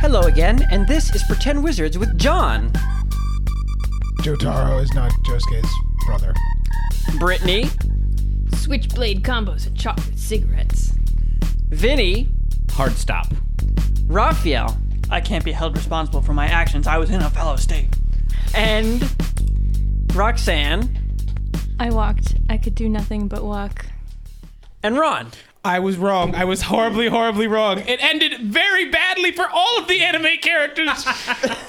Hello again, and this is Pretend Wizards with John, Jotaro is not Josuke's brother. Brittany, Switchblade combos and chocolate cigarettes. Vinny, Hard stop. Raphael, I can't be held responsible for my actions. I was in a fellow state. and Roxanne I walked. I could do nothing but walk. and Ron. I was wrong. I was horribly, horribly wrong. It ended very badly for all of the anime characters.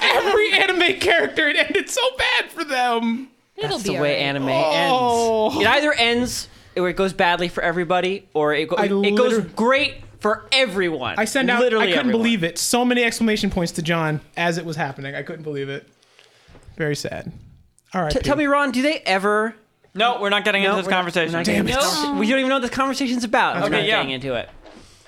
Every anime character, it ended so bad for them. It'll That's be the way anime alright. Oh. ends. It either ends or it goes badly for everybody, or it, go- I it goes liter- great for everyone. I sent out. Literally I couldn't everyone. believe it. So many exclamation points to John as it was happening. I couldn't believe it. Very sad. All right. T- tell me, Ron, do they ever? No, we're not getting into this we're not- conversation. we're not getting Damn into it. this conversa- We don't even know what this conversation's about. Okay, we're not yeah. getting into it.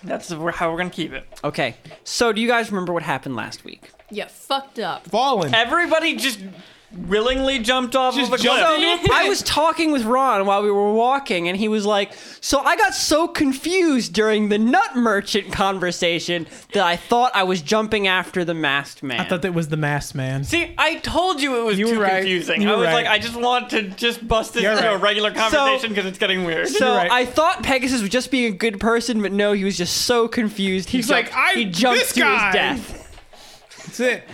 That's how we're gonna keep it. Okay, so do you guys remember what happened last week? Yeah, fucked up. Fallen. Everybody just willingly jumped off Just of a cliff. jumped. So I was talking with Ron while we were walking, and he was like, "So I got so confused during the nut merchant conversation that I thought I was jumping after the masked man." I thought that was the masked man. See, I told you it was You were too right. confusing. You I were was right. like, I just want to just bust this You're into a right. regular conversation because it's getting weird. so You're right. I thought Pegasus was just being a good person, but no, he was just so confused. He He's jumped- like, "I'm he jumped this to guy." his death. That's it.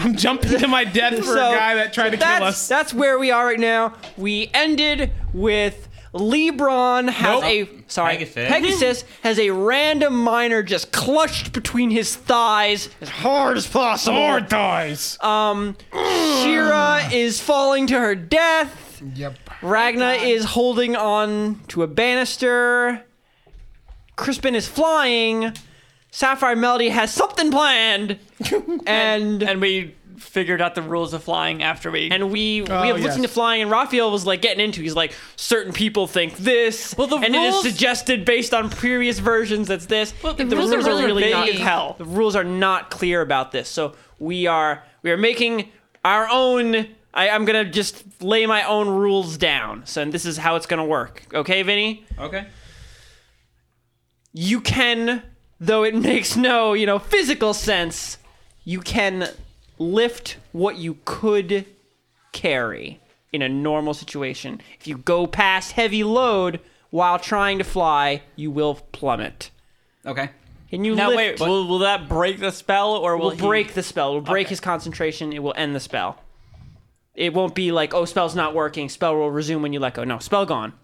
I'm jumping to my death for So a guy that tried to kill that's, us. That's where we are right now. We ended with LeBron has Nope. a sorry Pegasus. Pegasus has a random miner just clutched between his thighs as hard as possible. Lord dies. Uh, Shira is falling to her death. Yep. Ragna is holding on to a banister. Crispin is flying. Sapphire Melody has something planned. and and, and we figured out the rules of flying after we. we Oh, we have yes. listened to flying and Raphael was like getting into. it. He's like certain people think this Well, the and it is rules- suggested based on previous versions that's this. Well, the rules are really not vague. hell. The rules are not clear about this. So we are we are making our own I, I'm gonna just lay my own rules down. So and this is how it's gonna work. Okay, Vinny? Okay. you can, though it makes no, you know, physical sense, you can lift what you could carry in a normal situation. If you go past heavy load while trying to fly, you will plummet. Okay. Can you now lift? wait, will, will that break the spell or will will he- break the spell. Will break his concentration. It will end the spell. It won't be like, oh, spell's not working. Spell will resume when you let go. No, spell gone.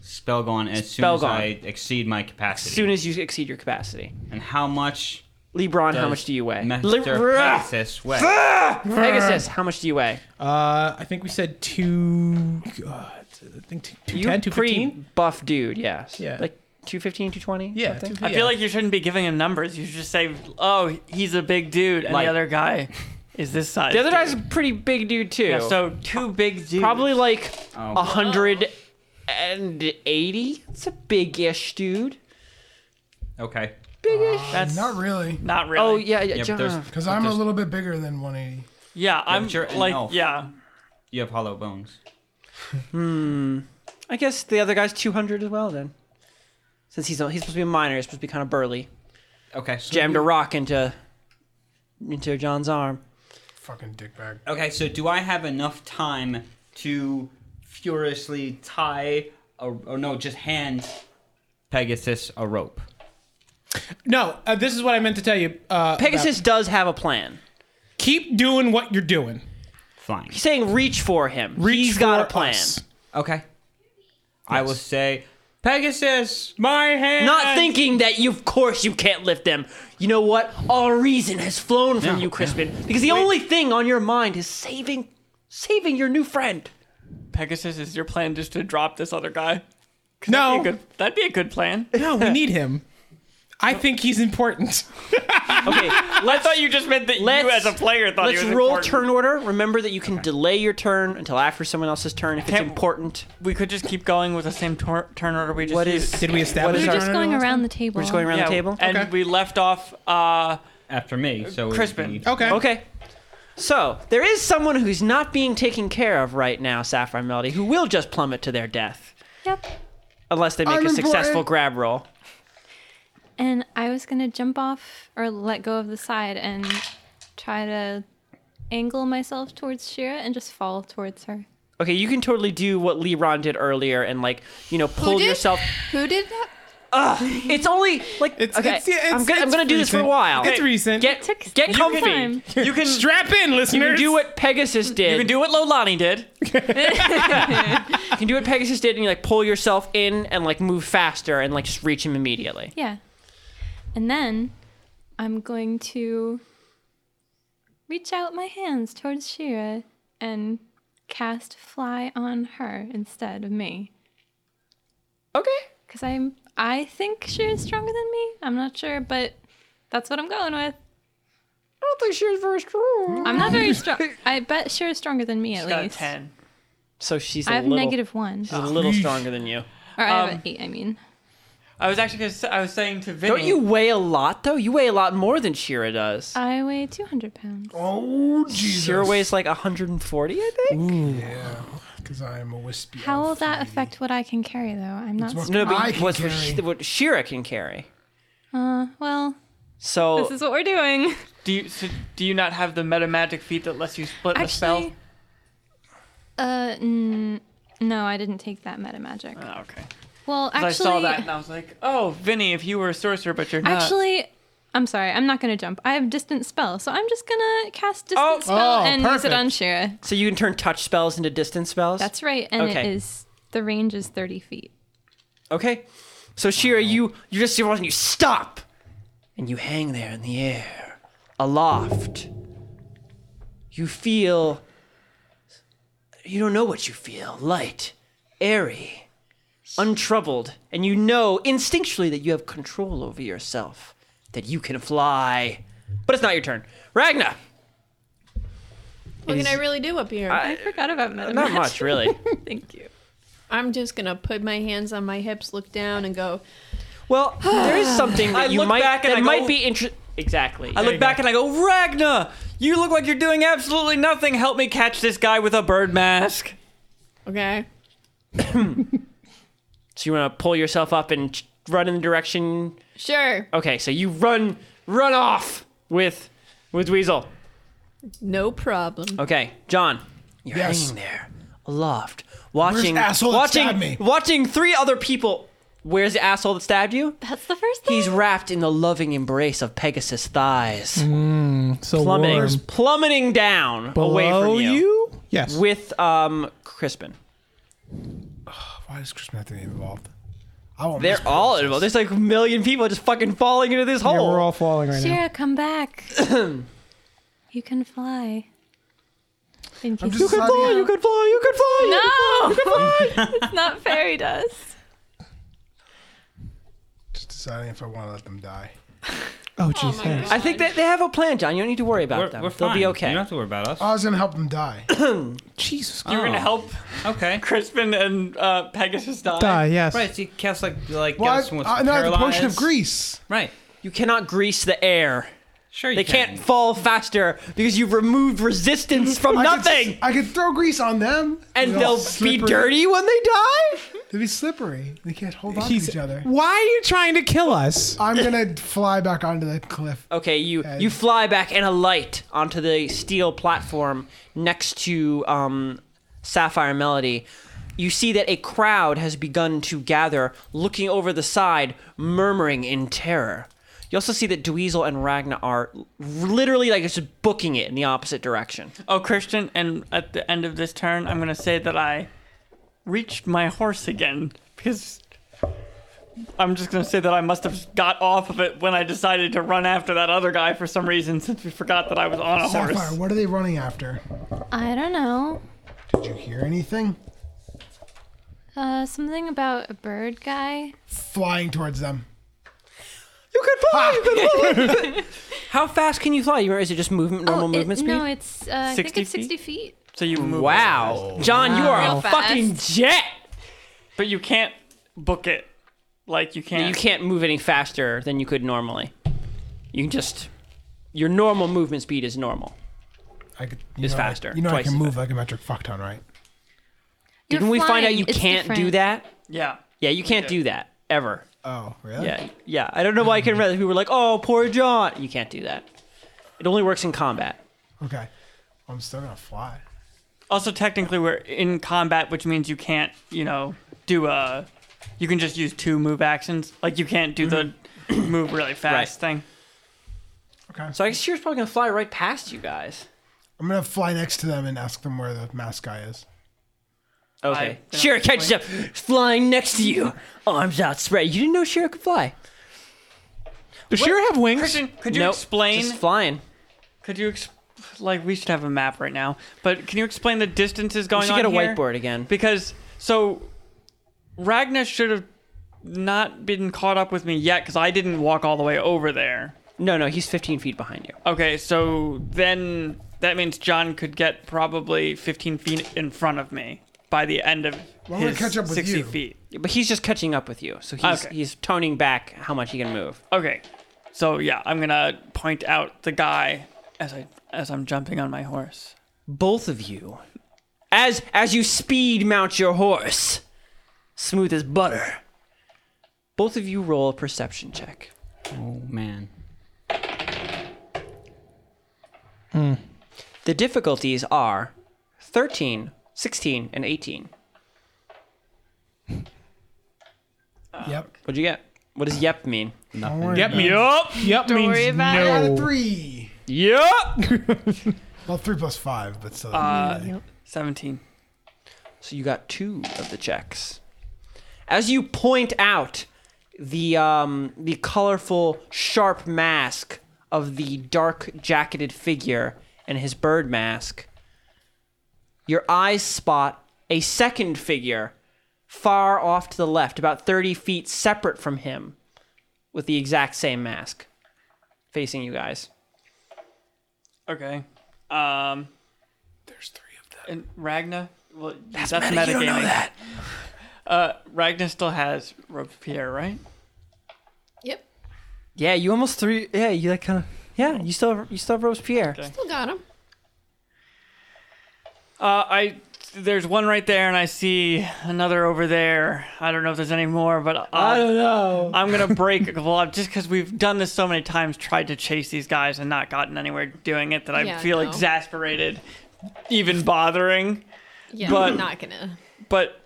Spell gone as Spell soon as gone. I exceed my As capacity. soon as you exceed your capacity. and how much? LeBron, how does much do you weigh? Master Le- Pegasus weigh? Pegasus, how much do you weigh? Uh, I think we said two. God, I think two, two You're ten, two pretty fifteen. buff dude, yes. Yeah. Like 215, 220? Yeah, something? two- I yeah. feel like you shouldn't be giving him numbers. You should just say, "Oh, he's a big dude," and Like- the other guy is this size. The other guy's a pretty big dude too. yeah, so two big dudes. probably like Oh. 180. It's a big ish dude. Okay. that's Not really, not really. Oh, yeah, yeah, Yeah, but John. there's because I'm a Just- little bit bigger than 180. yeah. I'm but you're an like, elf. yeah. you have hollow bones. I guess the other guy's 200 as well then. Since he's, a, he's supposed to be a minor, he's supposed to be kind of burly. Okay. So Jammed a rock into into John's arm. Fucking dickbag. Okay, so do I have enough time to furiously tie a, or no, just hand Pegasus a rope? No, uh, this is what I meant to tell you. Uh, Pegasus about- does have a plan. keep doing what you're doing. Fine. He's saying reach for him. Reach he's got for a plan. us. Okay. I will say, Pegasus, my hand. Not thinking that you, of course, you can't lift them. You know what? All reason has flown from Yeah. you, Crispin, because the only thing on your mind is saving, saving your new friend. Pegasus, is your plan just to drop this other guy? No, Good. That'd be a good plan. no, we need him. I think he's important. Okay, I thought you just meant that Let's- you, as a player, thought he let's was roll important. turn order. Remember that you can delay your turn until after someone else's turn if it's can't- important. We could just keep going with the same tor- turn order we just What used. is? Did we establish? We is were our- just going around the table. We're just going around Yeah, the table. and Okay. we left off. Uh, After me, so it would Crispin. be- okay. Okay. So there is someone who's not being taken care of right now, Sapphire Melody, who will just plummet to their death Yep. unless they make I'm a successful important. grab roll. and I was gonna jump off or let go of the side and try to angle myself towards Shira and just fall towards her. Okay, you can totally do what Leron did earlier and like, you know, pull did? yourself. Who did that? It's only like It's- okay. it's- yeah, it's- I'm gonna I'm it's gonna do this for a recent. while. It's recent. Get Took get some comfy. time. You can Strap in, listeners. You can do what Pegasus did. you can do what Lolani did. You can do what Pegasus did, and you like pull yourself in and like move faster and like just reach him immediately. Yeah. And then I'm going to reach out my hands towards Shira and cast fly on her instead of me. Okay. Cause I'm I think Shira's stronger than me. I'm not sure, but that's what I'm going with. I don't think she was very strong. I'm not very strong. I bet Shira's stronger than me at Got a least. ten. So she's a I have little, negative one. she's a little stronger than you. Or I have an eight, I mean. I was actually gonna say, I was saying to Vinny. Don't you weigh a lot though? You weigh a lot more than Shira does. I weigh 200 pounds. Oh Jesus! Shira weighs like 140, I think. Yeah, because I am a wispy. How will elf that lady. affect what I can carry, though? I'm not. It's s- what No, but I can what's what, carry. Sh- what Shira can carry. Uh, well, So this is what we're doing. do you so do you not have the meta magic feat that lets you split the spell? Actually, uh, n- no, I didn't take that meta magic. Oh, okay. Well, 'Cause actually, I saw that uh, and I was like, oh, Vinny, if you were a sorcerer but you're not. actually, I'm sorry, I'm not gonna jump. I have distant spell, so I'm just gonna cast distant Oh. spell Oh, and use it perfect. on Shira. so you can turn touch spells into distance spells. That's right, and it Okay. is the range is 30 feet. Okay. So Shira, you you just you're watching you stop, and you hang there in the air, aloft. You feel. You don't know what you feel. Light, airy, untroubled, and you know instinctually that you have control over yourself, that you can fly. But it's not your turn, Ragna. What can I really do up here? I forgot about meta Not magic. much, really. Thank you. I'm just gonna put my hands on my hips, look down, and go. Well, there is something that I you look might back and that I go- might be interesting. Exactly. I look back and I go, Ragna, you look like you're doing absolutely nothing. Help me catch this guy with a bird mask. Okay. So you want to pull yourself up and ch- run in the direction. Sure. Okay, so you run, run off with, with Weasel. No problem. Okay, John, you're Yes. hanging there aloft, watching, asshole that watching, stabbed me? watching three other people. Where's the asshole that stabbed you? That's the first thing. He's wrapped in the loving embrace of Pegasus thighs, So plummeting, warm. plummeting down away Below from you, you? Yes. with um Crispin. Why does Christmas have to be involved? I won't. They're all involved. There's like a million people just fucking falling into this hole. yeah, we're all falling right now. Shira, come back. you can fly. Thank you. I'm so just much. sorry. You could fly. You could fly. No, it's not fairy dust. Just deciding if I want to let them die. Oh, jeez. thanks. I think that they have a plan, John. You don't need to worry about We're, them. we're They'll fine. be okay. You don't have to worry about us. I was gonna help them die. Jesus. You're Oh. gonna help Okay. Crispin and uh, Pegasus die. Die, Ah, yes. Right, so you cast like like Well, get someone I, I know I have the potion of paralyzed. grease. Right. You cannot grease the air. Sure you They can. can't fall faster because you've removed resistance from nothing, I could, I could throw grease on them, and They're they'll all be slippery. dirty when they die. They'll be slippery. They can't hold on He's- to each other. Why are you trying to kill us? I'm gonna fly back onto the cliff. Okay, you you fly back and alight onto the steel platform next to um, Sapphire Melody. You see that a crowd has begun to gather, looking over the side, murmuring in terror. You also see that Dweezil and Ragna are literally like just booking it in the opposite direction. Oh, Christian, and at the end of this turn, I'm gonna say that I reached my horse again because I'm just gonna say that I must have got off of it when I decided to run after that other guy for some reason since we forgot that I was on a Sapphire, horse. what are they running after? I don't know. Did you hear anything? Uh, something about a bird guy. Flying towards them. You could fly. You could fly. How fast can you fly? You is it just movement, normal oh, it- movement speed? No, it's. Uh, I think 60 it's 60 feet. So you move, wow, John, you are Real a fast. fucking jet. but you can't book it. Like you can't. You can't move any faster than you could normally. You can just your normal movement speed is normal. I could. You It's know, I- faster, you know I twice can as move like a metric fuckton, right? You're Didn't we find out flying, you it's can't do different. that? Yeah. Yeah, you can't do that ever. Oh, really? Yeah, yeah. I don't know why I couldn't remember. People were like, "Oh, poor John." You can't do that. It only works in combat. Okay. I'm still gonna fly. Also, technically, we're in combat, which means you can't, you know, do a. You can just use two move actions. Like you can't do the Mm-hmm. move really fast thing. Okay. So I guess she was probably gonna fly right past you guys. I'm gonna fly next to them and ask them where the mask guy is. Okay. I- Shira catches up, flying next to you, arms outspread. You didn't know Shira could fly. Does Shira have wings? Christian, could you Nope, explain? Just flying. could you ex- like we should have a map right now? But can you explain the distances going We should on get a here? whiteboard again. because so Ragna should have not been caught up with me yet because I didn't walk all the way over there. No, no, he's 15 feet behind you. Okay, so then that means John could get probably 15 feet in front of me by the end of Well, I'm gonna his catch up with 60 you. feet. But he's just catching up with you, so he's Okay. he's toning back how much he can move. Okay, so yeah, I'm gonna point out the guy as I as I'm jumping on my horse. Both of you, as as you speed mount your horse, smooth as butter. Both of you roll a perception check. Oh man. The difficulties are 13, 16, and 18. Yep. What'd you get? What does yep mean? Yep. Yup. Yup means worry about it. no. Three. Yep! Well, three plus five, but still. Uh, Seventeen. So you got two of the checks. As you point out the um, the colorful, sharp mask of the dark jacketed figure and his bird mask, your eyes spot a second figure far off to the left, about 30 feet separate from him, with the exact same mask facing you guys. Okay. Um. There's three of them. And Ragna, well, that's, metagaming. Uh, Ragna still has Robespierre, right? Yep. Yeah, you almost threw. Yeah, you like kind of. Yeah, you still have, you still have Robespierre. Still got him. Uh, I there's one right there, and I see another over there. I don't know if there's any more, but uh, I don't know. I'm gonna break a couple up just because we've done this so many times, tried to chase these guys and not gotten anywhere doing it. That I Yeah, feel no. exasperated, even bothering. Yeah, But- I'm not gonna. But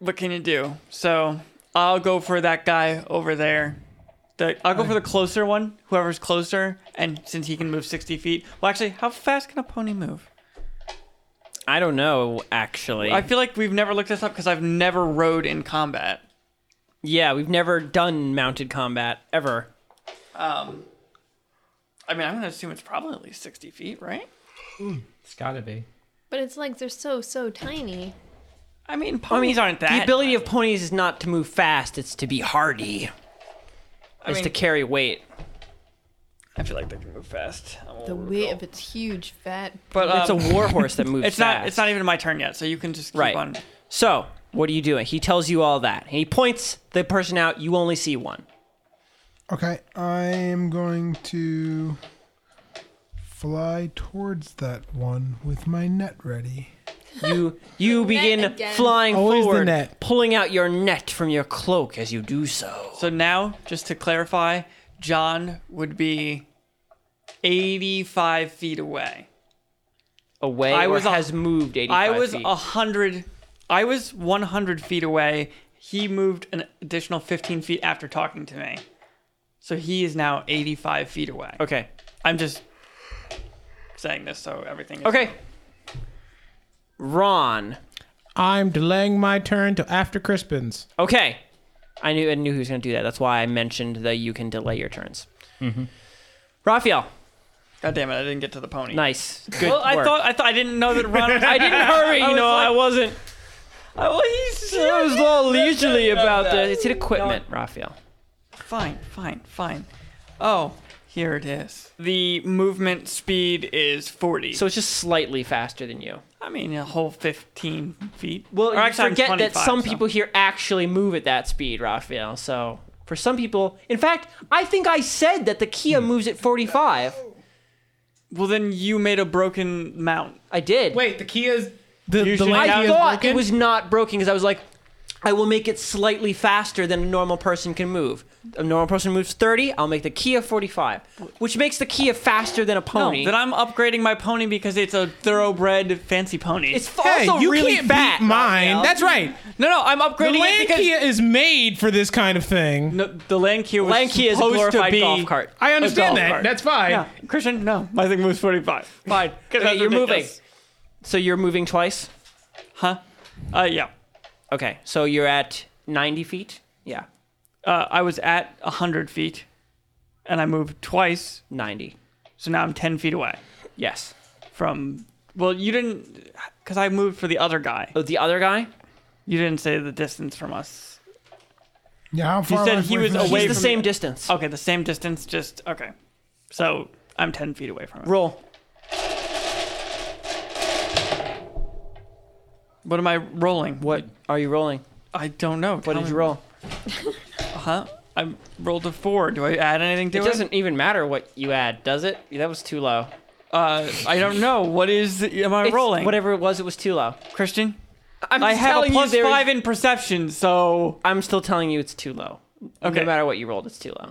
what can you do? So I'll go for that guy over there. The, I'll go for the closer one, whoever's closer, and since he can move sixty feet. Well, actually, how fast can a pony move? I don't know, actually. I feel like we've never looked this up because I've never rode in combat. Yeah, we've never done mounted combat ever. I mean, I'm gonna assume it's probably at least sixty feet, right? It's gotta be. But it's like they're so so tiny. I mean, ponies aren't that. The ability of ponies is not to move fast; it's to be hardy. I it's mean, to carry weight. I feel like they can move fast. I'm a The little weight girl. of its huge fat. But It's a um, warhorse that moves. It's not. fast. It's not even my turn yet, so you can just keep right. on. So, what are you doing? He tells you all that. He points the person out. You only see one. Okay, I'm going to fly towards that one with my net ready. You you begin again. flying Always the forward, net. pulling out your net from your cloak as you do so. So now, just to clarify, John would be 85 feet away. Away, I or was a- has moved eighty-five I was feet. 100 I was 100 feet away. He moved an additional 15 feet after talking to me. So he is now 85 feet away. okay. I'm just saying this so everything is Okay. Ron. I'm delaying my turn till after Crispin's. Okay. I knew I knew he was going to do that. That's why I mentioned that you can delay your turns. Raphael, God damn it, I didn't get to the pony. nice. Good Well, I work. thought I thought I didn't know that Ron I didn't hurry, you was know. I like- wasn't. I well, he's I was all leisurely about that. this. It's an equipment, Raphael. Fine, fine, fine. Oh, here it is. The movement speed is 40. So it's just slightly faster than you. I mean, a whole 15 feet. Well, Or you actually, I'm forget that 25, some so- people here actually move at that speed, Raphael. So for some people, in fact, I think I said that the Kia moves at 45. Well, then you made a broken mount. I did. Wait, the key is the, the Usually- lady I is thought broken? it was not broken because I was like, I will make it slightly faster than a normal person can move. A normal person moves 30, I'll make the Kia 45, which makes the Kia faster than a No, pony. Oh, then I'm upgrading my pony because it's a thoroughbred fancy pony. it's Hey, also you really can't fat. beat mine. Raphael. That's right. no, no, I'm The upgrading it because Lankia is made for this kind of thing. no, the Lankia was Lanky is a supposed glorified to be golf cart. I a golf understand that. cart. That's fine. Yeah, Christian, no, my thing moves 45. Fine. Because Okay, you're moving. So you're moving twice? huh? Uh, yeah. Okay, so you're at 90 feet? Yeah, Uh, I was at 100 feet, and I moved twice, 90. so now I'm 10 feet away Yes. from. Well, you didn't, because I moved for the other guy. Oh, the other guy? You didn't say the distance from us. Yeah, how far said am I he away was from this? away He's the from same you. distance. Uh, Okay, the same distance, just okay. So I'm 10 feet away from him. Roll. What am I rolling? What are you rolling? I don't know. What Tell did me. you roll? Huh? I rolled a four. Do I add anything to It it? doesn't even matter what you add, does it? That was too low. Uh, I don't know. What is? Am I It's- rolling? Whatever it was, it was too low. Christian. I'm I have a telling plus you, there- five in perception, so I'm still telling you it's too low. Okay. No matter what you rolled, it's too low.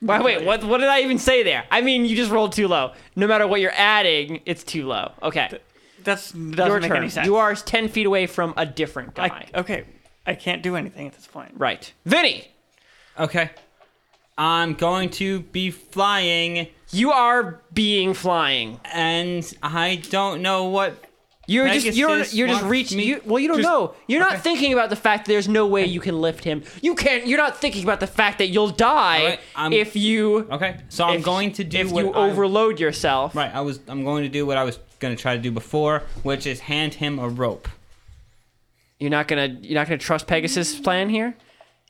Why, wait, what, what did I even say there? I mean, you just rolled too low. No matter what you're adding, it's too low. Okay. that's doesn't Your make turn. any sense. You are 10 feet away from a different guy. I, okay. I can't do anything at this point. right. Vinny, Okay. I'm going to be flying, you are being flying. and I don't know what. You're just Pegasus you're you're just wants reaching. me- You, well, you don't know. You're not thinking about the fact that there's no way you can lift him. You can't. You're not thinking about the fact that you'll die Alright, I'm- if you. Okay, so I'm if- going to do if what you I- overload yourself. Right, I was. I'm going to do what I was going to try to do before, which is hand him a rope. You're not gonna you're not gonna trust Pegasus' plan here.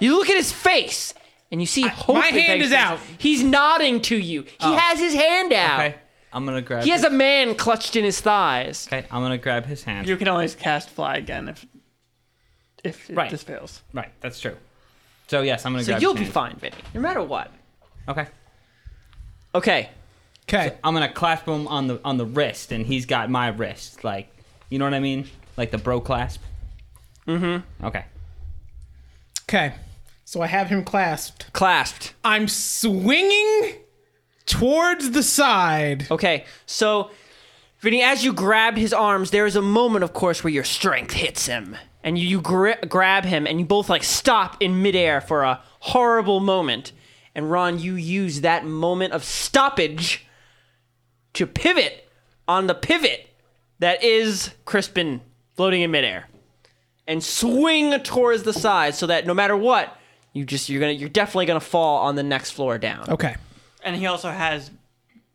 You look at his face and you see hope. my in hand is Pegasus. out. He's nodding to you. He has his hand out. Oh. Okay, I'm gonna grab. He has his, a man clutched in his thighs. Okay, I'm gonna grab his hand. You can always cast fly again if if Right. this fails. Right, that's true. So yes, I'm gonna So grab. you'll his be hand. fine, Vinny, no matter what. Okay. Okay. Okay. I'm gonna clasp him on the on the wrist, and he's got my wrist. Like, you know what I mean? Like the bro clasp. Mm-hmm. Okay. Okay. So I have him clasped. Clasped. I'm swinging towards the side. Okay, so Vinny, as you grab his arms, there is a moment, of course, where your strength hits him, and you, you gri- grab him, and you both like stop in midair for a horrible moment. And Ron, you use that moment of stoppage to pivot on the pivot that is Crispin floating in midair, and swing towards the side so that no matter what, you just you're gonna you're definitely gonna fall on the next floor down. Okay. And he also has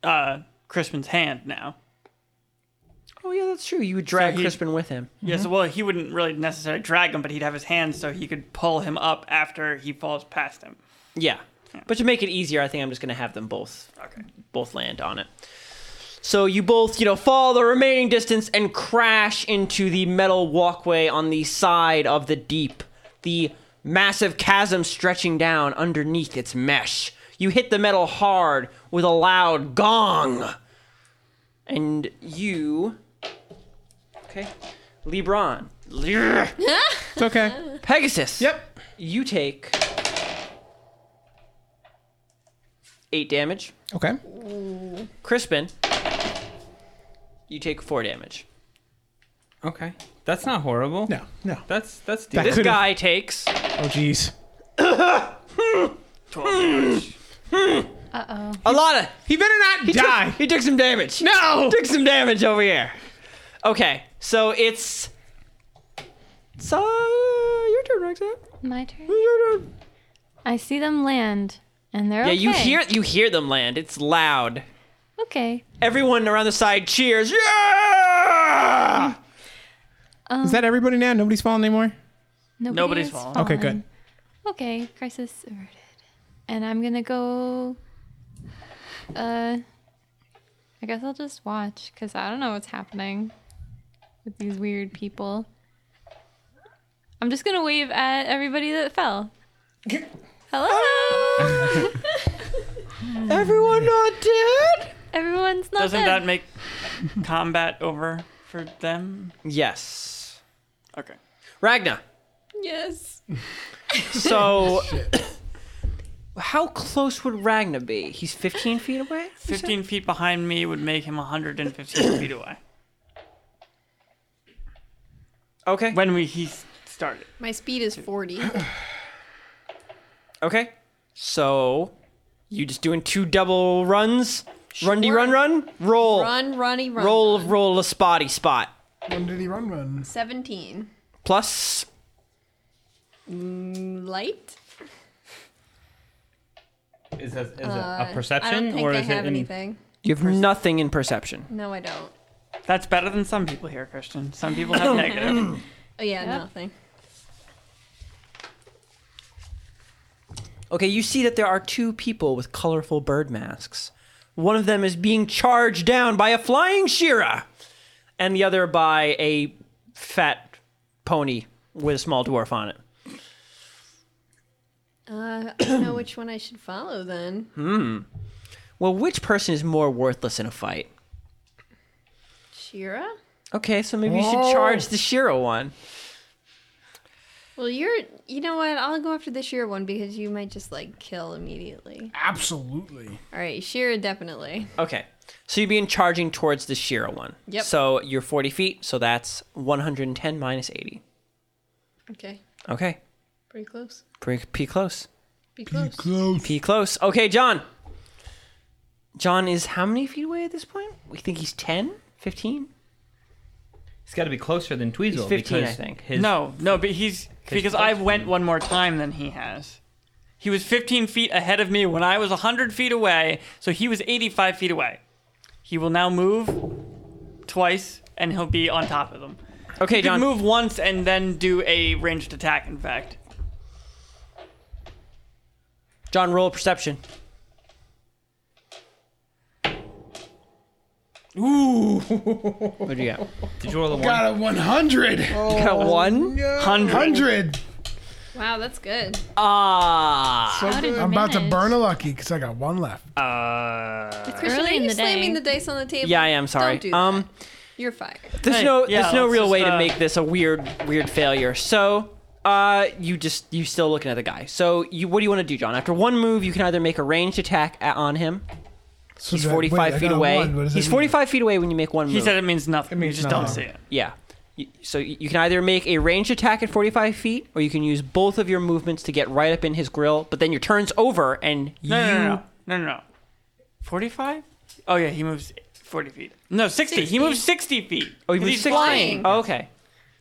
uh Crispin's hand now. Oh yeah, that's true. You would drag he- Crispin with him. Yeah, so well he wouldn't really necessarily drag him, but he'd have his hand so he could pull him up after he falls past him. Yeah. But to make it easier, I think I'm just going to have them both Okay. both land on it. So you both, you know, fall the remaining distance and crash into the metal walkway on the side of the deep. The massive chasm stretching down underneath its mesh. You hit the metal hard with a loud gong. And you Okay. Lebron. It's okay. Pegasus. yep. You take 8 damage. Okay. Crispin, you take four damage. Okay. That's not horrible. No. No. That's that's That This Could've- guy takes Oh jeez. a lot of. He better not die. He took some damage. No. Took some damage over here. Okay, so it's. So your turn, Roxanne. My turn. Your turn. I see them land, and they're Yeah, okay. you hear you hear them land. It's loud. Okay. Everyone around the side cheers. Yeah! Is that everybody now? Nobody's falling anymore. Nobody's Nobody's fallen. fallen. Okay. Good. Okay, crisis averted. And I'm gonna go. Uh, I guess I'll just watch because I don't know what's happening with these weird people. I'm just gonna wave at everybody that fell. Hello, Everyone not dead. everyone's not Doesn't dead. that make combat over for them? Yes. Okay. Ragna. Yes. So, how close would Ragna be? He's 15 feet away? 15 feet behind me would make him 115 feet away. Okay. When we he s- started. My speed is 40. Okay. So, you just doing two double runs? Rundy run run? Roll. Run, runny, run. roll roll a spotty spot. When did he run run? 17. Plus Light? Is that is it a Uh, I don't perception think or I is have it in, anything. you have nothing in perception. No, I don't. That's better than some people here, Christian. Some people have negative. Oh, yeah, nothing. Okay, you see that there are two people with colorful bird masks. One of them is being charged down by a flying Shira, and the other by a fat pony with a small dwarf on it. Uh, I don't know which one I should follow then. Well, which person is more worthless in a fight? Shira? Okay, so maybe you should charge the Shira one. Well, you're. You know what? I'll go after the Shira one because you might just, like, kill immediately. Absolutely. All right, Shira, definitely. Okay, so you'd be in charging towards the Shira one. Yep. So you're 40 feet, so that's 110 minus 80. Okay, Okay, pretty close. pretty, pretty close. Be close. Close. P close. Okay, John. John is how many feet away at this point? We think he's 10, 15? It's got to be closer than 15, Tweezle. because I think. His, no, no, but he's because I went one more time than he has. He was 15 feet ahead of me when I was 100 feet away, so he was 85 feet away. He will now move twice, and he'll be on top of them. Okay, He can John. move once and then do a ranged attack. In fact, John, roll perception. Ooh. What do you got? Did you roll a one? Got a 100. You got a one? hundred. 100. Wow, that's good. Ah. I'm about to burn a lucky because I got one left. Christian, Early are in you the slamming day. the dice on the table? yeah, I am sorry. Don't do that. um You're fired. there's Hey, no yeah, there's no let's real just, way to uh, make this a weird weird failure. So, uh you just you still looking at the guy. So, you what do you want to do, John? After one move, you can either make a ranged attack a- on him. So He's that- wait, 45 I feet got a away. one. What does that He's mean? 45 feet away when you make one move. He said it means nothing. means you just don't see nothing. it. Yeah. You- So y- you can either make a ranged attack at 45 feet, or you can use both of your movements to get right up in his grill. But then your turn's over, and you No, no, no, no, no, no. Forty-five? Oh yeah, he moves forty feet. No, sixty. He moves sixty feet. oh, you 'Cause move he's 60. flying. Oh, okay,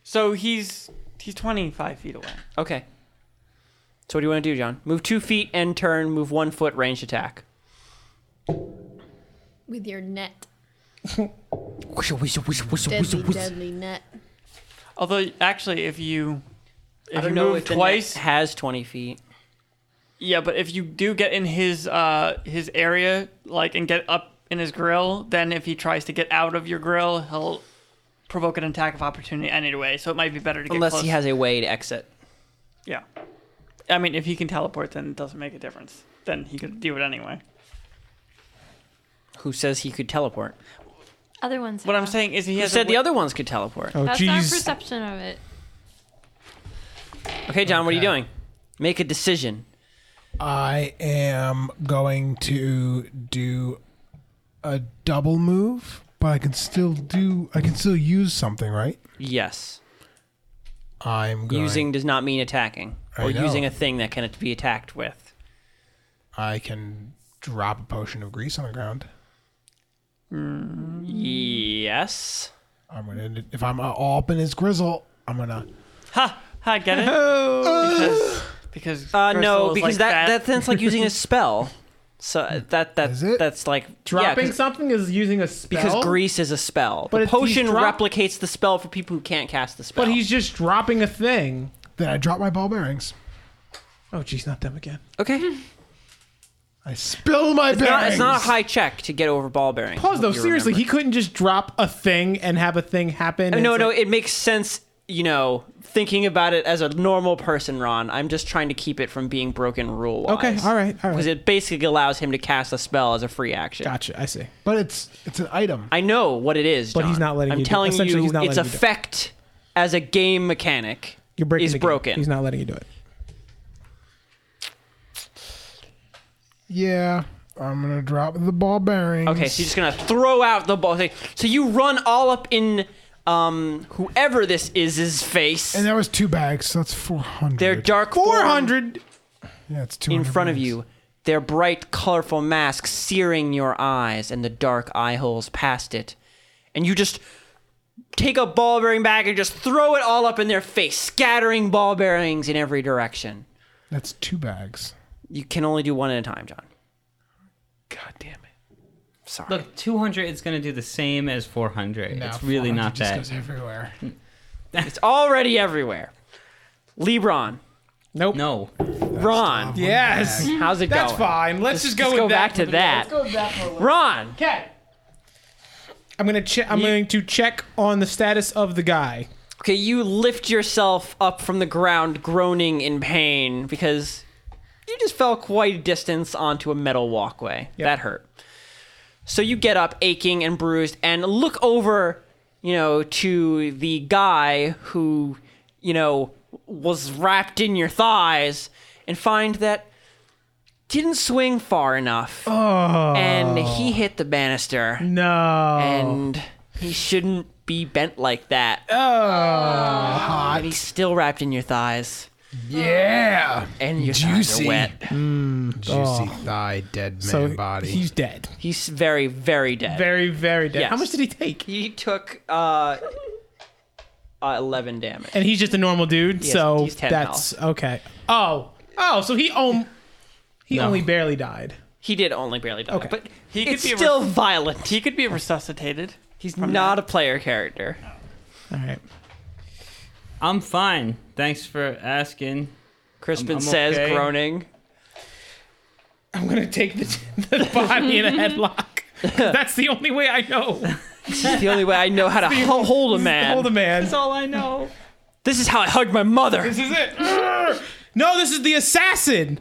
So he's he's twenty-five feet away. okay. So what do you want to do, John? Move two feet and turn. Move one foot. Ranged attack. With your net. Deadly, I deadly net. Although actually, if you if you don't know move if twice twice, has 20 feet. yeah, but if you do get in his uh his area, like and get up in his grill, then if he tries to get out of your grill, he'll provoke an attack of opportunity anyway. So it might be better to get Unless close. he has a way to exit. Yeah. I mean, if he can teleport, then it doesn't make a difference. Then he could do it anyway. Who says he could teleport? Other ones. What I'm have. saying is he Who has. said a the wi- other ones could teleport? Oh, That's our jeez. perception of it. Okay, John, what are you doing? Make a decision. I am going to do a double move, but I can still do. I can still use something, right? Yes. I'm going, Using does not mean attacking I or know. using a thing that can be attacked with. I can drop a potion of grease on the ground. Yes. I'm gonna. If I'm uh, all up in his grizzle, I'm gonna. Ha! Ha! Get it? because because Uh, Gristle no, is because like that, fat. that that's like using a spell. So uh, that that Is it? that's like Dropping yeah, 'cause- something is using a spell. because grease is a spell. But the if he's potion drop- replicates the spell for people who can't cast the spell. But he's just dropping a thing. Then I drop my ball bearings. Oh, jeez, not them again. okay. It's I spill my bearings. not, it's not a high check to get over ball bearing. Pause though. Seriously, he couldn't just drop a thing and have a thing happen. No, It's no, like- it makes sense. You know, thinking about it as a normal person, Ron. I'm just trying to keep it from being broken rule wise. Okay, all right, all right. Because it basically allows him to cast a spell as a free action. Gotcha. I see. But it's it's an item. I know what it is, But he's John. not letting I'm you do- telling essentially you, he's not its letting you do it. effect as a game mechanic You're breaking. Is the game. broken. He's not letting you do it. Yeah, I'm gonna drop the ball bearing. Okay, so you're just gonna throw out the ball. So you run all up in um, whoever this is's face. and that was two bags, so that's four hundred. Their dark form Four hundred. yeah, it's two in front of you. Their bright, colorful masks searing your eyes and the dark eye holes past it. And you just take a ball bearing bag and just throw it all up in their face, scattering ball bearings in every direction. That's two bags. You can only do one at a time, John. God damn it. Sorry. Look, 200 is going to do the same as 400. it's really not just that. Goes everywhere. It's already everywhere. Lebron. Nope. No. Ron. Yes. How's it That's going? fine. Let's, just go Let's with go that back for to the- that. Ron. Okay. I'm gonna check. I'm going to check on the status of the guy. Okay, you lift yourself up from the ground, groaning in pain because you just fell quite a distance onto a metal walkway. That hurt. So you get up, aching and bruised, and look over, you know, to the guy who, you know, was wrapped in your thighs, and find that didn't swing far enough, and he hit the banister, No. and he shouldn't be bent like that. And he's still wrapped in your thighs. Yeah. And your thighs Juicy. are wet. Juicy Oh. thigh, dead man so body. he's dead. He's very, very dead. Very, very dead. Yes. How much did he take? he took uh, uh, 11 damage. And he's just a normal dude, Yes, so he's 10 that's okay. Oh, oh, so he um, he No. only barely died. He did only barely die. Okay. But He could it's be re- still violent. He could be resuscitated. he's not a player character. All right. I'm fine. Thanks for asking. Crispin I'm says, okay. groaning. I'm gonna take the, the body in a headlock. That's the only way I know. It's the only way I know how to ho- hold a man. Hold a man. That's all I know. This is how I hugged my mother. This is it. Urgh. No, this is the assassin.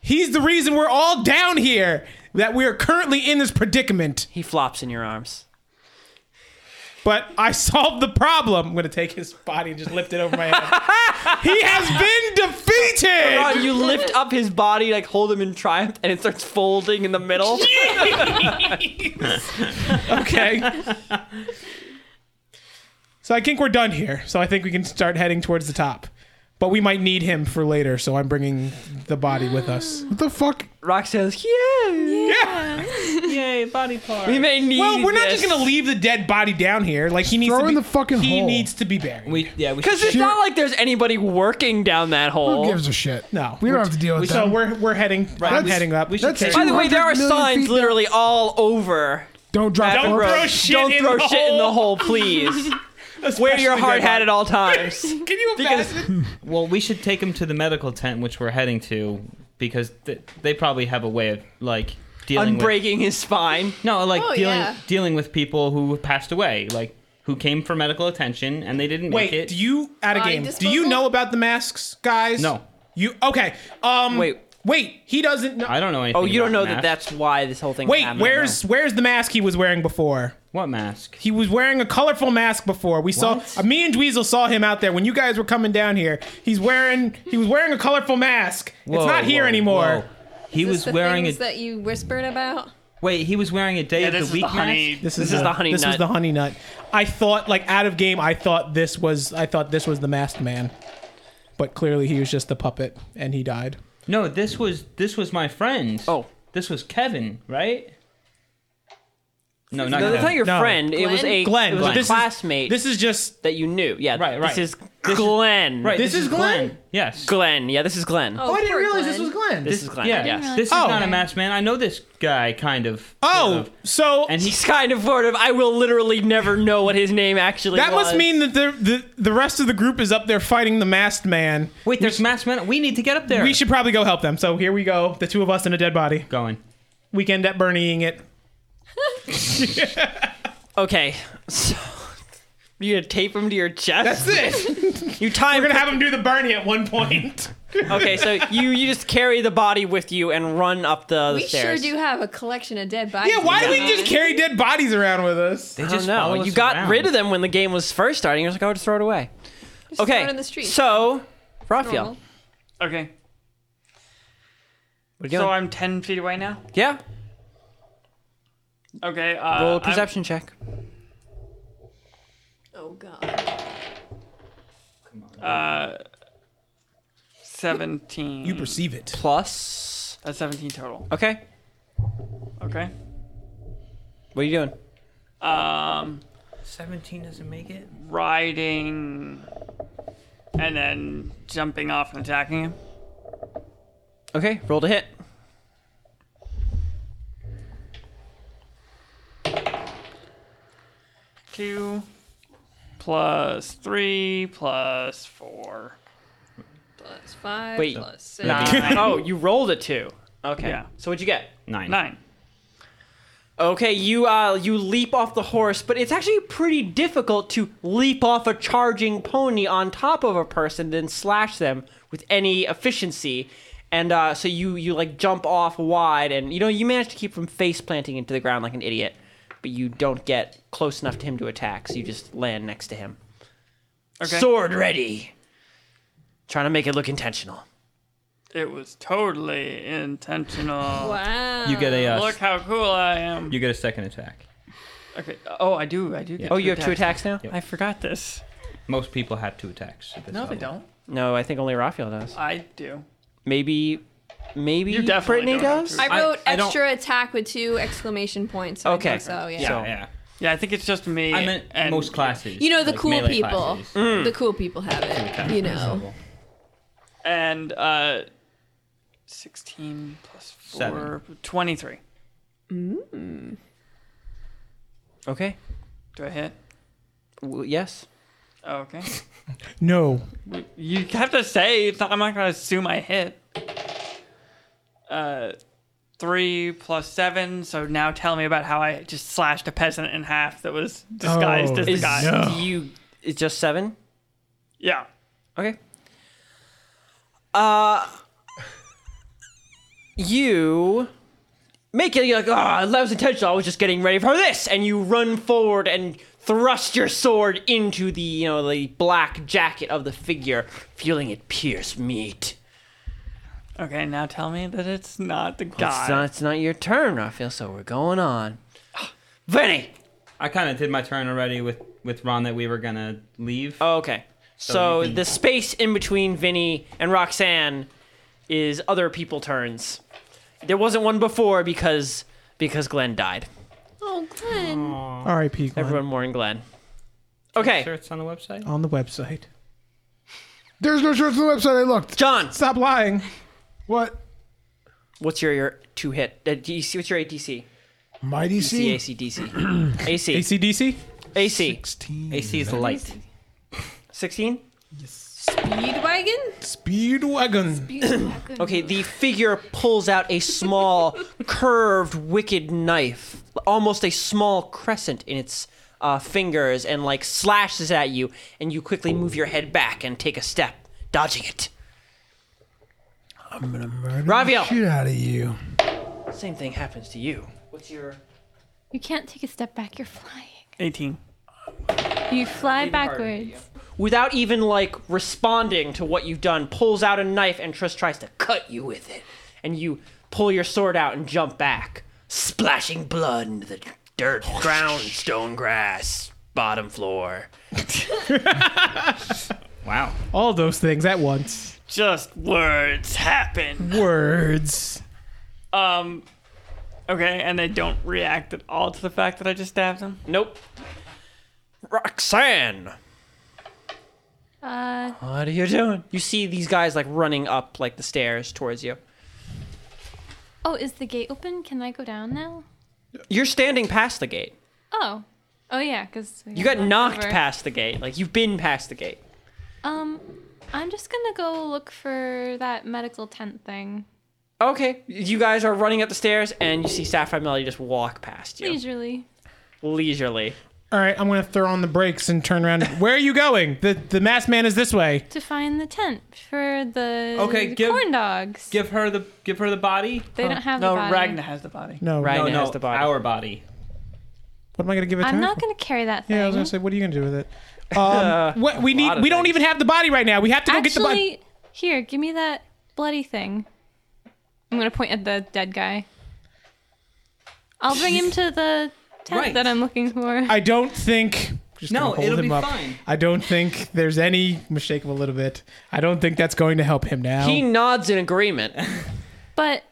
He's the reason we're all down here. That we are currently in this predicament. He flops in your arms. But I solved the problem. I'm gonna take his body and just lift it over my head. he has been defeated. Ron, you lift up his body, like hold him in triumph, and it starts folding in the middle. Okay. so I think we're done here. So I think we can start heading towards the top. But we might need him for later, so I'm bringing the body with us. What the fuck? Roxanne's, yeah. Yeah. Yay, body part. We may need Well, we're not this. just gonna leave the dead body down here. Like he needs throw to be, in the fucking he hole. needs to be buried. We yeah, we Because it's Sure. not like there's anybody working down that Who hole. gives a shit? No, we don't we're- have to deal with So that. we're we're heading I'm we- heading up. We that's By the way, there are 200 million signs feet there. literally all over. Don't drop that Don't road. throw rope. shit Don't in throw the shit in the hole, hole. please. Wear your hard hat at all times. Can you Because- imagine? well, we should take him to the medical tent which we're heading to because th- they probably have a way of like dealing with Unbreaking his spine. No, like Oh, dealing yeah. dealing with people who passed away, like who came for medical attention and they didn't make Wait, it. do you out of Body game? Do you disposal? know about the masks, guys? No. You okay? Um, Wait. wait. He doesn't know. I don't know anything. Oh, you don't about know the that mask. that's why this whole thing Wait, happened. where's where's the mask he was wearing before? What mask? He was wearing a colorful mask before. We saw What? uh, me and Dweezil saw him out there when you guys were coming down here. He's wearing he was wearing a colorful mask. it's Whoa, not here whoa, anymore. whoa. He Is this was the wearing a things that you whispered about? wait. He was wearing a day Yeah, of this the is week the honey. mask. This is the honey This nut. was the honey nut. I thought like out of game. I thought this was I thought this was the masked man, but clearly he was just the puppet and he died. No, this was this was my friend. Oh. this was Kevin, right? No, not No, that's not Kevin. your No. friend. It was a Glenn, It was but a this classmate Is, this is just that you knew. Yeah, Right, right. This is This is- Glenn. right. This is Glenn? Yes. Glenn. Yeah, this is Glenn. Oh, I didn't poor realize Glenn. this was Glenn. This is Glenn. Yeah. Yes. This is Oh. not a masked man. I know this guy kind of. sort oh, of. so and he He's kind of sort of. I will literally never know what his name actually. that was. must mean that the, the the rest of the group is up there fighting the masked man. wait. There's masked men. We need to get up there. We should probably go help them. So here we go, the two of us and a dead body. going. We can end up burning it. Okay, so you gonna tape him to your chest? That's it. You time. We're gonna have him do the burning at one point. Okay, so you you just carry the body with you and run up the, the We sure stairs. do have a collection of dead bodies. yeah, why do we around. just carry dead bodies around with us? They I don't just know. follow You us got around. rid of them when the game was first starting. You're just like, oh, just throw it away. Just okay. thrown in the street. So, Raphael. Normal. Okay. What are you doing? So I'm 10 feet away now? yeah. Okay. Uh, Roll a I'm- perception check. Oh god. 17. You perceive it. Plus. That's 17 total. Okay. Okay. What are you doing? Um, 17 doesn't make it. riding and then jumping off and attacking him. Okay. Roll to hit. Two plus three plus four. Plus five. Wait. Plus six. Nine. oh, you rolled a two. Okay. Yeah. So what'd you get? Nine. Nine. Okay, you uh, you leap off the horse, but it's actually pretty difficult to leap off a charging pony on top of a person, then slash them with any efficiency. And uh, so you you like jump off wide, and you know you manage to keep from face planting into the ground like an idiot, but you don't get close enough to him to attack, so you just land next to him. Okay. Sword ready. Trying to make it look intentional. It was totally intentional. Wow. You get a uh, Look how cool I am. you get a second attack. Okay. Oh, I do. I do. Get Oh, you have two attacks now. I forgot this. Most people have two attacks. at this No, they level. don't. No, I think only Raphael does. I do. Maybe, maybe You definitely Brittany don't have does. to. I wrote I don't- extra attack with two exclamation points. So I Okay. think So yeah. So- Yeah. Yeah, I think it's just me. I meant and most classes. You know the like cool melee people. classes. Mm. The cool people have it. You know. and uh 16 plus 4 23 Okay. do i hit W- yes. oh, okay No. you have to say it's not, i'm not gonna assume i hit uh 3 plus 7 so now tell me about how i just slashed a peasant in half that was disguised Oh, as the Is guy no. do you it's just seven? yeah Okay. Uh you make it you're like, oh that was intentional, I was just getting ready for this and you run forward and thrust your sword into the you know the black jacket of the figure, feeling it pierce meat. okay now tell me that it's not the guy It's not it's not your turn, Raphael, so we're going on. Vinny! I kind of did my turn already with with Ron that we were gonna leave. Okay. So, you can- the space in between Vinny and Roxanne is other people turns. There wasn't one before because because Glenn died. Oh, Glenn. R.I.P. Glenn. Everyone mourned Glenn. Okay, Shirts on the website. Oh, on the website. There's no shirts on the website. I looked. John, Stop lying. What? what's your, your two hit? Uh, DC, what's your ADC? Mighty DC, C. AC, DC. AC, ACDC? AC. AC is light. 16? Speedwagon. Speedwagon. Okay, the figure pulls out a small, curved, wicked knife, almost a small crescent in its uh, fingers, and like slashes at you, and you quickly move your head back and take a step, dodging it. I'm gonna murder Raviel. the shit out of you. Same thing happens to you. What's your. You can't take a step back. You're flying. 18 You fly backwards. Without even like responding to what you've done, pulls out a knife and just tries to cut you with it. And you pull your sword out and jump back, splashing blood into the dirt, ground, stone grass, bottom floor. Wow. All those things at once. just words happen Words. Um, okay, and they don't react at all to the fact that I just stabbed them. Nope. Roxanne! Uh, What are you doing? You see these guys like running up like the stairs towards you. oh, is the gate open? Can I go down now? You're standing past the gate. Oh. Oh yeah, because You got knocked past the gate. Like you've been past the gate. Um, I'm just gonna go look for that medical tent thing. Okay. You guys are running up the stairs and you see Sapphire Melody just walk past you. Leisurely. Leisurely. All right, I'm going to throw on the brakes and turn around. Where are you going? The the masked man is this way. to find the tent for the Okay, give- corn dogs. Give her the give her the body. they don't have No, the body. Ragnar has the body. No, Right. no. No, Ragnar no, has the body. our body. What am I going to give it to I'm her not for? gonna carry that thing. Yeah, I was going to say, what are you going to do with it? Um, what we need, of we don't things. even have the body right now. We have to go get the body. Actually, here, give me that bloody thing. I'm gonna point at the dead guy. I'll bring him to the tent Right. that I'm looking for. I don't think. Just No, gonna hold it'll him be up. fine. I don't think there's any mistake of a little bit. I don't think that's going to help him now. He nods in agreement. but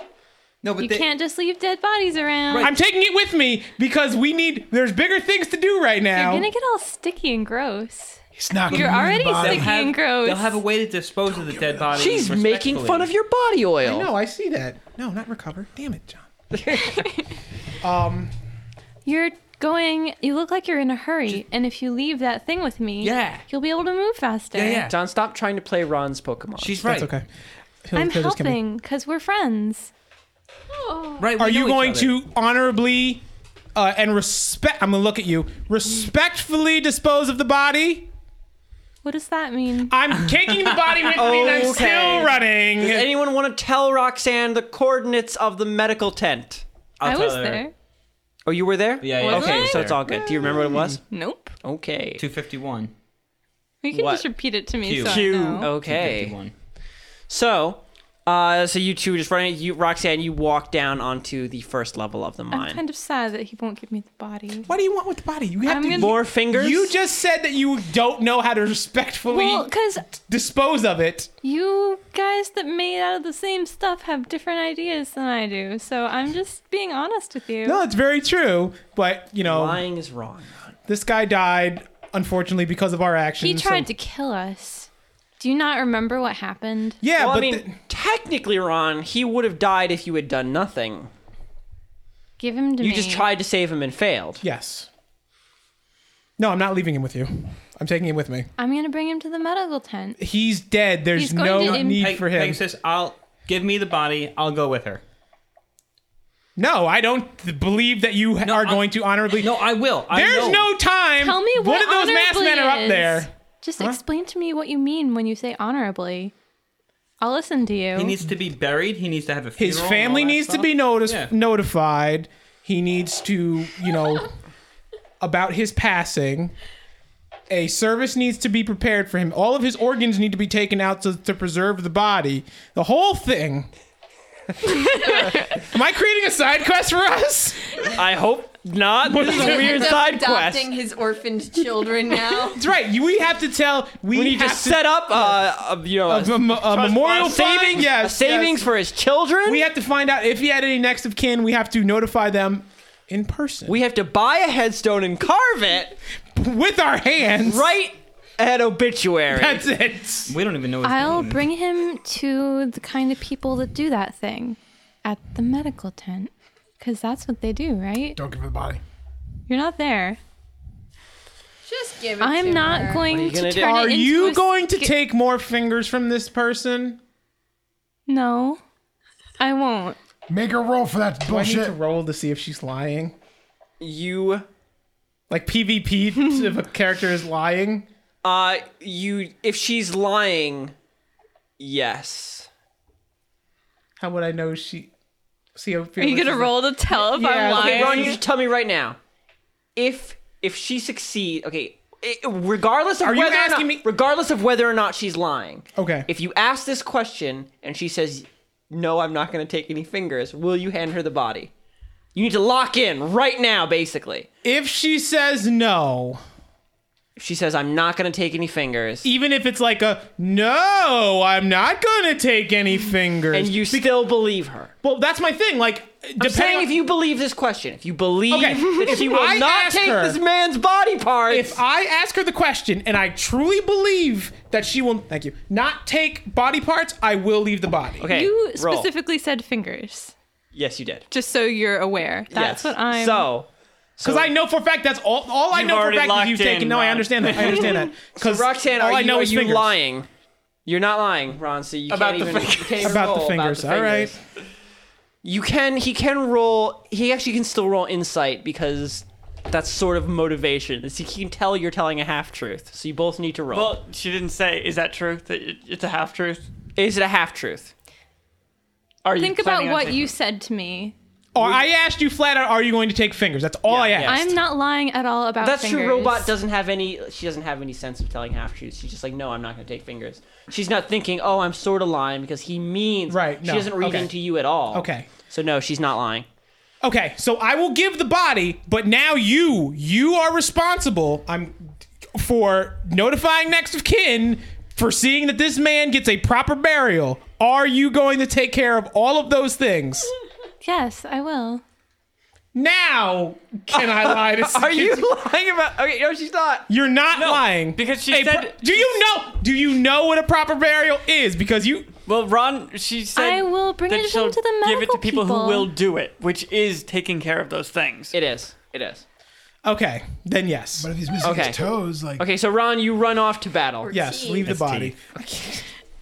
No, but you they- can't just leave dead bodies around. I'm taking it with me because we need. There's bigger things to do right You're now. gonna get all sticky and gross. He's not. You're already they'll sticky have, and gross. they'll have a way to dispose of the dead body. She's making fun of your body oil. no, I see that. No, not recover. Damn it, John. You're going. You look like you're in a hurry, and if you leave that thing with me, Yeah. you'll be able to move faster. Yeah, yeah. John, stop trying to play Ron's Pokemon. She's right. That's okay. He'll- I'm he'll just come in. helping because we're friends. Right. we Are you know each going other. to honorably uh, and respect? I'm gonna look at you. Respectfully dispose of the body. What does that mean? I'm taking the body with me, and I'm still Okay. running. Does anyone want to tell Roxanne the coordinates of the medical tent? I'll I tell was her. there. Oh, you were there? Yeah, yeah. Okay, I? so it's all good. Do you remember what it was? Nope. Okay. Two fifty one. You can What? just repeat it to me. Q. Oh, So Q. I know. Okay. So, uh, so you two just running. You, Roxanne, you walk down onto the first level of the I'm mine. kind of sad that he won't give me the body. What do you want with the body? You have I'm to. gonna- More fingers. You just said that you don't know how to respectfully Well, because dispose of it. you guys that made out of the same stuff have different ideas than I do, so I'm just being honest with you. No, it's very true. But you know, lying is wrong. this guy died unfortunately because of our actions. he tried so- to kill us. Do you not remember what happened? Yeah, well, but I mean, the- technically, Ron, he would have died if you had done nothing. Give him to me. You just tried to save him and failed. yes. No, I'm not leaving him with you. I'm taking him with me. I'm gonna bring him to the medical tent. He's dead. There's He's going no to im- need Peg- for him. Pegasus, I'll give me the body. I'll go with her. No, I don't th- believe that you ha- are I- going to honorably. No, I will. I There's know. no time. Tell me what One of those masked honorably men are up is. there. Just explain to me what you mean when you say honorably. I'll listen to you. He needs to be buried. He needs to have a funeral. His and all family that needs to stuff. be noticed, Yeah. notified. He needs to, you know, about his passing. A service needs to be prepared for him. All of his organs need to be taken out to, to preserve the body. The whole thing. Am I creating a side quest for us? I hope not. This is a weird side quest. adopting his orphaned children now. That's right. You- We have to tell. We, We need to have set up, uh, a, you know, a, mem- a memorial a fund. savings, Yes, a savings yes. for his children. We have to find out if he had any next of kin. We have to notify them in person We have to buy a headstone and carve it with our hands. right at obituary. That's it. We don't even know. His I'll name. bring him to the kind of people that do that thing at the medical tent. Because that's what they do, right? Don't give her the body. You're not there. Just give it to I'm not her. going you gonna to do? turn Are it into you a going to sca- take more fingers from this person? No, I won't. Make her roll for that I need bullshit. to roll to see if she's lying. You, Like PvP, if a character is lying. uh, you. If she's lying, yes. How would I know she? See, are Are you gonna roll to tell if Yeah, I'm okay, lying? Ron, you just tell me right now. If if she succeed, okay. i- Regardless of Are you whether or asking not, me- regardless of whether or not she's lying, Okay. if you ask this question and she says, "No, I'm not going to take any fingers," will you hand her the body? You need to lock in right now, basically. If she says no, If she says, "I'm not going to take any fingers," even if it's like a no, I'm not gonna take any fingers. and you still believe her. well, that's my thing. Like, I'm saying depending if you believe this question, if you believe Okay, that if she will I not ask take her- this man's body parts, if I ask her the question and I truly believe that she will, thank you, not take body parts, I will leave the body. okay, You roll. specifically said fingers, Yes, you did. just so you're aware. yes. That's what I'm. So, Because I know for a fact that's all. All I You've know for a already fact is locked you've in, taken. No, I Ron. understand that. I understand that. Because Roxanne, all are I you, know are is you fingers. lying? You're not lying, Ron. So you About can't the even, you can't even About the roll fingers, all right. fingers. You can. He can roll. He actually can still roll insight because that's sort of motivation. Is he can tell you're telling a half truth. So you both need to roll. Well, she didn't say. Is that true? That it- it's a half truth. is it a half truth? Are you Think planning about on what taking- you said to me. Or I asked you flat out, are you going to take fingers? That's all I asked. I'm not lying at all about That's fingers. true. Robot doesn't have any. She doesn't have any sense of telling half truths. She's just like, no, I'm not going to take fingers. She's not thinking, oh, I'm sort of lying because he means. Right, She no, doesn't read okay. into you at all. Okay. So no, she's not lying. Okay, so I will give the body, but now you, you are responsible. I'm for notifying next of kin for seeing that this man gets a proper burial. Are you going to take care of all of those things? Yes, I will. Now can I lie to Are you lying about? Okay, no, she's not. You're not lying because she A pro- said- do you know? Do you know what a proper burial is? Because you Well, Ron, she said I will bring that it she'll home to the give it to medical people, who people. will do it, which is taking care of those things. It is. It is. okay? Then yes, But if he's missing Okay. his toes, like Okay, so Ron, you run off to battle. yes, leave the body.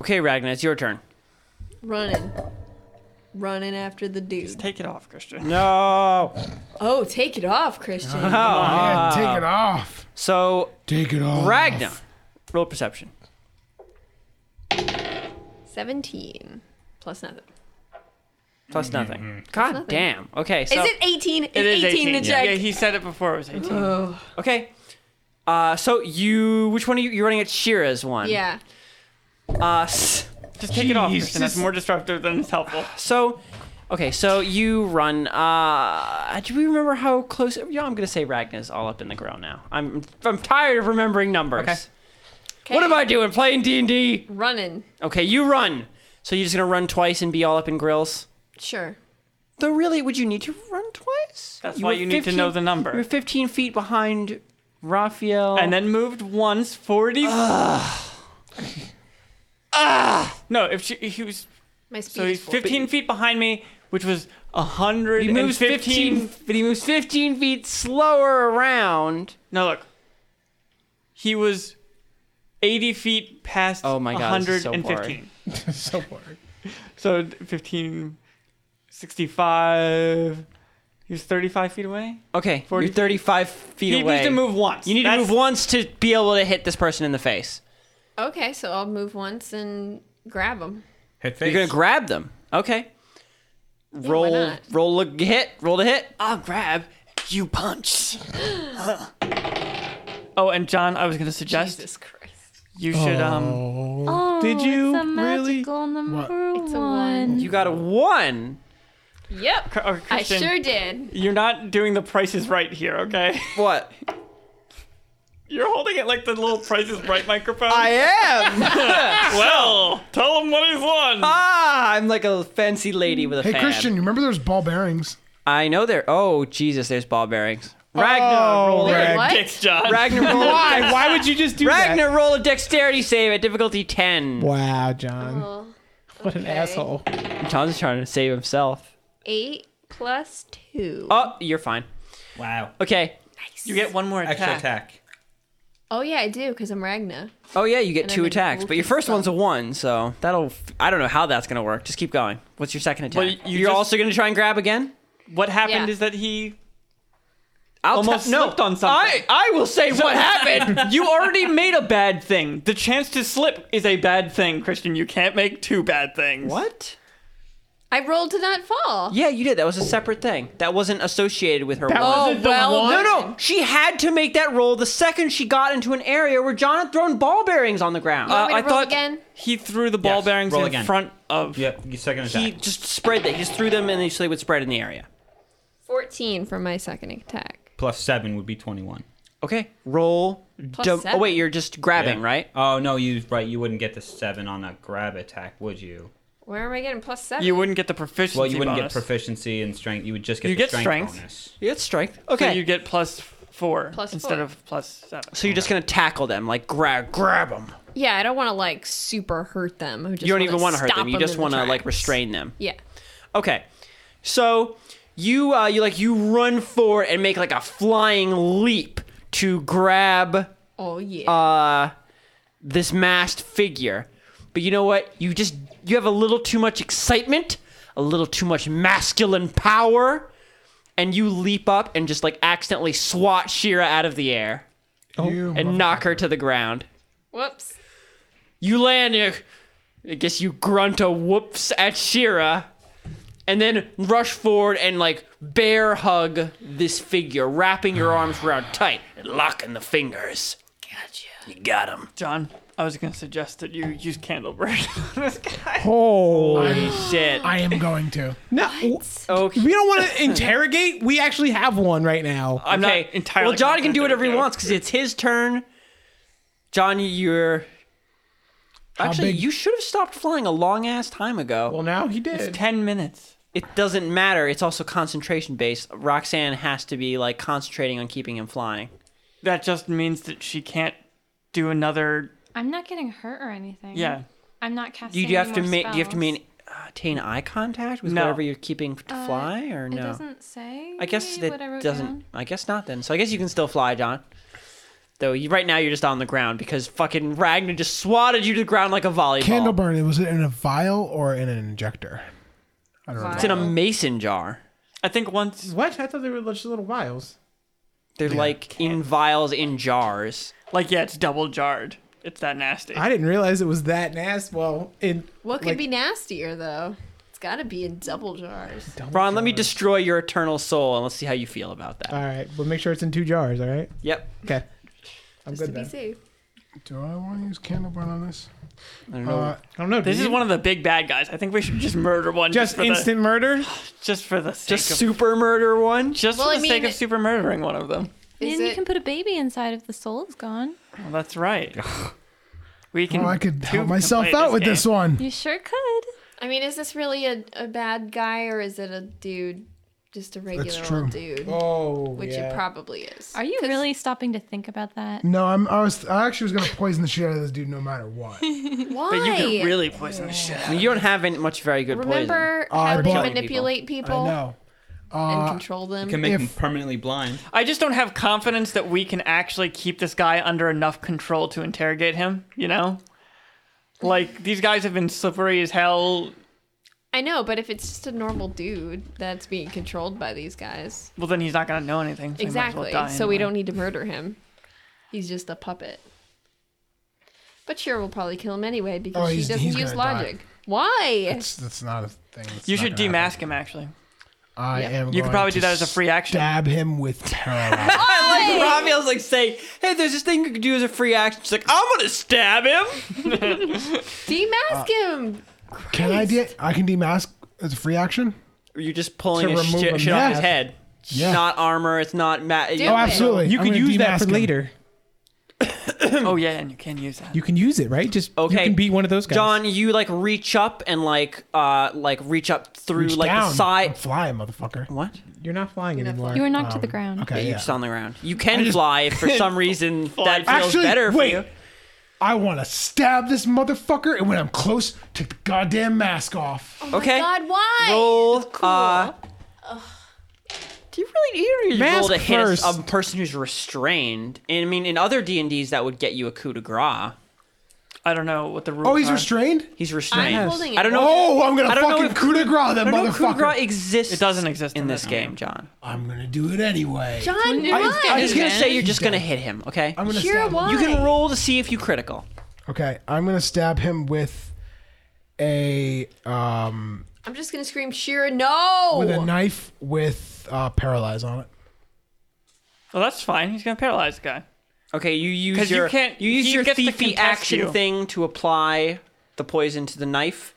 Okay, Ragnar, it's your turn. Running. Running after the dude. Take it off, Christian. No. Oh, take it off, Christian. yeah, take it off. So Take it off. uh, Ragnar, roll perception. 17. Plus nothing. Plus nothing. God nothing. damn. Okay. So is it 18? It's It is 18, to Yeah. check. yeah, he said it before it was 18. oh. okay. Uh, so you, which one are you? You're running at Shira's one. Yeah. Uh, s- Just take it off, Christian. That's more disruptive than it's helpful. so, okay. So you run. Uh, do we remember how close? Yeah, I'm gonna say Ragnar's all up in the grill now. I'm I'm tired of remembering numbers. What am I doing? Playing D and D? Running. Okay, you run. So you're just gonna run twice and be all up in grills. Sure. Though really, would you need to run twice? That's why were you need to know the number. You were 15 feet behind Raphael. And then moved once, 40. Ah. No, if she, he was. My speed So is he's four. 15 feet behind me, which was a hundred. he moves 15. But he moves 15 feet slower around. No, look. He was 80 feet past Oh my God, this is so 115. So boring. So, 15, 65. He was 35 feet away? Okay, 40 you're 35 feet He away. needs to move once. You need That's- to move once to be able to hit this person in the face. Okay, so I'll move once and grab him. Hit You're gonna grab them. Okay. Roll, not? roll a hit. Roll to hit. I'll grab. You punch. Oh, and John, I was going to suggest Jesus Christ. you should. um Oh, Did you it's a really? magical number It's a one. one. You got a one. Yep. Cr- or I Oh, Christian, sure did. You're not doing the prices right here, okay? What? You're holding it like the little prices right microphone. I am. well, tell him what he's won. ah, I'm like a fancy lady with a Hey fan. Christian, you remember those ball bearings? I know there. Oh Jesus, there's ball bearings. Ragnar, Oh, roll. Rag- What? Dicks, John. Ragnar, roll. Why? Why would you just do Ragnar, roll a dexterity save at difficulty that? ten. Wow, John, Well, what an okay. asshole. Tom's trying to save himself. Eight plus two. Oh, you're fine. Wow. Okay. You get one more attack. Extra attack. Oh yeah, I do because I'm Ragna. Oh yeah, you get And two I'm a attacks, but your wolfy first son. one's a one, so that'll. f- I don't know how that's gonna work. Just keep going. What's your second attack? Well, you- you you are just- also gonna try and grab again. What happened Yeah. is that he I'll Almost ta- no, slipped on something. I I will say what happened. You already made a bad thing. The chance to slip is a bad thing, Christian. You can't make two bad things. What? I rolled to not fall. Yeah, you did. That was a separate thing. That wasn't associated with her. one. Oh it the well. one? No, no. She had to make that roll the second she got into an area where John had thrown ball bearings on the ground. Want me to Uh, I roll thought again? he threw the ball Yes, bearings roll in again. front of. Yep. Your second attack. he just spread that. He just threw them and they- so they would spread in the area. Fourteen for my second attack. Plus seven would be twenty-one. Okay. Roll. dom- oh, seven. wait. You're just grabbing, Yeah. right? Oh no, you right. You wouldn't get the seven on a grab attack, would you? Where am I getting plus seven? You wouldn't get the proficiency. Well, you wouldn't bonus. get proficiency and strength. You would just get You the get strength, strength. bonus. You get strength. So Okay. you get plus four Plus instead four. of plus seven. So you're just gonna tackle them, like grab, grab them. yeah, I don't want to like super hurt them. I just You don't even want wanna to hurt stop them. You just in the want to like tracks. restrain them. Yeah. Okay, so you uh, you like you run forward and make like a flying leap to grab Oh yeah. uh, this masked figure. But you know what? You just you have a little too much excitement, a little too much masculine power, and you leap up and just like accidentally swat Shira out of the air Oh. You and knock her to the ground. uh, Whoops. You land. You, I guess you grunt a whoops at Shira, and then rush forward and like bear hug this figure, wrapping your arms around tight and locking the fingers. Gotcha. You got him. John, I was gonna suggest that you use candle bread on this guy. Holy shit. I am going to. No, Okay. we don't want to interrogate. We actually have one right now. I'm okay. not entirely. Well, John can confident do that whatever he would. wants because it's his turn. John, you're. Actually, big- you should have stopped flying a long ass time ago. well, now he did. Ten minutes. it doesn't matter. It's also concentration based. Roxanne has to be like concentrating on keeping him flying. That just means that she can't do another. I'm not getting hurt or anything. Yeah. I'm not casting. Do you, do you any have to more make? Do you have to spells. Uh, mean attain eye contact with No. whatever you're keeping to fly, or It no? doesn't say. I guess what I that wrote doesn't. down. I guess not then. So I guess you can still fly, John. Though you, right now you're just on the ground because fucking Ragnar just swatted you to the ground like a volleyball. Candle burn. It was it in a vial or in an injector? It's in a mason jar. I think once What? I thought they were just little vials. They're like in vials in jars. Like, yeah, it's double jarred. It's that nasty. I didn't realize it was that nasty. Well, in What could Like- be nastier though? It's got to be in double jars. Ron, let me destroy your eternal soul and let's see how you feel about that. all right, but make sure it's in two jars. All right. Yep. Okay. I'm Just to good be then. safe. Do I want to use candle burn on this? I don't know. Uh, I don't know. this is one of the big bad guys. I think we should just murder one. just for instant murder. The, just for the sake just of. super murder one. just Well, for I the sake mean- of super murdering one of them. Is and you it- can put a baby inside if the soul is gone. Well, that's right. We can. well, Oh, I could two help can myself play out with game. this one. You sure could. I mean, is this really a, a bad guy or is it a dude, just a regular true. old dude? Oh, Which yeah. it probably is. Are you 'Cause really stopping to think about that? No, I'm. I was. I actually was gonna poison the shit out of this dude no matter what. Why? But you could really poison the shit. I mean, you don't have any, much very good poison. Remember I Uh, how to bought- manipulate people, No. and control them? Can make If- him permanently blind. I just don't have confidence that we can actually keep this guy under enough control to interrogate him, you know? Like, these guys have been slippery as hell. I know, but if it's just a normal dude that's being controlled by these guys, Well, then he's not going to know anything. so he might as well exactly. die so we anyway. don't need to murder him. He's just a puppet. But sure, we'll probably kill him anyway because Oh, she he's- doesn't he's use gonna die. logic. Why? That's, that's not a thing. That's You not should gonna demask happen. him, actually. I am. You could going probably do to that as a free action. Stab him with terror. I like Raphael's like say, "Hey, there's this thing you could do as a free action." She's like, "I'm gonna stab him." Uh, Demask him. can I de- I can demask as a free action. Or You're just pulling To his remove shit, a shit off his mask. head. It's Yeah. Not armor. It's not ma- Do you- it. Absolutely. You I'm can gonna use that for demask him. later. Hmm. Oh, yeah, and you can use that. You can use it, right? Just Okay. you can be one of those guys. John, you like reach up and like uh like reach up through Reach like down. the side. I'm flying, motherfucker. What? you're not flying anymore. You were knocked to the ground. Okay. You're yeah. just on the ground. You can fly if for some reason that feels Actually, better wait. for you. I want to stab this motherfucker, and when I'm close, take the goddamn mask off. Okay. God, why? Roll. cool. Uh, do you really you don't need to roll Mask to hit a- first. a person who's restrained? And I mean, in other D and D's, that would get you a coup de grace. I don't know what the rules Oh, he's are. restrained. He's I'm restrained. holding it. I don't know. Oh, I'm gonna I don't know fucking if- coup de grace that I don't know if coup de Oh, motherfucker. grace e- exists. It doesn't exist in in this that game, John. I'm gonna do it anyway. John, I- why? I I'm He's just gonna dead. say you're just He's gonna dead. hit him. Okay. I'm gonna Kira, stab him. why? you can roll to see if you critical. Okay, I'm gonna stab him with a um I'm just gonna scream, Shira, no! Oh. with a knife with uh, paralyze on it. Well, that's fine. He's going to paralyze the guy. Okay, you 'Cause use you your can't- you use he your gets to thiefy contest action you. thing to apply the poison to the knife,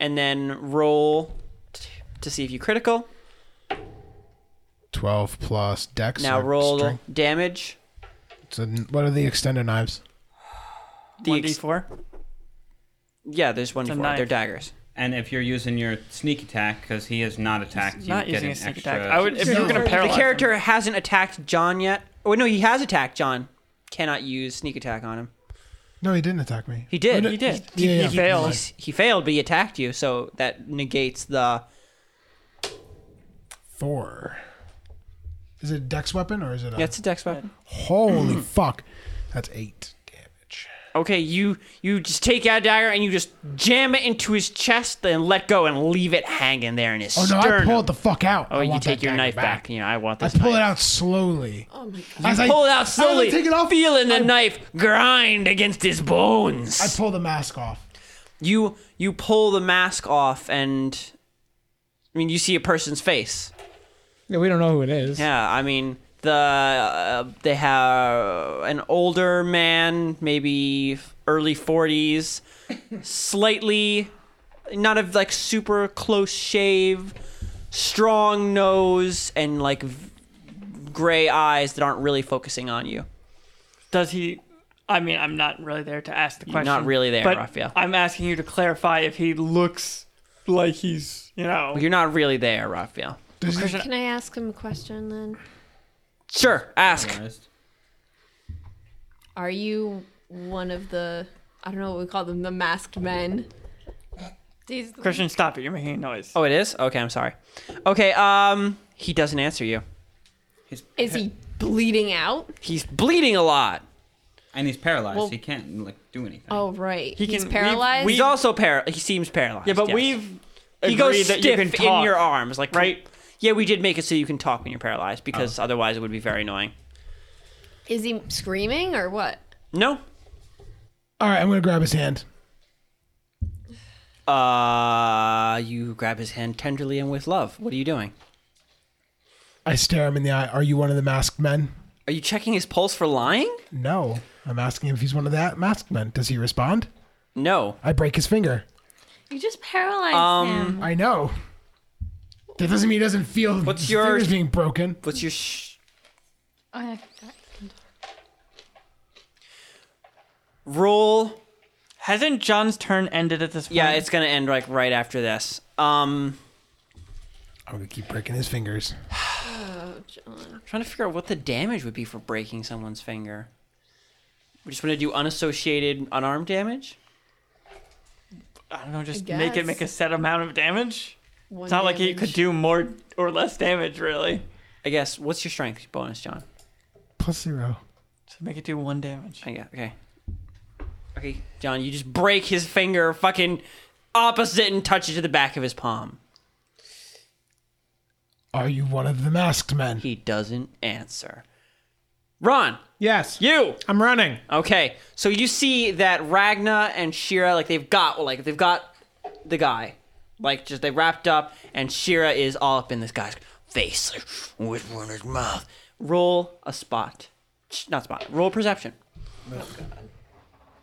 and then roll t- to see if you critical. Twelve plus dex. Now or roll strength. damage. So what are the extended knives? The ex- 1d4. yeah, there's one. a d4. They're knife. daggers. And if you're using your sneak attack, because he is not attacked, you Not get using an a sneak extra. attack. I would, if you were going to The paralyze character hasn't attacked John yet. Oh no, he has attacked John. Cannot use sneak attack on him. No, he didn't attack me. He did. him. He did. Yeah, yeah. He failed. He's- he failed, but he attacked you, so that negates the. Four. Is it a dex weapon or is it a? Yeah, it's a dex weapon. Holy fuck! That's eight damage. Okay, you you just take out a dagger and you just jam it into his chest, then let go and leave it hanging there in his Oh no! I sternum. pull it the fuck out. oh, you take your knife back. You know, I want I this. pull it knife. out slowly. oh my god. As I Pull it out as I slowly. Take it off. Feeling the I- knife grind against his bones. I pull the mask off. you you pull the mask off and I mean, you see a person's face. Yeah, we don't know who it is. Yeah, I mean the uh, they have an older man, maybe early forties, slightly not of like super close shave, strong nose, and like v- gray eyes that aren't really focusing on you. Does he? I mean, I'm not really there to ask the question. not really there, but Raphael. I'm asking you to clarify if he looks like he's, you know. You're not really there, Raphael. Can I ask him a question then? Sure, ask. Honest. Are you one of the I don't know what we call them, the masked men? These Christian, stop it! You're making a noise. Oh, it is. Okay, I'm sorry. Okay, um, he doesn't answer you. is he bleeding out? He's bleeding a lot. And he's paralyzed. he can't like do anything. Oh right. He He's can- we- paralyzed. He's also par. He seems paralyzed. yeah, but yes. we've he goes agreed stiff that you can talk. in your arms, like right? Oh. Yeah, we did make it so you can talk when you're paralyzed because otherwise it would be very annoying. is he screaming or what? No. All right, I'm gonna grab his hand. Uh, you grab his hand tenderly and with love. What are you doing? I stare him in the eye. Are you one of the masked men? Are you checking his pulse for lying? No. I'm asking him if he's one of that masked men. Does he respond? No. I break his finger. You just paralyzed Um, him. I know. That doesn't mean he doesn't feel What's his your- finger's being broken. What's your sh- Oh, yeah, I forgot. roll? Hasn't John's turn ended at this point? Yeah, it's gonna end like right after this. Um, I'm gonna keep breaking his fingers. trying to figure out what the damage would be for breaking someone's finger. We just want to do unassociated unarmed damage. I don't know. Just I make it make a guess. set amount of damage. One It's not like he damage. could do more or less damage, really. I guess. What's your strength bonus, John? Plus zero. So make it do one damage. I got Oh, okay. Okay, John, you just break his finger fucking opposite and touch it to the back of his palm. Are you one of the masked men? He doesn't answer. Ron, Yes. you I'm running. okay? So you see that Ragna and Shira like they've got like they've got the guy, like just they wrapped up, and Shira is all up in this guy's face like, with one of his mouth. Roll a spot, not spot. Roll perception.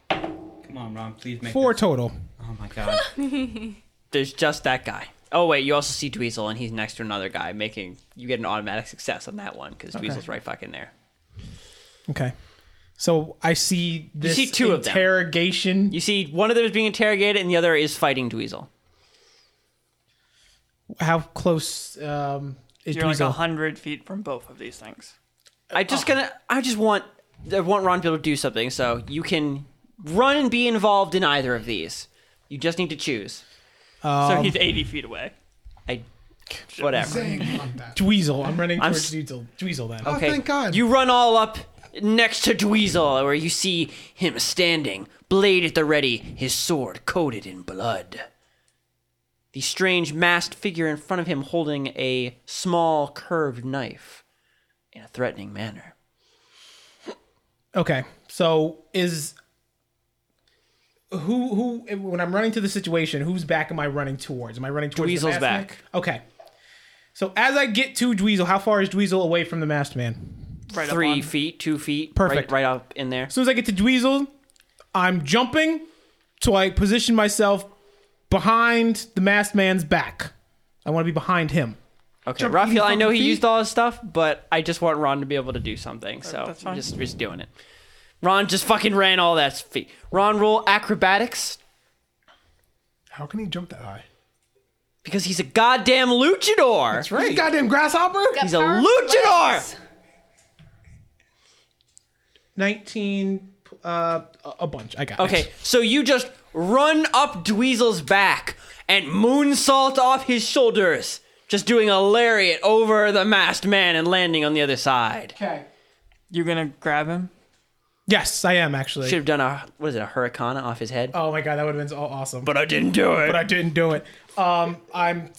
Come on, Ron. Please make Four this- total. Oh my god. there's just that guy. Oh wait, you also see Dweezil, and he's next to another guy. Making you get an automatic success on that one because Dweezil's right fucking there. Okay. So I see this see two of them. interrogation. You see one of them is being interrogated, and the other is fighting Dweezil. How close um, is You're like Dweezil? a hundred feet from both of these things. I just gonna, I just want, I want Ron to be able to do something. So you can run and be involved in either of these. You just need to choose. So he's eighty feet away. I, whatever. Dweezil. I'm running I'm towards Dweezil. Dweezil then. Okay. thank God. You run all up next to Dweezil, where you see him standing, blade at the ready, his sword coated in blood. The strange masked figure in front of him holding a small curved knife in a threatening manner. Okay. So is who who when I'm running to the situation, whose back am I running towards? Am I running towards the Dweezil's masked man? back. Okay. So as I get to Dweezil, how far is Dweezil away from the masked man? Right up Three on- feet, two feet, Perfect. Right, right up in there. As soon as I get to Dweezil, I'm jumping, so I position myself behind the masked man's back. I want to be behind him. Okay, Jump Raphael, I eighty know he fucking used all his stuff, but I just want Ron to be able to do something, so that's fine. just just doing it. Ron just fucking ran all that feet. Ron roll acrobatics How can he jump that high? because he's a goddamn luchador. That's right. goddamn grasshopper. He's a luchador. 19 uh a- a bunch. I got. it. Okay, so you just run up Dweezil's back and moonsault off his shoulders, just doing a lariat over the masked man and landing on the other side. You're gonna grab him. Yes, I am actually. Should have done a what is it, a hurricane off his head? Oh my god, that would have been all awesome. but I didn't do it. but I didn't do it. Um, I'm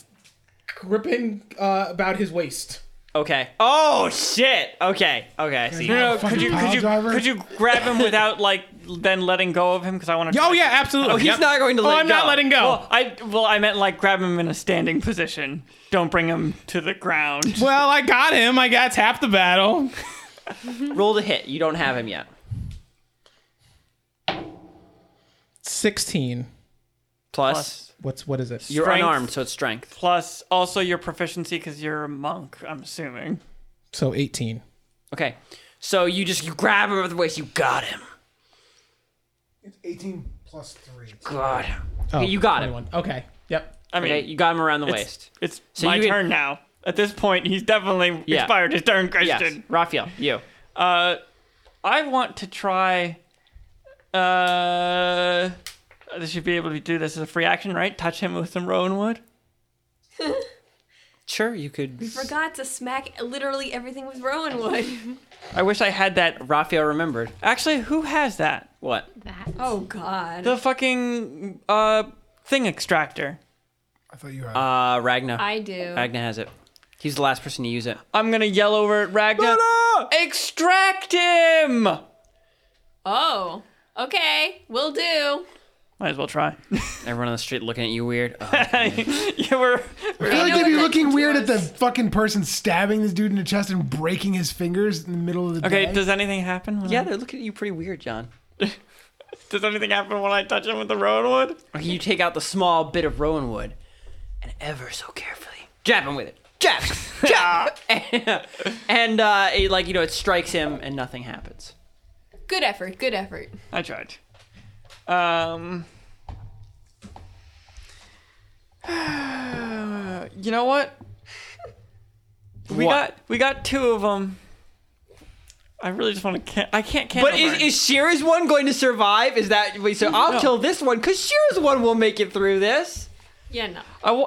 gripping uh, about his waist. Okay. Oh shit. Okay. Okay. I See. No, no, Fucking could you could pile you driver. could you grab him without like then letting go of him? Because I want to. Oh yeah, absolutely. Oh, he's Yep. not going to Oh, let I'm not go. letting go. Well, I well I meant like grab him in a standing position. Don't bring him to the ground. Well, I got him. I got half the battle. Roll to hit. You don't have him yet. 16. Plus, Plus What's what is it? you're strength. unarmed, so it's strength. plus also your proficiency because you're a monk. I'm assuming. So 18. Okay. So you just you grab him by the waist. You got him. It's 18 plus 3. Got him. okay, you got him. Okay. Yep. I mean, Okay, you got him around the it's, waist. It's So my you- turn now. At this point, he's definitely Yeah. expired his turn, Yes. Christian. Raphael, you. Uh, I want to try. Uh, this should be able to do this as a free action, right? Touch him with some rowan wood. Sure, you could. Forgot to smack literally everything with Rowan wood. I wish I had that. Raphael remembered. Actually, who has that? What? That. Oh God. The fucking uh thing extractor. I thought you had Uh, Ragna. I do. Ragna has it. He's the last person to use it. I'm gonna yell over at Ragnar. Extract him. Might oh. Okay. Will do. as well try. Everyone on the street looking at you weird. Oh, Ugh. yeah, we're I feel like know they'd be what that looking did to weird at the us. fucking person stabbing this dude in the chest and breaking his fingers in the middle of the day. okay. Does anything happen? When yeah, I, they're looking at you pretty weird, John. does anything happen when I touch him with the rowan wood? You take out the small bit of rowan wood, and ever so carefully jab him with it. Jab, jab, and uh, it, like you know, it strikes him, and nothing happens. Good effort. Good effort. I tried. Um, you know what? We What? got we got two of them. I really just want to. Can- I can't candle But is, burn. is Shira's one going to survive? Is that wait, so? I'll No. kill this one because Shira's one will make it through this. Yeah. No.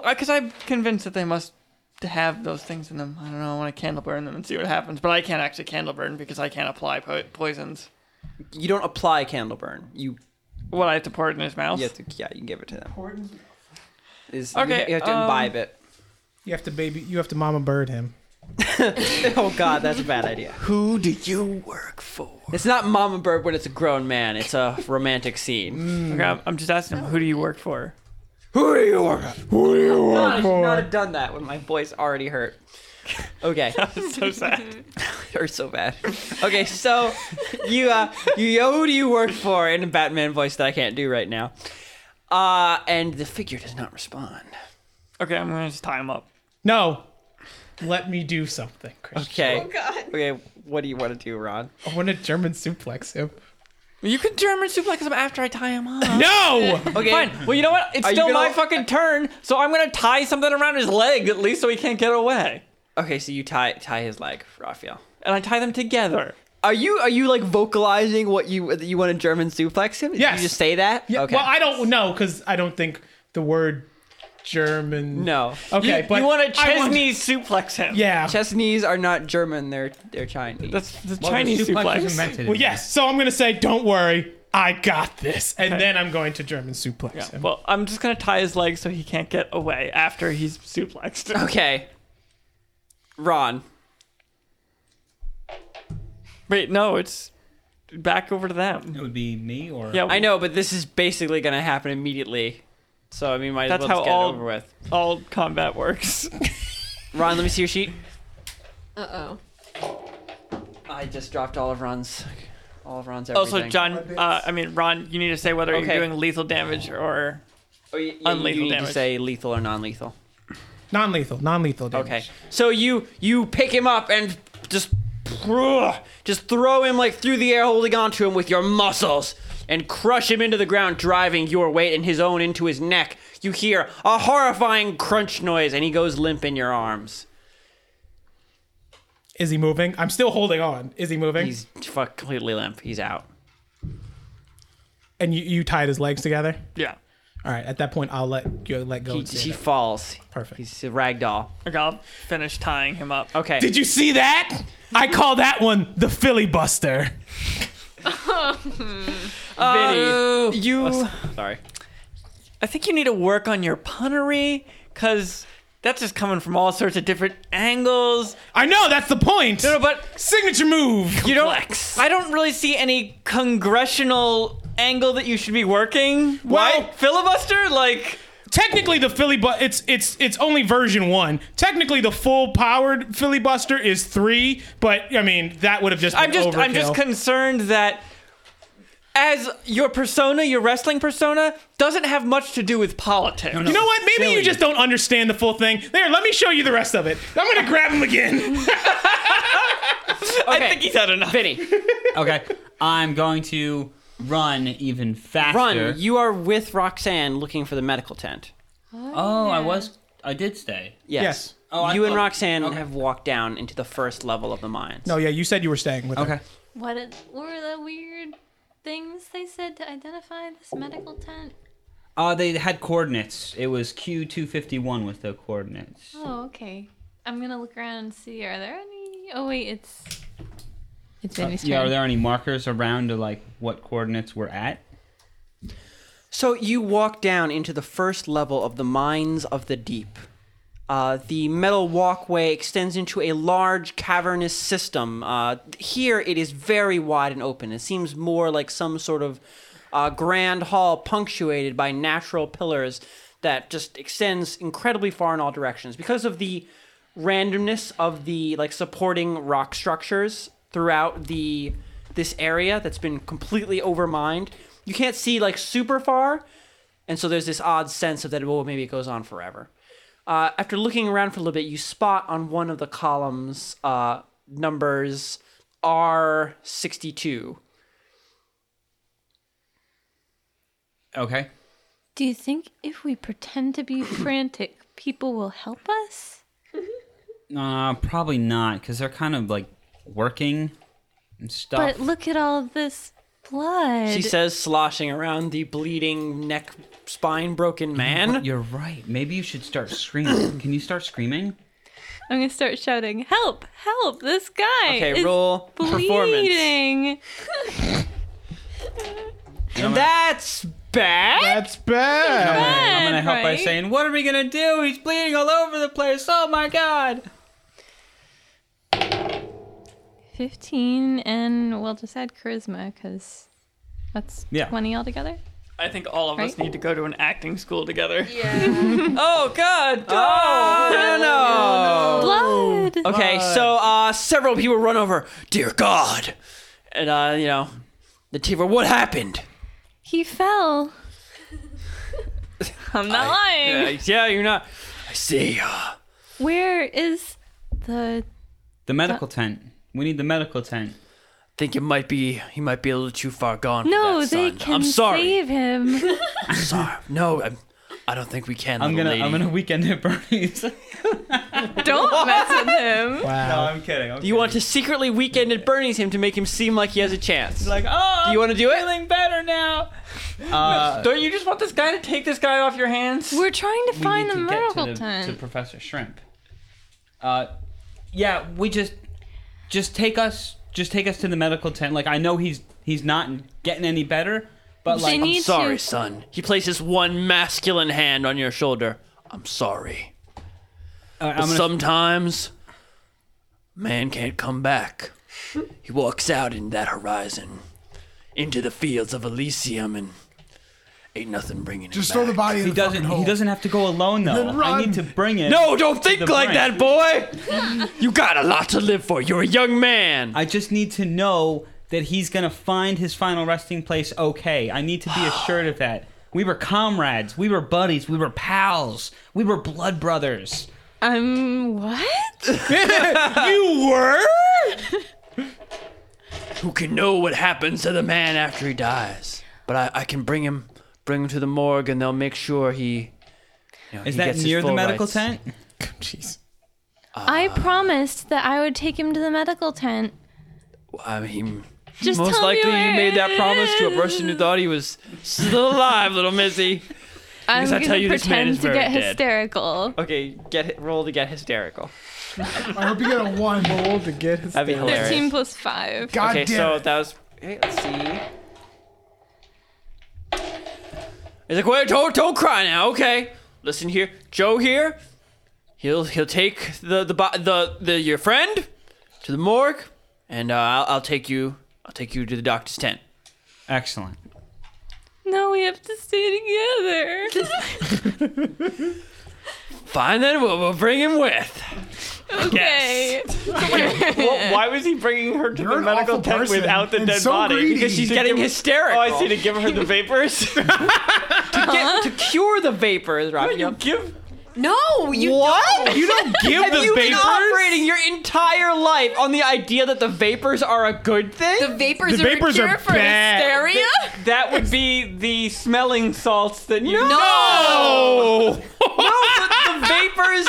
I because I'm convinced that they must have those things in them. I don't know. I want to candle burn them and see what happens. But I can't actually candle burn because I can't apply po- poisons. You don't apply candleburn. You, What I have to pour it in his mouth. you have to yeah, you can give it to them. Is, Okay, okay, you have to um, imbibe it. You have to baby you have to mama bird him. Oh God, that's a bad idea. Who do you work for? It's not Mama Bird when it's a grown man. It's a romantic scene. Okay, I'm, I'm just asking him. Who do you work for? Who do you work? Who do you work I should not have done that when my voice already hurt. Okay, so sad. hurt so bad. Okay, so you uh, you yo, who do you work for in a Batman voice that I can't do right now? Uh, and the figure does not respond. Okay, I'm gonna just tie him up. No. Let me do something, Christian. Okay. Okay, what do you want to do, Ron? I want to German suplex him. You can German suplex him after I tie him up. No! Okay. Fine. Well, you know what? It's Are you still my gonna- fucking turn, so I'm gonna tie something around his leg at least so he can't get away. Okay, so you tie tie his leg, Raphael. And I tie them together. Are you are you like vocalizing what you that you want to German suplex him? Did Yes. you just say that? Yeah, okay. Well, I don't know because I don't think the word German. no. Okay, you, but you want to I Chesney suplex him? yeah. Chesneys are not German, they're they're Chinese. That's the Chinese suplex. well, yes. So I'm gonna say, don't worry, I got this, and then I'm going to German suplex Yeah, him. Well, I'm just gonna tie his leg so he can't get away after he's suplexed. okay. Ron. Wait, no, it's back over to them. It would be me or Yeah, I know, but this is basically gonna happen immediately. So I mean might That's as well just how get all- it over with. all combat works. Ron, let me see your sheet. Uh oh. I just dropped all of Ron's all of Ron's everything. also, John, uh, I mean Ron, you need to say whether Okay. you're doing lethal damage or oh, yeah, unlethal you need damage. to say lethal or non lethal. Non-lethal, non-lethal damage. Okay. So you you pick him up and just just throw him like through the air, holding onto him with your muscles, and crush him into the ground, driving your weight and his own into his neck. You hear a horrifying crunch noise, and he goes limp in your arms. Is he moving? I'm still holding on. Is he moving? He's fuck completely limp. He's out. and you, you tied his legs together. yeah. All right. At that point, I'll let you let go. He, and stand he up. falls. Perfect. He's a rag doll. Okay, I'll finish tying him up. Okay. Did you see that? I call that one the filibuster. Vinny, Uh, you, Sorry. I think you need to work on your punnery, cause That's just coming from all sorts of different angles. I know that's the point. No, no, but Signature move. you don't. I don't really see any congressional angle that you should be working. Why Well- filibuster? Like Technically, the filibuster it's it's it's only version one. Technically, the full powered filibuster is three, but I mean that would have just been I'm just. I'm just overkill. concerned that as your persona, your wrestling persona, doesn't have much to do with politics. Oh, you know what? Maybe you just don't understand the full thing. There, let me show you the rest of it. I'm gonna grab him again. I think he's had enough. Vinny, Okay, I'm going to run even faster. run. You are with Roxanne looking for the medical tent. Oh, I was. I did stay. Yes. Yes. Oh, I you and thought- Roxanne okay. have walked down into the first level of the mines. no, Oh, yeah, you said you were staying with. her. Okay. What it- were the weird things they said to identify this medical tent? Uh, they had coordinates. It was Q two fifty one with the coordinates. Oh, okay. I'm gonna look around and see. Are there any? Oh wait, it's it's Vinny's Uh, Yeah, are turn. there any markers around to like what coordinates we're at? So you walk down into the first level of the Mines of the Deep. Uh, the metal walkway extends into a large cavernous system. Uh, here it is very wide and open. It seems more like some sort of uh, grand hall punctuated by natural pillars that just extends incredibly far in all directions. Because of the randomness of the like supporting rock structures throughout the this area that's been completely overmined. You can't see like super far, and so there's this odd sense of that well maybe it goes on forever. Uh, after looking around for a little bit, you spot on one of the columns uh, numbers R sixty two. Okay. Do you think if we pretend to be frantic, people will help us? Uh, probably not, because they're kind of like working and stuff. But look at all this blood. She says, sloshing around the bleeding neck, spine broken man. You're right. Maybe you should start screaming. Can you start screaming? I'm gonna start shouting, "Help! Help! This guy Okay, is roll performance. bleeding." That's bad. That's bad. I'm gonna Bad, help by right? saying, "What are we gonna do? He's bleeding all over the place. Oh my god!" Fifteen, and we'll just add charisma because that's Yeah. twenty altogether. I think all of us Right? need to go to an acting school together. Yeah. Oh God! no, Oh. no. Blood. Okay, so uh, several people run over. Dear God, and uh, you know, the teacher. What happened? He fell. I'm not Uh, lying. yeah, you're not. I see. Uh, Where is the? The medical tent. We need the medical tent. think it might be. He might be a little too far gone. for No, that, they son. can I'm sorry. save him. Sorry. No, I'm, I don't think we can. I'm little gonna lady. I'm gonna weekend at Bernie's. no, Don't mess with him. I'm kidding. I'm You want to secretly weekend at Bernie's him to make him seem like he has a chance. Like, oh, do you want to do it? feeling better now? Uh, Don't you just want this guy to take this guy off your hands? We're trying to we find need the to get miracle to, the- to tent. Professor Shrimp. Uh, yeah, we just just take us just take us to the medical tent. Like I know he's he's not getting any better, but They like need Sorry, to. son. He places one masculine hand on your shoulder. I'm sorry. uh, I'm gonna- Sometimes man can't come back. He walks out in that horizon, into the fields of Elysium, and ain't nothing bringing Just him throw the back. body in he the doesn't fucking hole. he doesn't have to go alone though. Then I run. need to bring it. No, don't think the like that, brink. boy. you got a lot to live for. You're a young man. I just need to know that he's gonna find his final resting place okay. I need to be assured of that. We were comrades. We were buddies. We were pals. We were blood brothers. Um, what? You were. Who can know what happens to the man after he dies? But I, I can bring him, bring him to the morgue, and they'll make sure he. you know, Is he that gets his near the full medical rights. tent? Jeez. I promised that I would take him to the medical tent. I mean, Just most tell likely me where you made that it promise to a person who is. thought he was still alive, little Missy. I'm Because I gonna tell you this man pretend is to very get dead. hysterical. Okay, get roll to get hysterical. I hope you get a one. Roll to get his. That'd be hilarious. Thirteen plus five. God okay, damn so it. that was. Hey, let's see. He's like, wait, don't, don't cry now. Okay, listen here, Joe here. he'll he'll take the the bo- the, the your friend to the morgue, and uh, I'll, I'll take you I'll take you to the doctor's tent. Excellent. No, we have to stay together. Fine, then we'll, we'll bring him with. okay. Well, why was he bringing her to You're the an medical awful tent person without the and dead so body? greedy. Because She's to getting give- hysterical. Oh, I see. To give her the vapors. Get- to cure the vapors, Robbie. you give No, you What? You don't give Have the you been vapors? operating your entire life on the idea that the vapors are a good thing? The vapors, The vapors are a are cure for bad. hysteria. that would be the smelling salts that you. no, Oh, no, the, the vapors.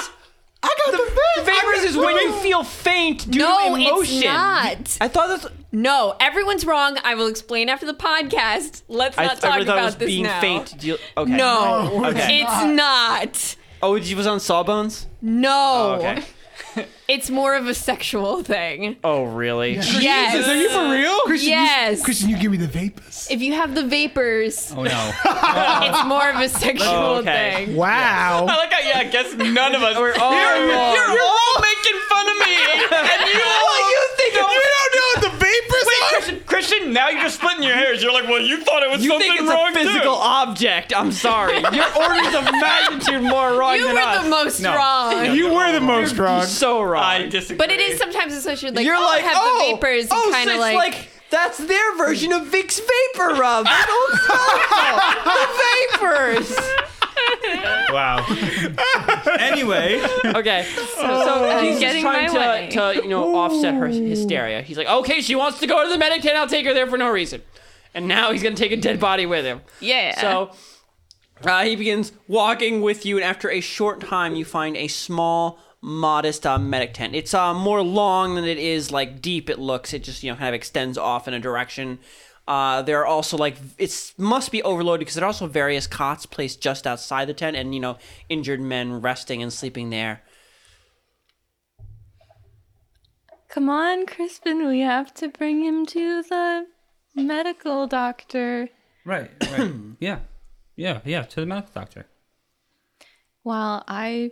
I got the, the vapors is when you feel faint due No, to emotion. it's not. I thought that's. No, everyone's wrong. I will explain after the podcast. Let's I, not I talk really thought about it was this being now. faint. Do you- okay. No, Okay. it's not. Oh, it was on Sawbones. No, Oh, Okay. it's more of a sexual thing. Oh, really? yes. are you for real? Christian, Yes. You, Christian, you give me the vapors. If you have the vapors, Oh no. it's more of a sexual Oh, okay. thing. Wow. I like how, yeah, I guess none of us. We're all You're, wrong. you're all making fun of me, and you all you think we don't know what the vapors Wait, Christian, Christian, now you're just splitting your hairs. You're like, well, you thought it was You something think it's wrong a physical object? I'm sorry. Your orders of magnitude more wrong You than were us. the most wrong. You were the most You're drunk. so wrong. Too. I disagree. but it is sometimes associated like You're oh, like, I have oh, the vapors oh, so kind of it's like, that's their version of Vicks vapor rub. I don't smell it. the vapors. wow. anyway, Okay, so he's just getting trying my to, to you know offset her hysteria. He's like, okay, she wants to go to the medic tent. I'll take her there for no reason. And now he's gonna take a dead body with him. Yeah. So uh, he begins walking with you, and after a short time, you find a small, modest uh, medic tent. It's uh, more long than it is like deep. It looks. It just you know kind of extends off in a direction. Uh, there are also like it must be overloaded because there are also various cots placed just outside the tent, and you know injured men resting and sleeping there. Come on, Crispin. We have to bring him to the medical doctor. right, right. Yeah. Yeah, yeah, to the medical doctor. While I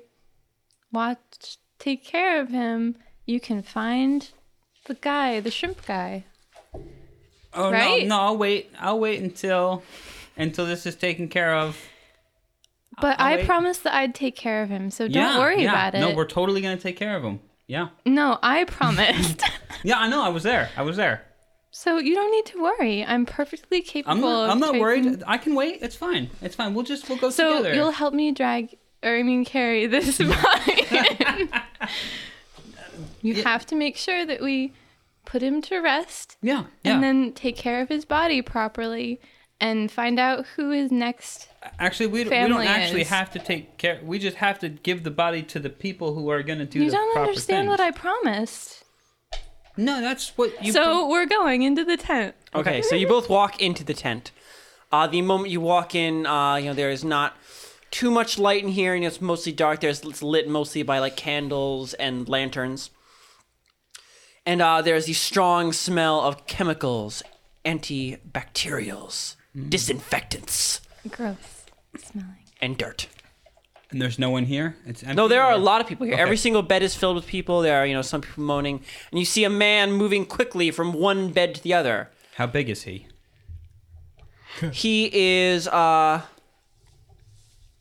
watch, take care of him, you can find the guy, the shrimp guy. Oh Right? no, no, I'll wait. I'll wait until until this is taken care of. But I'll I wait. promised that I'd take care of him, so don't yeah, worry yeah. about it. No, we're totally gonna take care of him. Yeah. No, I promised. Yeah, I know, I was there. I was there. so you don't need to worry. I'm perfectly capable I'm not, of I'm not taking- worried. I can wait. It's fine. It's fine. We'll just we'll go So together. you'll help me drag, or I mean carry this body. you have to make sure that we put him to rest Yeah. Yeah. and then take care of his body properly and find out who is next. actually, we, we don't family actually is- have to take care. We just have to give the body to the people who are going to do You the don't proper understand things. what I promised. No, that's what you. so we're going into the tent. Okay, so you both walk into the tent. Uh, the moment you walk in, uh, you know there is not too much light in here, and it's mostly dark. There's it's lit mostly by like candles and lanterns. And uh, there's the strong smell of chemicals, antibacterials, disinfectants, Gross smelling. and dirt. and there's no one here. It's empty, No, there are a or- lot of people here. Every single bed is filled with people. There are you know some people moaning, and you see a man moving quickly from one bed to the other. How big is he? He is uh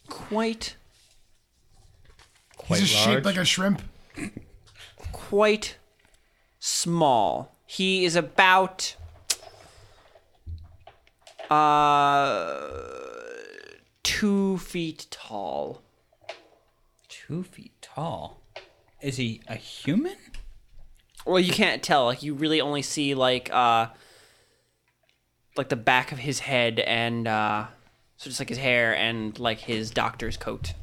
quite He's just shaped like a shrimp. quite small. He is about uh two feet tall. Two feet tall. Is he a human? Well, you can't tell. Like you really only see like uh like the back of his head and uh so just like his hair and like his doctor's coat.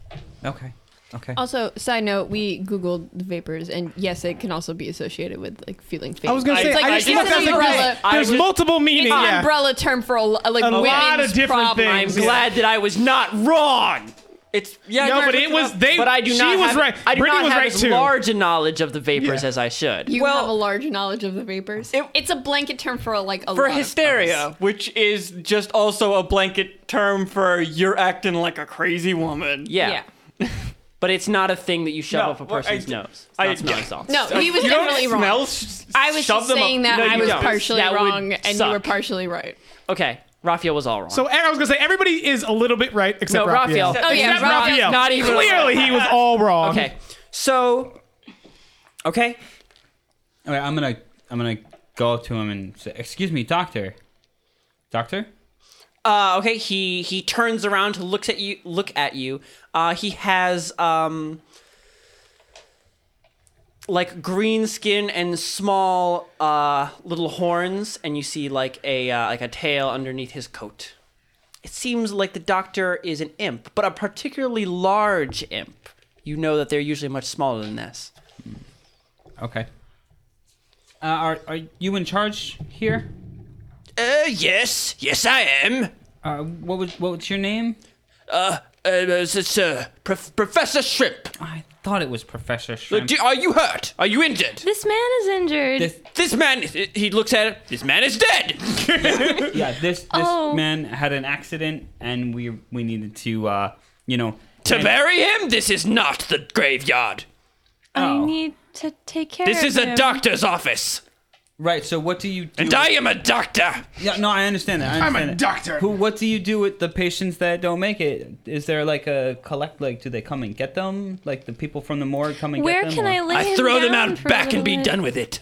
Okay. Okay. Also, side note, we googled the vapors, and yes, it can also be associated with like feeling faint. I was gonna I- say like, I, I just just looked said up like umbrella. there's, I there's was- multiple it's meaning. an Yeah. umbrella term for a, lo- like A women's lot of different problem. I'm things. Yeah. glad that I was not wrong. It's yeah, No, Greg but it looked was- up, they- But I do she not was have, right. I do Brittany not was have right, as too. large a knowledge of the vapors Yeah. as I should. You Well- have a large knowledge of the vapors. it's a blanket term for like a for lot of things. hysteria, which is just also a blanket term for you're acting like a crazy woman. yeah. Yeah. but it's not a thing that you shove No, up a well, I- person's nose. It's I- not smelling yeah. salts. No, he was You don't definitely wrong. smell s- I was shove just them up- saying that No, I you was don't. partially That would wrong and you were suck. partially right. Okay, Raphael was all wrong. So and I was gonna say everybody is a little bit right except no, Raphael. Raphael. Oh yeah, Except Raphael. Raphael. Not even Clearly, he was all wrong. Okay, so okay, All right, I'm gonna I'm gonna go up to him and say, "Excuse me, doctor, doctor." Uh, okay, he he turns around, looks at you, look at you. Uh, he has um, like green skin and small uh, little horns, and you see like a uh, like a tail underneath his coat. It seems like the doctor is an imp, but a particularly large imp. You know that they're usually much smaller than this. Okay. Uh, are are you in charge here? Uh, yes, yes, I am. Uh, what was what was your name? Uh, it's uh, Professor Shrimp. I thought it was Professor Shrimp. are you hurt? Are you injured? This man is injured. This- This man, he looks at it. This man is dead. yeah, this this Oh. man had an accident, and we we needed to uh, you know. to bury him, this is not the graveyard. I Oh. need to take care This of is a him. doctor's office, Right. So what do you do? and I am a doctor. Yeah, no, I understand that. I I'm a understand that. doctor. Who? What do you do with the patients that don't make it? Is there like a collect? Like, do they come and get them? Like the people from the morgue come and Where get them? can I lay I him throw them down out for a back and be little bit? done with it.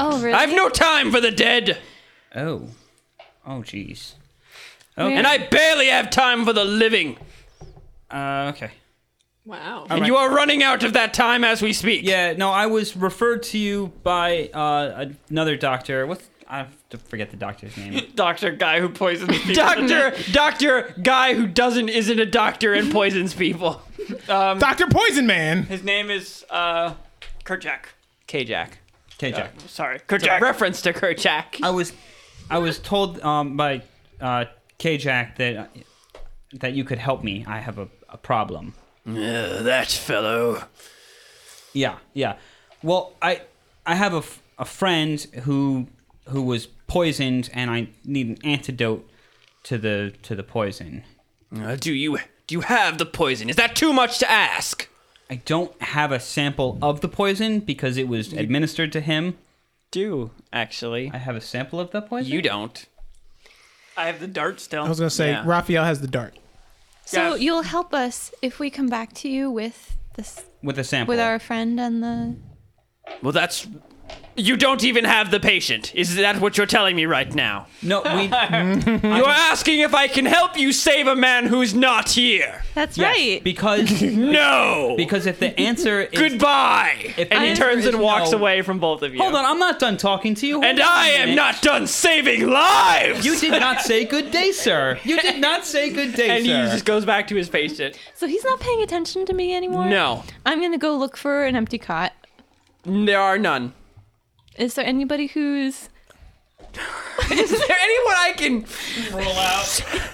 Oh, really? I've no time for the dead, I? Oh, oh, jeez. and I barely have time for the living. Uh, okay. Wow. Um, And you are running out of that time as we speak. Yeah. No, I was referred to you by uh, another doctor. What's I have to forget the doctor's name. Doctor guy who poisoned people. Doctor, doctor, guy who doesn't isn't a doctor and poisons people. Doctor Poison Man. His name is uh, Kerchak. Kajak. Okay, Jack. Sorry, Kerchak. Reference to Kerchak. I was, I was told um, by uh, K Jack that that you could help me. I have a, a problem. that fellow. Yeah, yeah. Well, I I have a, f- a friend who who was poisoned, and I need an antidote to the to the poison. Uh, do you do you have the poison? Is that too much to ask? I don't have a sample of the poison because it was administered to him. Do actually? I have a sample of the poison. You don't. I have the dart still. I was gonna say Yeah. Raphael has the dart. So Yes. you'll help us if we come back to you with this, with a sample. with our friend and the. Well, that's. You don't even have the patient. Is that what you're telling me right now? no, we You're asking if I can help you save a man who's not here. That's yes, right. because No. because if the answer is Goodbye. if the And he answer turns is and walks no- away from both of you. Hold on, I'm not done talking to you. Hold And on a I am minute. not done saving lives. You did not say good day, sir. You did not say good day, and he sir. just goes back to his patient. so he's not paying attention to me anymore. No, I'm gonna go look for an empty cot. there are none. Is there anybody who's? Is there anyone I can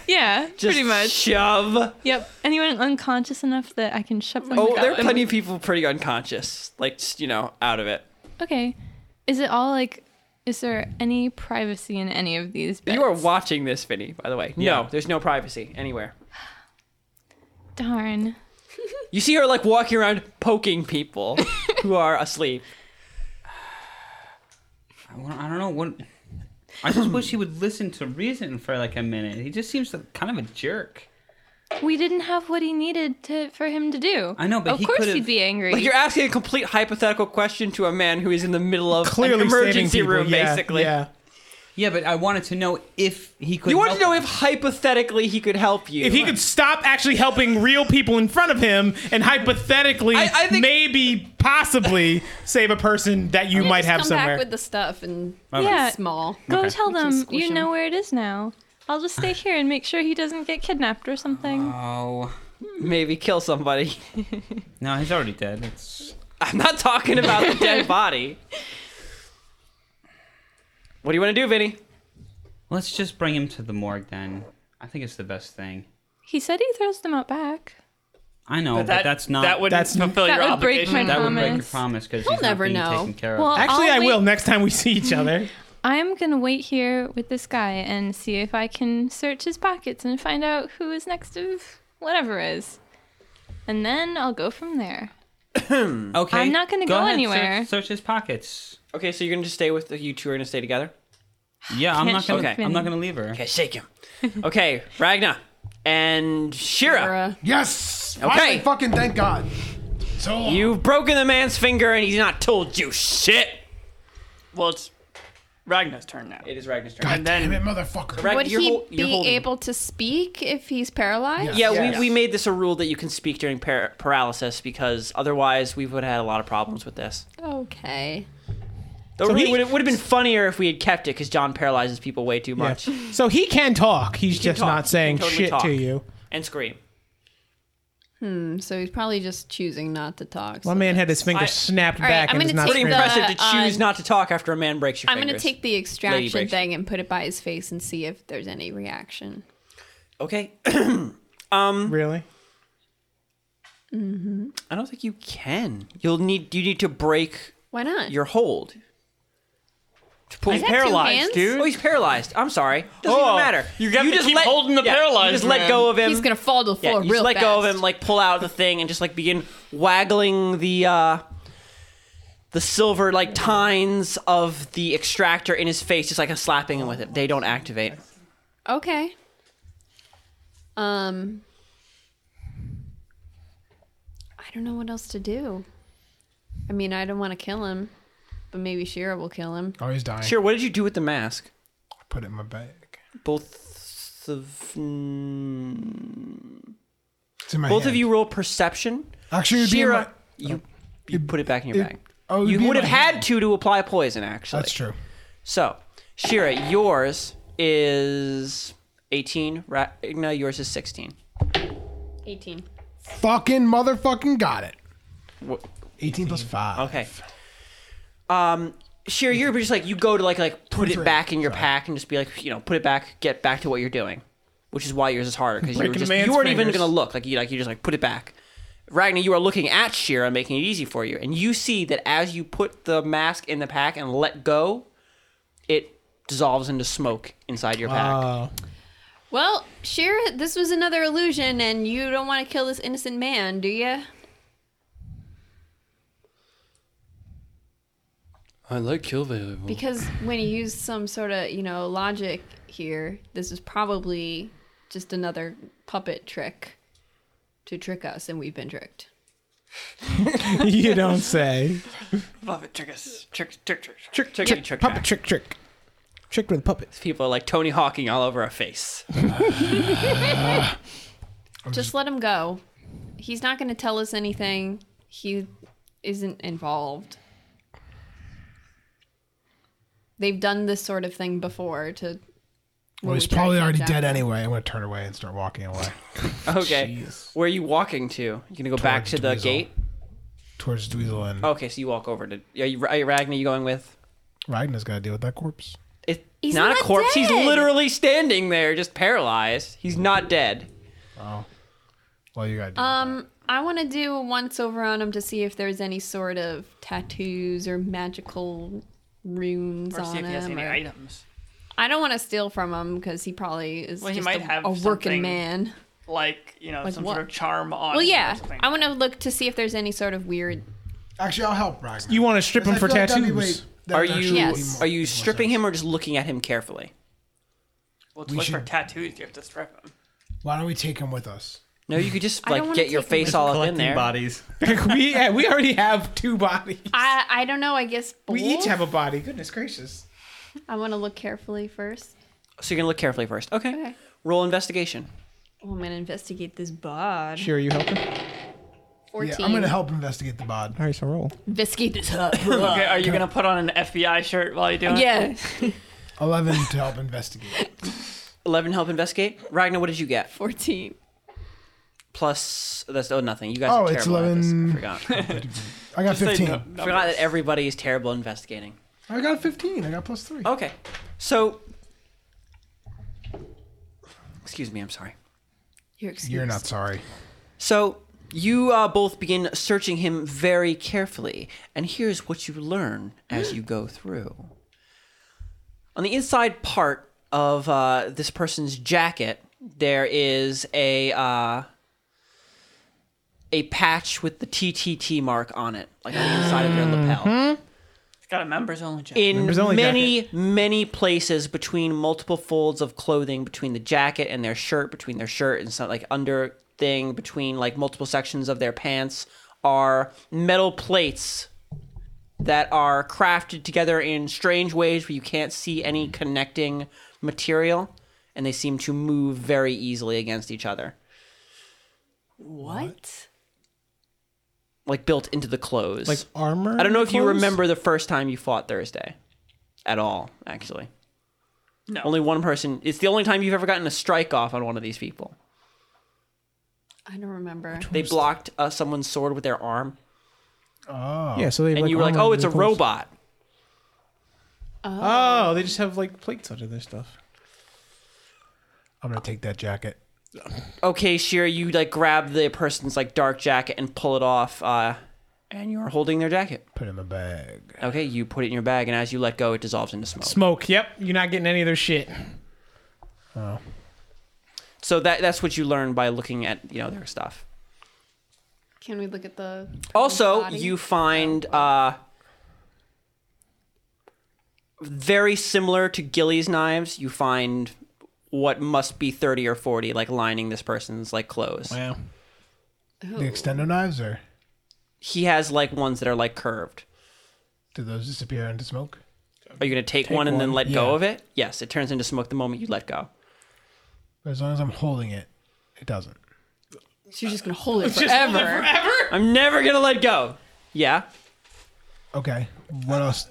Yeah, just pretty much. shove? Yep. Anyone unconscious enough that I can shove them? Oh, without there are them? plenty of people pretty unconscious, like just, you know, out of it. Okay. Is it all like? Is there any privacy in any of these? Beds? You are watching this, Vinny, by the way. No, Yeah. there's no privacy anywhere. Darn. You see her like walking around poking people who are asleep. Well, I don't know what. I just wish he would listen to reason for like a minute. He just seems like kind of a jerk. We didn't have what he needed to for him to do. I know, but of he course could've- he'd be angry. Like you're asking a complete hypothetical question to a man who is in the middle of Clearly, an emergency saving people. room, Yeah, basically. Yeah. Yeah, but I wanted to know if he could. You want to know help if hypothetically he could help you. If he could stop actually helping real people in front of him and hypothetically, I- I think- maybe, possibly save a person that you You might just have come somewhere. back with the stuff and yeah. small. Go tell them squish you him. know where it is now. I'll just stay here and make sure he doesn't get kidnapped or something. Oh maybe kill somebody. no, he's already dead. It's I'm not talking about the dead body. What do you want to do, Vinny? let's just bring him to the morgue then. I think it's the best thing. He said he throws them out back. I know, but, that's not. That would that's- fulfill That your would break obligation. my that would break your promise. promise because We'll he's not never being know. taken care of. Well, actually, I'll I wait- will next time we see each other. I'm gonna wait here with this guy and see if I can search his pockets and find out who is next of whatever is. and then I'll go from there. Okay. I'm not gonna go ahead, anywhere. Search, search his pockets. Okay, so you're gonna just stay with the, you two are gonna stay together. Yeah, I'm Can't not gonna. shoot I'm Vinny. not gonna leave her. Okay, shake him. okay, Ragna and Shira, Bruh. Yes. Okay. Finally, fucking thank God. So long. you've broken the man's finger and he's not told you shit. Well, it's Ragnar's turn now. It is Ragna's turn. God and then- damn it, motherfucker. Ragna, Would you're he hol- you're be holding. able to speak if he's paralyzed? Yeah, we, we made this a rule that you can speak during par- paralysis because otherwise we would have had a lot of problems with this. Okay. Though really, he- would- it would have been funnier if we had kept it because John paralyzes people way too much So he can talk. He's can just talk. not saying He can totally shit talk. to you. and scream. So he's probably just choosing not to talk. My so man that's- had his finger I- snapped right, back I'm and is gonna take not Pretty screaming. the- impressive to choose uh, not to talk after a man breaks your I'm fingers. gonna take the extraction breaks. thing and put it by his face and see if there's any reaction. Okay, Really? I don't think you can. You'll need you need to break Why not? your hold. To pull He's got two hands? dude. Oh, he's paralyzed. I'm sorry. Doesn't even Oh, matter. you got to just keep holding the yeah, paralyzed You just let man. go of him. he's gonna fall to the yeah, floor you real just let fast. go of him. Like pull out the thing and just like begin waggling the uh the silver like tines of the extractor in his face, just like a slapping him with it. They don't activate. Okay. Um, I don't know what else to do. I mean, I don't want to kill him, but maybe Shira will kill him. Oh, he's dying. Sure. What did you do with the mask? Put it in my bag. Both of mm, It's in my both hand. of you roll perception. Actually, it would be in Shira, my- Oh. you you put it back in your it- bag. oh, it would you be in would have my had to to apply poison, actually. That's true. So, Shira, yours is 18. Ragna, yours is 16. 18. Fucking motherfucking got it. Wha- 18 plus 5. Okay. Um, Shira, you're just like you go to like like put it back in your pack and just be like you know put it back, get back to what you're doing, which is why yours is harder because you were Breaking a just man's you weren't even fingers. gonna look like you like you just like put it back. Ragnar, you are looking at Shira, making it easy for you, and you see that as you put the mask in the pack and let go, it dissolves into smoke inside your Ah. pack. Oh. Well, Shira, this was another illusion, and you don't want to kill this innocent man, do you? I like Kilvey. Because when you use some sort of, you know, logic here, this is probably just another puppet trick to trick us, and we've been tricked. you don't say. Love it. Trick us. Trick, trick, trick. Trick, trick, trick, trick, Puppet trick. trick trick. Tricked with puppets. People are like Tony Hawking all over our face. Just let him go. He's not going to tell us anything. He isn't involved. They've done this sort of thing before to. Well, he's probably already dead anyway. I'm going to turn away and start walking away Okay, where are you walking to? You gonna go back Towards to the Dweezil. gate? towards Dweezil and Okay, so you walk over to. Are you, are you Ragnar? You going with? Ragnar's got to deal with that corpse. It's He's not, not a corpse. He's dead. literally standing there, just paralyzed. He's not dead. Well, you got to do Um, I want to do a once over on him to see if there's any sort of tattoos or magical runes Or on see if him. he has any or- items. I don't want to steal from him because he probably is Well, he just might a, have a something- working man. Like, you know, some what? sort of charm on Well, him or yeah. something. I want to look to see if there's any sort of weird. Actually, I'll help Ragnar. You want to strip him for tattoos? Are you Yes. are you stripping him or just looking at him carefully? well, to look for should- tattoos, you have to strip him. Why don't we take him with us? No, you could just I don't like wanna get your take him face with all up in Collecting there. bodies. we yeah, we already have two bodies. I I don't know. I guess We each both? have a body. Goodness gracious. I want to look carefully first. So you're gonna look carefully first. Okay. Okay. Roll investigation. Oh, I'm gonna investigate this bod. Sure, you helping? Fourteen. Yeah, I'm going to help investigate the bod. All right, so roll. investigate this Okay, are you going to put on an FBI shirt while you do it? yeah. 11 to help investigate. Eleven help investigate. Ragnar, what did you get? Fourteen. Plus that's oh nothing. You guys Oh, are it's terrible at this. 11. I forgot. I got Say 15. no- I numbers. forgot that everybody is terrible at investigating. I got 15. I got plus 3. Okay. So Excuse me, I'm sorry. You're excused. You're not sorry. So you uh, both begin searching him very carefully, and here's what you learn as you go through. On the inside part of uh, this person's jacket, there is a uh, a patch with the TTT mark on it, like on the inside of your lapel. It's got a members only jacket. In Members only many, many places between multiple folds of clothing, between the jacket and their shirt, between their shirt and some like under thing, between like multiple sections of their pants, are metal plates that are crafted together in strange ways where you can't see any connecting material and they seem to move very easily against each other What? like built into the clothes Like armor? i don't know if you clothes? remember the first time you fought thursday at all actually No. only one person it's the only time you've ever gotten a strike off on one of these people I don't remember. they blocked uh, someone's sword with their arm Yeah, so they and like you were like armor oh it's a their clothes. robot Oh, they just have like plates under their stuff. I'm gonna take that jacket. okay shira you like grab the person's like dark jacket and pull it off uh, and you're holding their jacket Put it in my bag. okay you put it in your bag and as you let go it dissolves into smoke Smoke. Yep, you're not getting any of their shit. So that that's what you learn by looking at you know their stuff. Can we look at the Also, body? you find uh, very similar to Gilly's knives. You find what must be thirty or forty, like lining this person's like clothes. Wow. The extendo knives, or He has like ones that are like curved. do those disappear into smoke? Are you gonna take, one and then one, let go yeah. of it? Yes, it turns into smoke the moment you let go. As long as I'm holding it, it doesn't. she's just gonna hold it forever. I'm never gonna let go. Yeah. Okay. What else?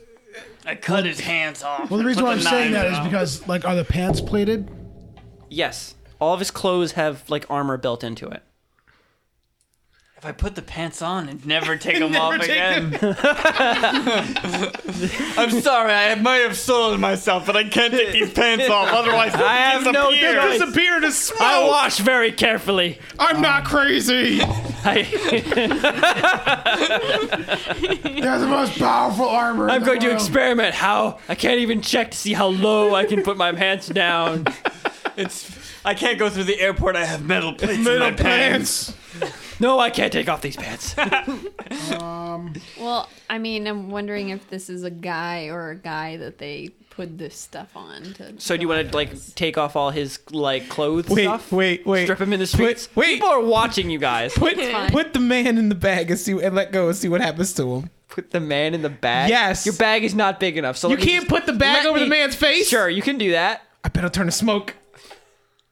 I cut his hands off. Well, the reason Put why I'm saying knives that is out. because, like, are the pants plated? Yes. All of his clothes have like armor built into it. if I put the pants on and never take them off again. I'm sorry, I might have soiled myself, but I can't take these pants off. Otherwise, they'll I have no disappear. choice. Disappear to smoke. I wash very carefully. I'm not crazy. I, They're the most powerful armor. in I'm the going to world. experiment how I can't even check to see how low I can put my pants down. I can't go through the airport. I have metal plates in my pants. No, I can't take off these pants. Well, I mean, I'm wondering if this is a guy or a guy that they put this stuff on to. So do you want to like take off all his like clothes Wait, stuff? wait, wait. Strip him in the streets. wait. people are watching you guys. Put fine. put the man in the bag and see and let go and see what happens to him. Put the man in the bag. Yes. your bag is not big enough. So You let me can't just- put the bag let over the me- man's face. Sure, you can do that. I better turn to smoke.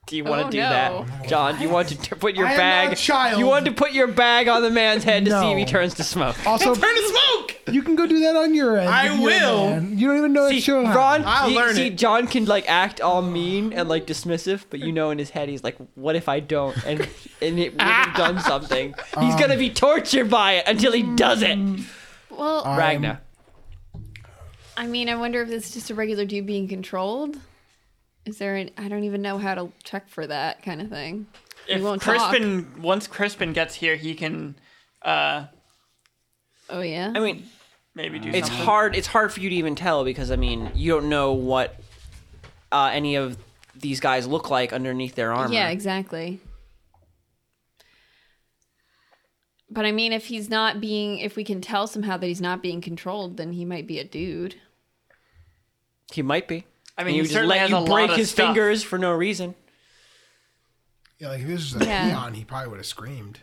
Do you want to Oh, do no. that, John? You want to t- put your I am bag? not a child. You want to put your bag on the man's head to see No. if he turns to smoke. Also, Turn to smoke. you can go do that on your end. I You're the will. man. You don't even know See, it's your Ron, I'll you- learn see, it. John can like act all mean and like dismissive, but you know in his head he's like, "What if I don't?" And and it would have done something. He's Um. gonna be tortured by it until he does it. Well, Ragna, I mean, I wonder if it's just a regular dude being controlled. Is there an? I don't even know how to check for that kind of thing. He If won't talk. Crispin, once Crispin gets here, he can uh, Oh yeah. I mean, maybe do it's something. hard. It's hard for you to even tell because I mean, you don't know what uh, any of these guys look like underneath their armor. Yeah, exactly. But I mean, if he's not being, if we can tell somehow that he's not being controlled, then he might be a dude. he might be. I mean, you he just certainly let has you a lot break of his stuff. fingers for no reason. Yeah, like if this was a Yeah. peon, he probably would have screamed.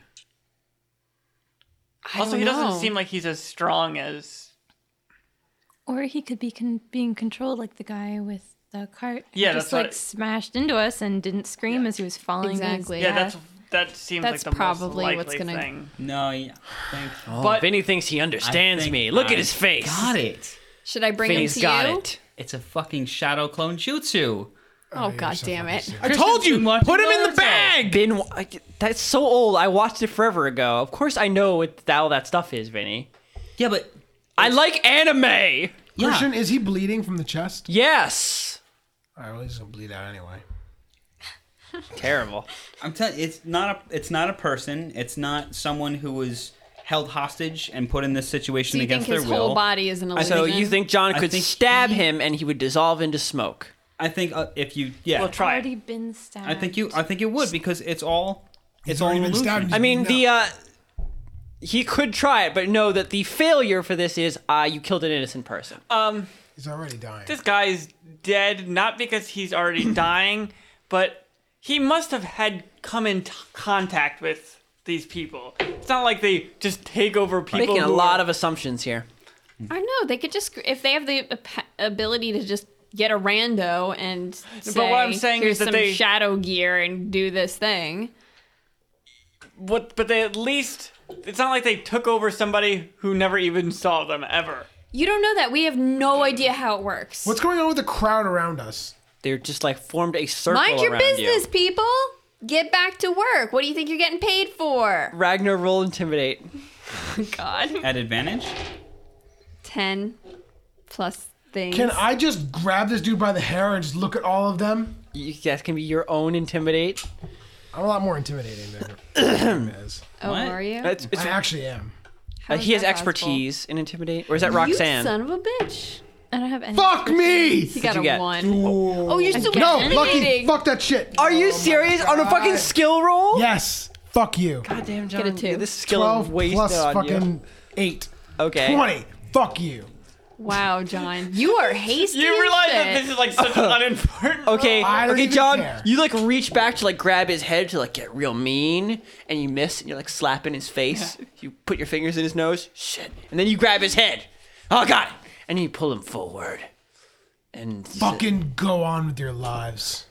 I Also, don't he know. doesn't seem like he's as strong as. Or he could be con- being controlled like the guy with the cart. who Yeah, just that's what like I- smashed into us and didn't scream as he was falling. to his Exactly. Yeah, death. that's that seems That's like the probably most what's likely gonna- thing. No, yeah. Thank But Oh, Vinny thinks he understands think me. Look I at his face. Oh, Got it. Should I bring Vinny's him to got you? it. It's a fucking shadow clone jutsu. Oh, god damn it! I told you. been watching Put him in the Naruto. bag. been I, that's so old. I watched it forever ago. Of course, I know what the, all that stuff is, Vinny. Yeah, but I like anime. yeah. Christian, is he bleeding from the chest? Yes. All right, well, he's gonna bleed out anyway. Terrible. I'm telling it's not a it's not a person. It's not someone who was held hostage and put in this situation Do you think against his their whole will. body is an illusion? So you think John I could think stab he- him and he would dissolve into smoke? I think uh, if you yeah, We'll try. already it. been stabbed. I think you I think you would because it's all it's He's all already been an illusion. stabbed. I mean, the uh, He could try it, but know that the failure for this is ah, you killed an innocent person. He's already dying. This guy's dead, not because he's already dying, but he must have had come in t- contact with these people. It's not like they just take over people. Making a who lot are- of assumptions here. I know they could just if they have the ap- ability to just get a rando and say, what I'm saying Here's is that some they- shadow gear and do this thing. What? But they at least. It's not like they took over somebody who never even saw them ever. You don't know that we have no idea how it works. What's going on with the crowd around us? They're just like formed a circle Mind your around business, you. people. Get back to work. What do you think you're getting paid for? Ragnar, roll intimidate. God, At advantage? ten plus things. Can I just grab this dude by the hair and just look at all of them? You, that can be your own intimidate. I'm a lot more intimidating than him is. Oh, What? are you? It's, it's, I actually am. uh, is he has that possible? expertise in intimidate, or is that you Roxanne? son of a bitch. I don't have any. Fuck me! You got you a get? one. Oh, you're still No, Again? lucky. intimidating. Fuck that shit. Are you serious on a fucking God. skill roll? Yes. Fuck you. God damn, John. a two. yeah, This skill Twelve wasted plus on fucking you. eight. Okay. Twenty. Fuck you. Wow, John, you are hasty. You as realize that shit. this is like such an unimportant. Okay, I don't okay, even John, care. you like reach back to like grab his head to like get real mean, and you miss, and you're like slapping his face. You put your fingers in his nose, shit, and then you grab his head. Oh god! And you pull him forward, and Fucking go on with your lives.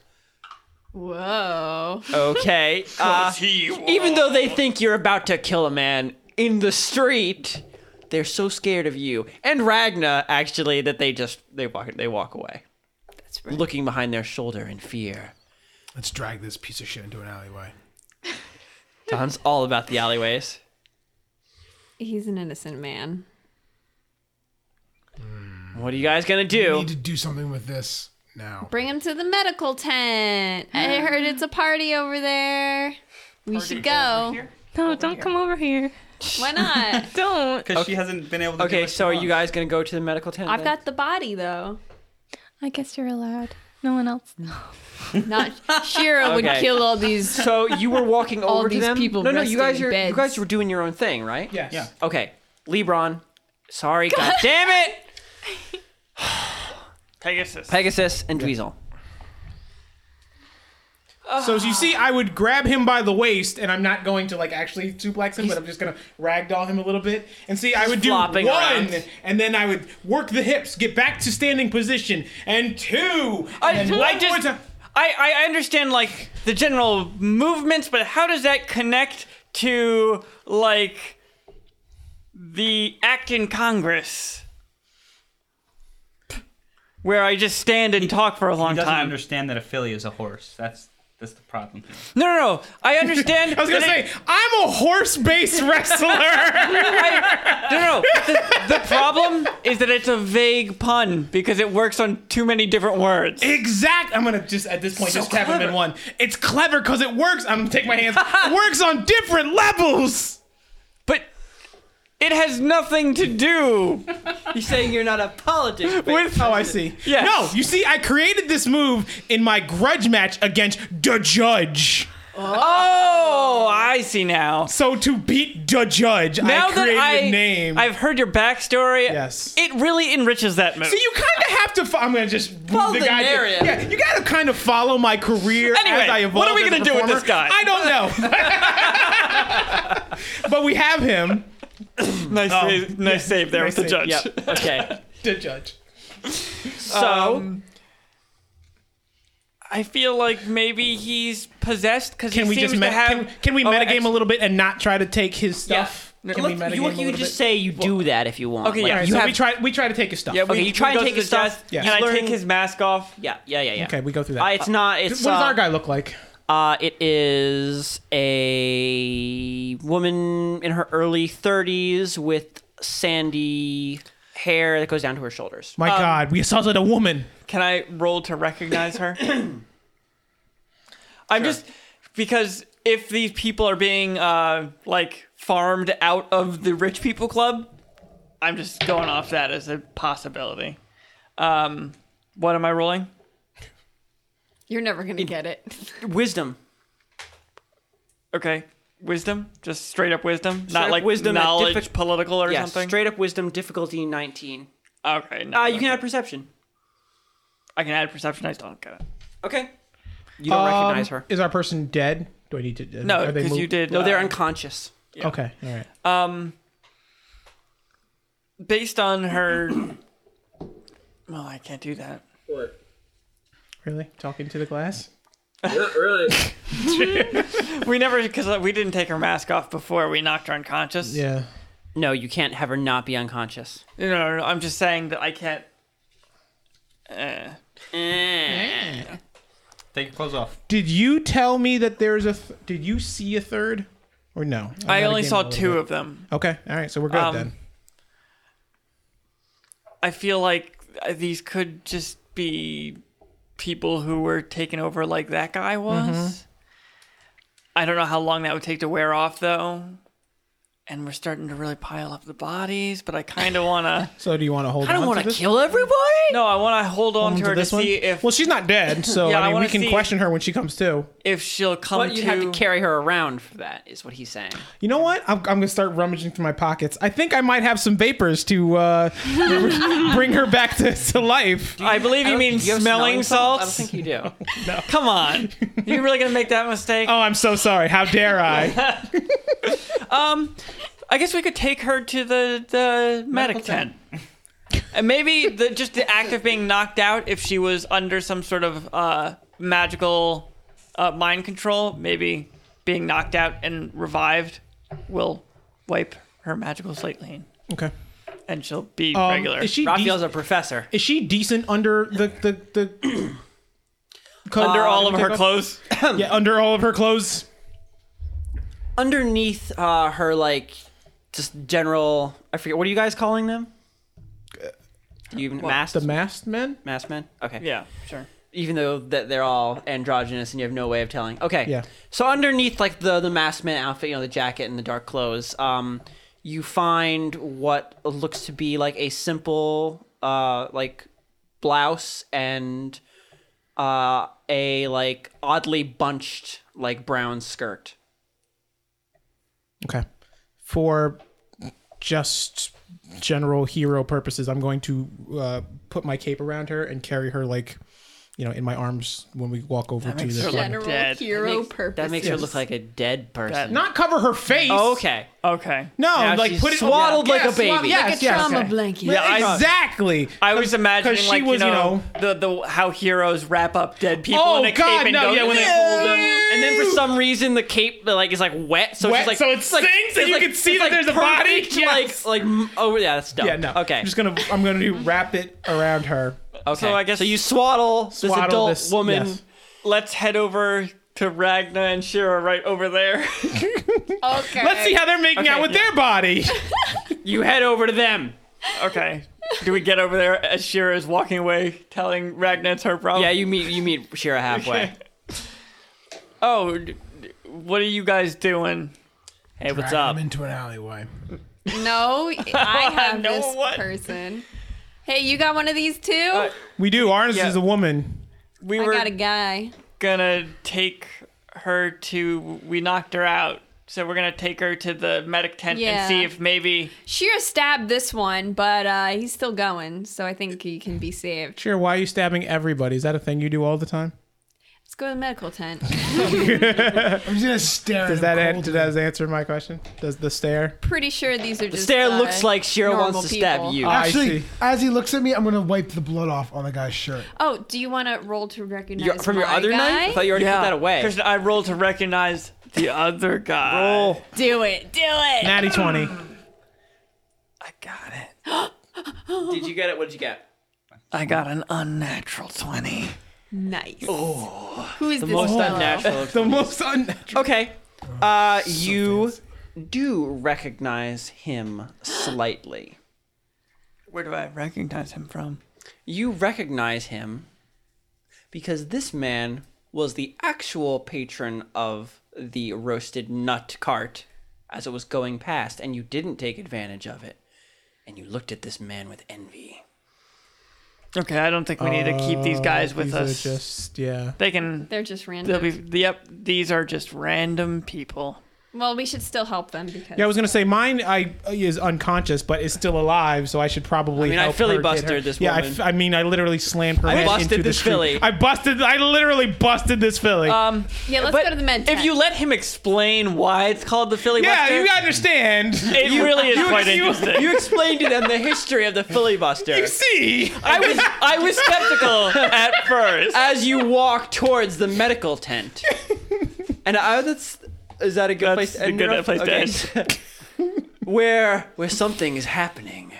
Whoa. okay. Uh, even though they think you're about to kill a man in the street, they're so scared of you and Ragna actually that they just they walk they walk away, That's right. looking behind their shoulder in fear. Let's drag this piece of shit into an alleyway. Don's all about the alleyways. He's an innocent man. What are you guys gonna We do? need to do something with this now. Bring him to the medical tent. I heard it's a party over there. We should go. No, don't come over here. Why not? Don't. Because she hasn't been able to. Okay, give us so a are look. you guys gonna go to the medical tent? I've then? got the body though. I guess you're allowed. No one else. Not Shira would Okay. kill all these. So you were walking All over to these them. people no, no, resting you guys in are you beds. guys were doing your own thing, right? Yes. Yeah. Okay, Lebron. Sorry, god damn it, Pegasus. Pegasus and Dweezil. So as you see, I would grab him by the waist, and I'm not going to like actually suplex him, but I'm just gonna ragdoll him a little bit. And see, I would do one, flopping around. and then I would work the hips, get back to standing position, and two, I, and I one more just. time. I, I understand like the general movements, but how does that connect to like the act in Congress? Where I just stand and talk for a long He doesn't time. understand that Ophelia is a horse. That's that's the problem. here. no, no, no. I understand. I was gonna say I'm a horse-based wrestler. No, no. The, the problem is that it's a vague pun because it works on too many different words. exact. I'm gonna just at this point just tap him in one. It's clever because it works. I'm gonna take my hands. it works on different levels. But it has nothing to do. He's saying you're not a politic. With, oh, I see. Yes. No, you see, I created this move in my grudge match against the judge. Oh, I see now. So to beat the judge, Now that I created I, a name. I've heard your backstory, Yes. it really enriches that move. so you kind of have to. Fo- I'm gonna just move Follow the the guy. narrative. Yeah, you gotta kind of follow my career Anyway, as I what evolve. are we as a gonna do with performer. this guy? I don't know. but we have him. nice, save, nice save there Oh. nice with the save. judge. Yep. Okay. The judge. So Um, I feel like maybe he's possessed because he Can we seems just to meta- have. can, can we Oh, metagame ex- a little bit and not try to take his Yeah. stuff? No, Can look, we metagame you, a you little could bit? just say you do that if you want. Okay, Like, yeah. All right, you so have, we try. We try to take his stuff. Yeah, we, Okay, you try we and go take to his the judge. stuff. Yeah. Can I Learn- take his mask off? yeah, yeah, yeah, yeah. Okay, we go through that. Uh, it's not. It's what does uh, our guy look like? Uh, it is a woman in her early 30s with sandy hair that goes down to her shoulders. My God, we assaulted a woman. Can I roll to recognize her? I'm just because if these people are being uh, like farmed out of the rich people club, I'm just going off that as a possibility. Um, what am I rolling? You're never gonna get it. Wisdom. Okay, Wisdom, just straight up wisdom, up not like wisdom at knowledge, diffi- political or yeah, something. straight up wisdom, difficulty 19. okay, no, Uh, no. you can add perception. I can add perception. I just don't get it. Okay. You don't recognize her. Is our person dead? Do I need to? No, are they because moved? you did. um, No, they're uh, unconscious. Okay, all right. Um, based on her. Well, I can't do that. Really talking to the glass? really? We never because we didn't take her mask off before we knocked her unconscious. Yeah. No, you can't have her not be unconscious. No, no, no, I'm just saying that I can't. Uh, Take your clothes off. Did you tell me that there's a? Th- did you see a third? Or no? I'm I out of only game saw a little two bit. of them. Okay, all right. So we're good Um, then. I feel like uh, these could just be people who were taken over like that guy was. Mm-hmm. I don't know how long that would take to wear off though. And we're starting to really pile up the bodies, but I kind of want to. So do you want to hold? I don't on want to to this? kill everybody. No, I want to hold on Hold to her to this one? see if Well, she's not dead, so Yeah, I I mean we wanna can see- question her when she comes to. if she'll come But to. you have to carry her around for that, is what he's saying. You know what? I'm, I'm gonna start rummaging through my pockets. I think I might have some vapors to uh, bring her back to, to life. I believe you mean Do you have smelling, salts. I don't think you do. Come on, you really gonna make that mistake? Oh, I'm so sorry. How dare I? I guess we could take her to the the medic tent. and maybe the just the act of being knocked out if she was under some sort of uh, magical uh, mind control, maybe being knocked out and revived will wipe her magical slate clean okay. and she'll be Um, regular. Is she Raphael's de- a professor. is she decent under the the the coat under that all of we took her off? clothes. Yeah, under all of her clothes. Underneath uh, her, like, just general. I forget. What are you guys calling them? Uh, Do you even masked The masked men. masked men? Okay. Yeah, sure. Even though that they're all androgynous and you have no way of telling. Okay. Yeah. So underneath, like the the masked man outfit, you know, the jacket and the dark clothes, um, you find what looks to be like a simple, uh, like blouse and uh, a like oddly bunched like brown skirt. Okay. For just general hero purposes, I'm going to uh, put my cape around her and carry her like, you know, in my arms when we walk over to her the. look- front. General Dead. hero Makes- purpose. That makes her look like a dead person. Not cover her face. Oh, okay. Okay. No, Now like she's put it swaddled Yeah, like a swad- baby. yes, Like a yes. trauma blanket. Yeah, I- exactly. I was imagining she like was, you you know, the the how heroes wrap up dead people Oh, in a God, cape and no, go yeah, when they "No!" fold 'em. And then for some reason the cape like is like wet, so Wet, it's just, like so it it's, like, sinks and it's, you like- can see it's, that like, there's a body? perfect, Yes. Like like m- oh yeah, that's dumb. Yeah, no. Okay. I'm just gonna. I'm gonna do wrap it around her. okay. So I guess- so you swaddle, this Swaddle adult this- woman. yes. let's head over to Ragna and Shira right over there. okay. Let's see how they're making out with their body. You head over to them. okay. Do we get over there as Shira is walking away, telling Ragna it's her problem? Yeah, you meet you meet Shira halfway. Oh, d- d- what are you guys doing? Hey, what's Drag up? him into an alleyway. No, I have No, this what? person. Hey, you got one of these too? We do. Ours Yeah. is a woman. We I were got a guy. gonna take her to. We knocked her out, so we're gonna take her to the medic tent Yeah. and see if maybe. Shira stabbed this one, but uh, he's still going, so I think he can be saved. Sure. Why are you stabbing everybody? Is that a thing you do all the time? Let's go to the medical tent. I'm just gonna stare. Does at that him an- does that answer my question? Does the stare? Pretty sure these are the just. stare uh, looks like Shira wants normal to stab people. Uh, you. I Actually, see. as he looks at me, I'm gonna wipe the blood off on the guy's shirt. Oh, do you want to roll to recognize Your- from your my other guy? knife? I thought you already put that away. Kristen, I roll to recognize the other guy. Roll. Do it, do it. Natty twenty. I got it. Did you get it? What'd you get? I got an unnatural twenty. Nice. Oh, who is this? Most fellow? unnatural. The most unnatural. Okay. Uh, you do recognize him slightly. Where do I recognize him from? You recognize him because this man was the actual patron of the roasted nut cart as it was going past, and you didn't take advantage of it. And you looked at this man with envy. Okay, I don't think we need to keep these guys with Uh, Oh, These are us. Just yeah. They can. They're just random. They'll be. Yep. These are just random people. Well, we should still help them because Yeah, I was gonna say mine. I is unconscious, but is still alive, so I should probably. I mean, I help her get filibustered her- this Yeah, I woman. f- I, mean, I literally slammed her I head busted into the this Uh, street. filly. I busted. I literally busted this filly. Um, Yeah, let's but go to the med If tent. you let him explain why it's called the Philly yeah, Buster, you understand. it really is quite interesting. You explained it and the history of the filibuster. See, I was I was skeptical at first. as you walk towards the medical tent. And I that's is that a good place to a end? good it off? place to where where something is happening.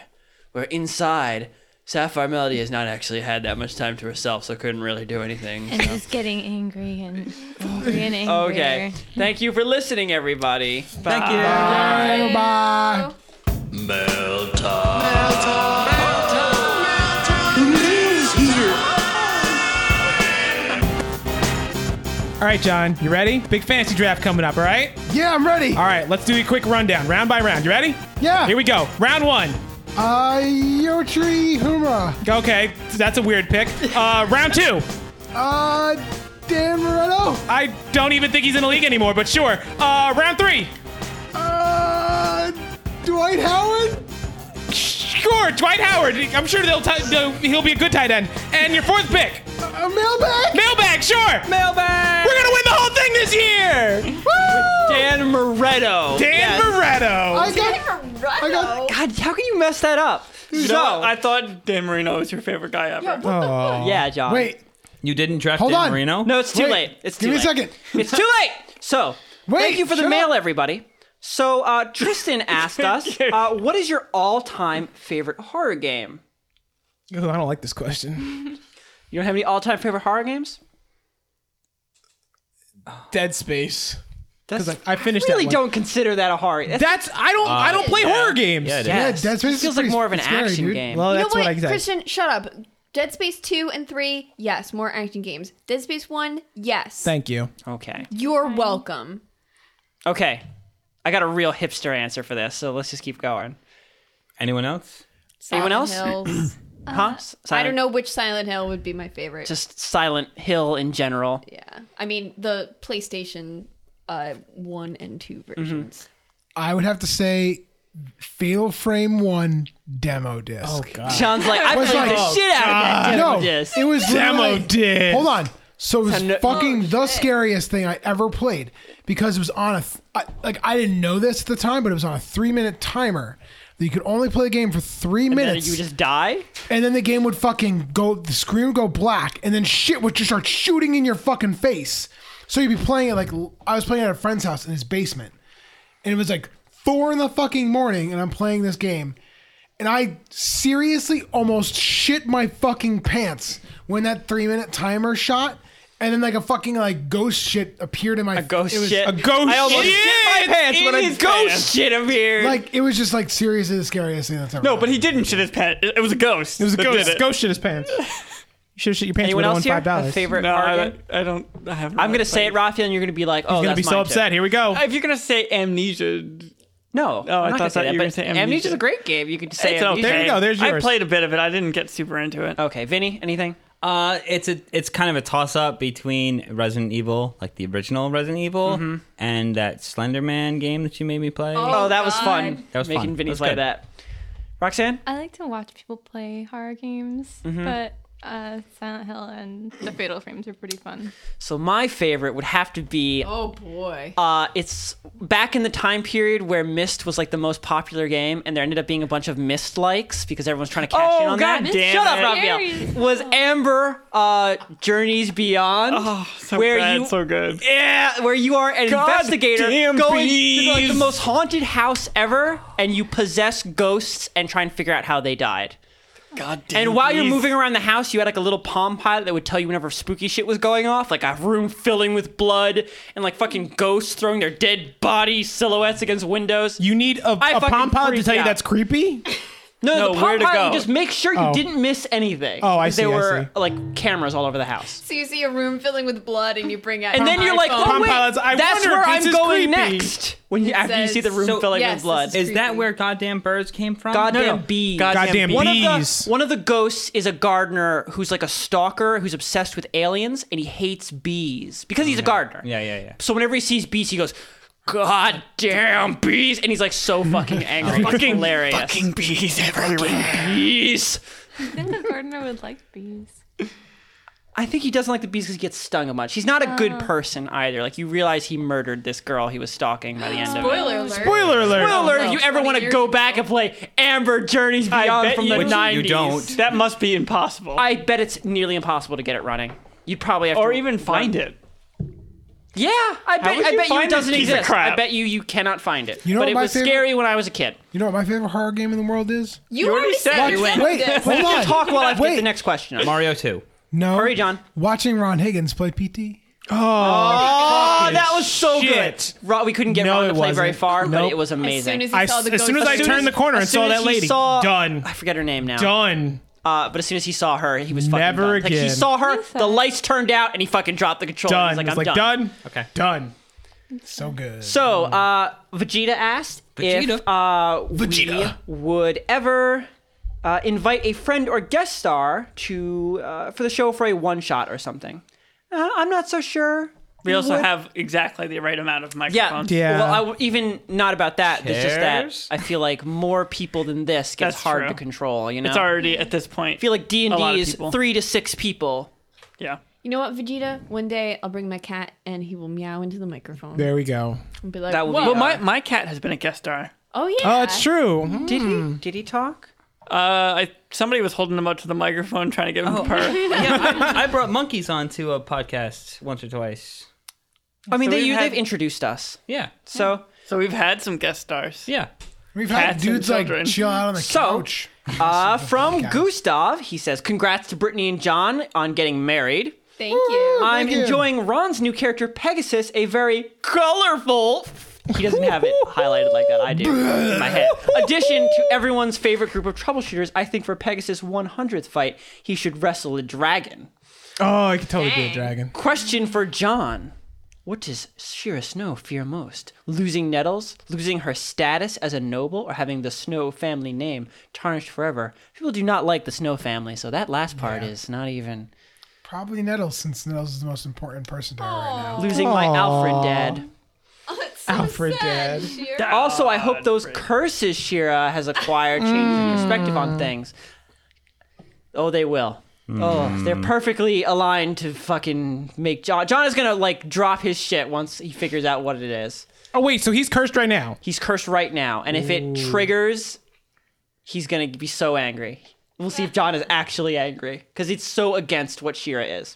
Where inside Sapphire Melody has not actually had that much time to herself, so couldn't really do anything. And just getting angry and angry and angry. Okay. Thank you for listening, everybody. Bye. Thank you. Bye. All right, John, you ready? Big fantasy draft coming up. All right. Yeah, I'm ready. All right, let's do a quick rundown, round by round. You ready? Yeah. Here we go. Round one. Uh, Yotri Humra. Okay, that's a weird pick. Uh, round two. Uh, Dan Moreno. I don't even think he's in the league anymore, but sure. Uh, round three. Uh, Dwight Howard. Sure, Dwight Howard. I'm sure they'll ti- they'll- he'll be a good tight end. And your fourth pick, Uh, mailbag. mailbag. Sure, mailbag. We're gonna win the whole thing this year. Dan Moretto. Dan Yes. Moretto. I got. I got. God, how can you mess that up? You know, So, I thought Dan Marino was your favorite guy ever. Oh. yeah, John. Wait. You didn't draft Hold Dan on. Marino? No, it's too Wait, late. It's too Give me late. a second. It's too late. So, Wait, thank you for the shut mail, up. everybody. So, uh, Tristan asked us, uh, what is your all time favorite horror game? Ooh, I don't like this question. You don't have any all time favorite horror games? Dead Space. That's, Because I, I finished really that one. don't consider that a horror. That's, That's I don't I don't play horror Uh, games. Yeah, it is. Yeah, yes. Dead Space is feels like pretty- more of an it's scary, action dude. game. Well, You know Oh, that's what, what I said. Christian, shut up. Dead Space 2 and 3, yes, more action games. Dead Space 1, yes. Thank you. okay. You're welcome. Okay. I got a real hipster answer for this, so let's just keep going. Anyone else? Anyone else? Hills. huh? S- Uh, I Silent- don't know which Silent Hill would be my favorite. Just Silent Hill in general. yeah. I mean, the PlayStation uh, 1 and 2 versions. I would have to say, Fatal Frame One demo disc. Oh God. Sounds like I Was played like- the shit out of that No, demo disc. it was Demo literally- disc. Hold on. So it was Ten- oh, fucking the scariest thing I ever played because it was on a th- I, like I didn't know this at the time, but it was on a three minute timer that you could only play a game for three And then minutes, you just die? and then the game would fucking go the screen would go black, and then shit would just start shooting in your fucking face. So you'd be playing it like I was playing at a friend's house in his basement, and it was like four in the fucking morning, and I'm playing this game, and I seriously almost shit my fucking pants when that three minute timer shot, and then like a fucking like ghost shit appeared in my Ghost it was, shit. a ghost I almost shit. shit my pants when It a is ghost bad. shit appeared. Like it was just like seriously the scariest thing that's ever. No, but he didn't shit his pants. It it was a ghost. It was a that did ghost it. ghost shit his pants. You should have shit your pants. Anyone else would've won here? Five A dollars. favorite No, horror I, game? I don't. I haven't. I'm really gonna say it, played. Raphael, and you're gonna be like, "Oh, He's gonna that's be so mine upset. Here we go. If you're gonna say amnesia, Too. No, I I'm not thought gonna say that that. you were gonna But say amnesia. Amnesia. Amnesia's a great game. You could just say it's amnesia. okay. There you go, there's I yours. played a bit of it. I didn't get super into it. Okay, Vinny, anything? Uh, it's a it's kind of a toss up between Resident Evil, like the original Resident Evil, and that Slender Man game that you made me play. Oh, that was fun. That was making fun. Vinny That was play good. that. Roxanne, I like to watch people play horror games, Mm-hmm. but uh, Silent Hill and The Fatal Frames are pretty fun. so my favorite would have to be. Oh, boy. Uh, it's back in the time period where Myst was like the most popular game, and there ended up being a bunch of Myst likes because everyone's trying to cash in Oh, on God that. damn Shut up, it. Raphael. Aries. Was Amber uh, Journeys Beyond? so where bad, you so good. Yeah, eh, where you are an God investigator damn, going to like, the please. most haunted house ever, and you possess ghosts and try and figure out how they died. God damn. And while you're Please. moving around the house, you had like a little palm pilot that would tell you whenever spooky shit was going off, like a room filling with blood and like fucking ghosts throwing their dead body silhouettes against windows. You need a, I a fucking palm pilot to freaked tell you out. that's creepy? no, no, the palm where to pilot would go? just make sure you Oh. didn't miss anything. Oh, I see, There I were see. like cameras all over the house. So you see a room filling with blood and you bring out And your then you're like, iPhone. oh Palm wait, pilots, I that's wonder where if I'm this is going creepy. next. When you, It after you see the says- room So- filling Yes, with blood, this Is that creepy. where goddamn birds came from? goddamn No, no. bees. Goddamn one Of bees. the, one of the ghosts is a gardener who's like a stalker who's obsessed with aliens and he hates bees because he's a gardener. Yeah, yeah, yeah. So whenever he sees bees, he goes, goddamn bees, and he's like so fucking angry. It's hilarious. Fucking bees everywhere. Bees. I think the gardener would like bees. I think he doesn't like the bees because he gets stung a bunch. He's not a Uh. good person either. Like you realize he murdered this girl he was stalking by the end of it. Spoiler alert. Spoiler alert. Spoiler! if you ever 20 want to years go ago. back and play Amber Journeys Beyond bet from the you- Which you 90s, don't. That must be impossible. I bet it's nearly impossible to get it running. You'd probably have to or even find it. Yeah, I bet. would I bet you you it find this doesn't piece of exist. I crap? bet you you cannot find it. You know but what it my was favorite- scary when I was a kid. You know what my favorite horror game in the world is? You, already said, you Wait, went wait, with hold this. on. Talk while I put Wait. the next question. up. Mario 2. No. Hurry, John. Watching Ron Higgins play PT. Oh, that was so shit. good. Ro- we couldn't get No, Ron to it play very wasn't. far, but Nope. it was amazing. As soon as he I, saw as the soon as ghost- I turned the corner and as soon saw as that he lady, saw- done. I forget her name now. Done. Uh, but as soon as he saw her, he was fucking Never done. Like, he again. saw her, Lisa. the lights turned out, and he fucking dropped the controller. Done. He's like, It's I'm like, done. done. Okay. Done. So good. So, uh, Vegeta asked if uh, we would ever uh, invite a friend or guest star to uh, for the show for a one shot or something. Uh, I'm not so sure. We also would. have exactly the right amount of Yeah, microphones. Yeah. Well, I w even not about that. It's just Cares? that I feel like more people than this gets That's hard true. to control. You know, It's already at this point. I feel like D and a lot D of is people. three to six people. yeah. You know what, Vegeta? One day I'll bring my cat and he will meow into the microphone There we go. and be like, That would be "Whoa." Well, my, Uh, my cat has been a guest star. "Oh yeah." Oh, it's Hmm. true. Did he? Did he talk? Uh, I, somebody was holding him up to the microphone trying to give him Oh. a purr. I brought monkeys onto a podcast once or twice. I mean, So they we've you, had- they've introduced us. Yeah. So so we've had some guest stars. Yeah. We've had Cats and dudes like children. chill out on the So- couch. Uh, from Gustav, he says, "Congrats to Brittany and John on getting married. Thank you. I'm you. enjoying Ron's new character Pegasus, a very colorful. He doesn't have it highlighted like that. I do in my head. Addition to everyone's favorite group of troubleshooters, I think for Pegasus' 100th fight, he should wrestle a dragon. Oh, I could totally be a dragon. Question for John: What does Shira Snow fear most? Losing Nettles, losing her status as a noble, or having the Snow family name tarnished forever? People do not like the Snow family, so that last part is not even. Probably Nettles, since Nettles is the most important person to her right now. Losing my Alfred dad. It's so Alfred sad, dead. Shira. Also, I hope those curses Shira has acquired change your perspective on things. Oh, they will. Oh, they're perfectly aligned to fucking make John. John is gonna like drop his shit once he figures out what it is. Oh wait, so he's cursed right now. He's cursed right now, and if it triggers, he's gonna be so angry. We'll see if John is actually angry because it's so against what Shira is.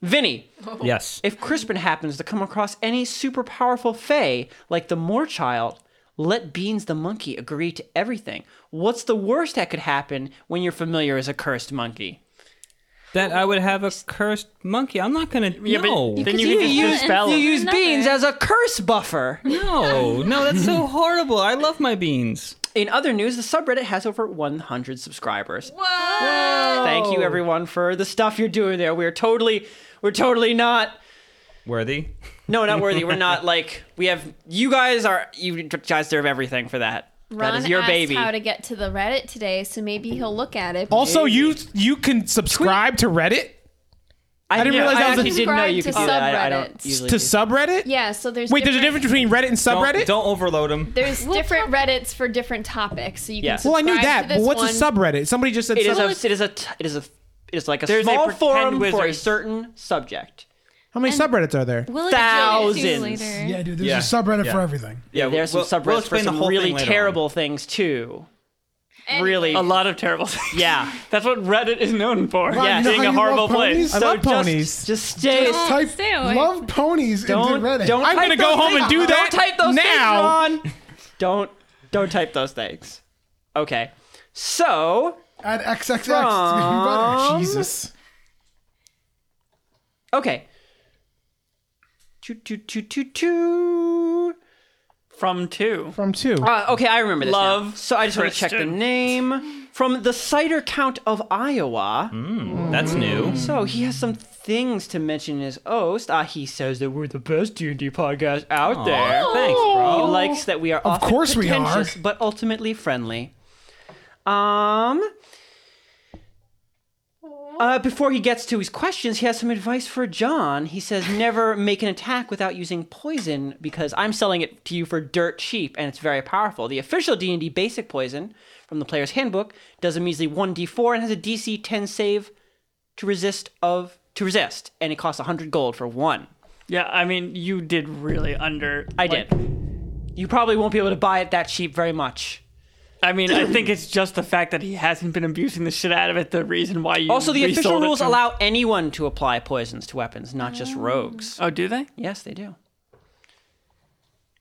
Vinny, Yes. if Crispin happens to come across any super powerful Fae like the Moor Child, let Beans the monkey agree to everything. What's the worst that could happen when your familiar is a cursed monkey? That I would have a cursed monkey. I'm not gonna. no. Then you can you just do use, spell. you use Another. Beans as a curse buffer. no. No. That's so horrible. I love my beans. In other news, the subreddit has over 100 subscribers. What? Thank you everyone for the stuff you're doing there. We're totally we're totally not Worthy. no, not worthy. We're not like we have you guys are you guys deserve everything for that. Ron that is your asked baby. how to get to the Reddit today, so maybe he'll look at it. Also, you you can subscribe to Reddit I didn't realize I that was a- actually didn't know you could Subscribe to do that. I, I don't subreddits. usually to do- subreddit. yeah. So there's Wait, there's a difference between Reddit and Don't, subreddit. don't overload them. There's different Reddits for different topics, so you Yeah. can. well, I knew subscribe to that, but this what's a one. subreddit? Somebody just said It is a. sub- It is a. t- It is a. It is like a There's a small pretend forum for a wizard. certain subject. how many subreddits are there? We'll Thousands. explain it to you later. Yeah, dude, there's Yeah. a subreddit for Yeah. everything. Yeah, There's some we'll- subreddits we'll for explain some the whole really thing later on. terrible things too. Really, A lot of terrible things. Yeah. That's what Reddit is known for. Ron, yeah, you know being how you a love horrible place. ponies? I So love just- ponies. Just stay. Type stay away. love ponies Don't. into Reddit. Don't. I'm type gonna go those home things. and do that Don't type those now. Things, Ron. Don't. Don't type those things. Okay. So At XXX. It's gonna be better. Jesus. okay. Choo, choo, choo, choo, choo. From two. From two. Uh, okay, I remember this. now. Love, So I just want to check the Christian. name from the cider count of Iowa. That's new. So he has some things to mention in his oast. Ah, he says that we're the best D and D podcast out there. Thanks, bro. He likes that we are of course we are. pretentious, but ultimately friendly. Um. Uh, before he gets to his questions, he has some advice for John. He says, never make an attack without using poison because I'm selling it to you for dirt cheap and it's very powerful. The official D&D basic poison from the player's handbook does a measly 1d4 and has a DC 10 save to resist of to resist and it costs 100 gold for one. Yeah, I mean, you did really under. I did. You probably won't be able to buy it that cheap very much. I mean, I think it's just the fact that he hasn't been abusing the shit out of it. The reason why you Also, the official resold it rules to him. allow anyone to apply poisons to weapons, not just rogues. Oh, do they? Yes, they do.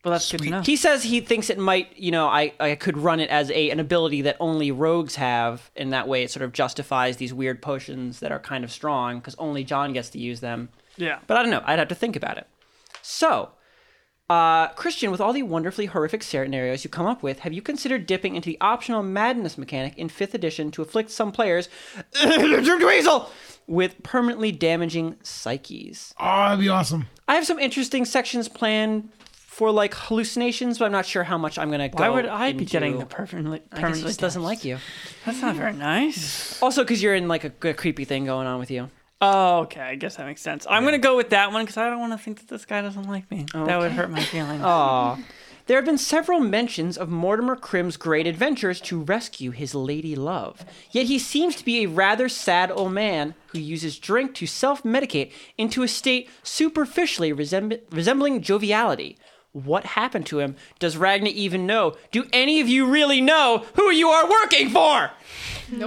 Well, that's good to know. He says he thinks it might, you know, I, I could run it as a an ability that only rogues have, and that way it sort of justifies these weird potions that are kind of strong because only John gets to use them. Yeah. But I don't know. I'd have to think about it. So, uh, Christian, with all the wonderfully horrific scenarios you come up with, have you considered dipping into the optional madness mechanic in 5th edition to afflict some players Dweezil, with permanently damaging psyches? Oh, that'd be awesome. I have some interesting sections planned for like hallucinations, but I'm not sure how much I'm gonna Why go. would I be into- getting the permanently? I guess it permanently just doesn't like you. That's not very nice. Also, because you're in like a, a creepy thing going on with you. Oh, okay. I guess that makes sense. I'm gonna go with that one because I don't want to think that this guy doesn't like me. That would hurt my feelings. Aw. There have been several mentions of Mortimer Crim's great adventures to rescue his lady love. Yet he seems to be a rather sad old man who uses drink to self medicate into a state superficially resemb- resembling joviality. What happened to him? Does Ragna even know? Do any of you really know who you are working for?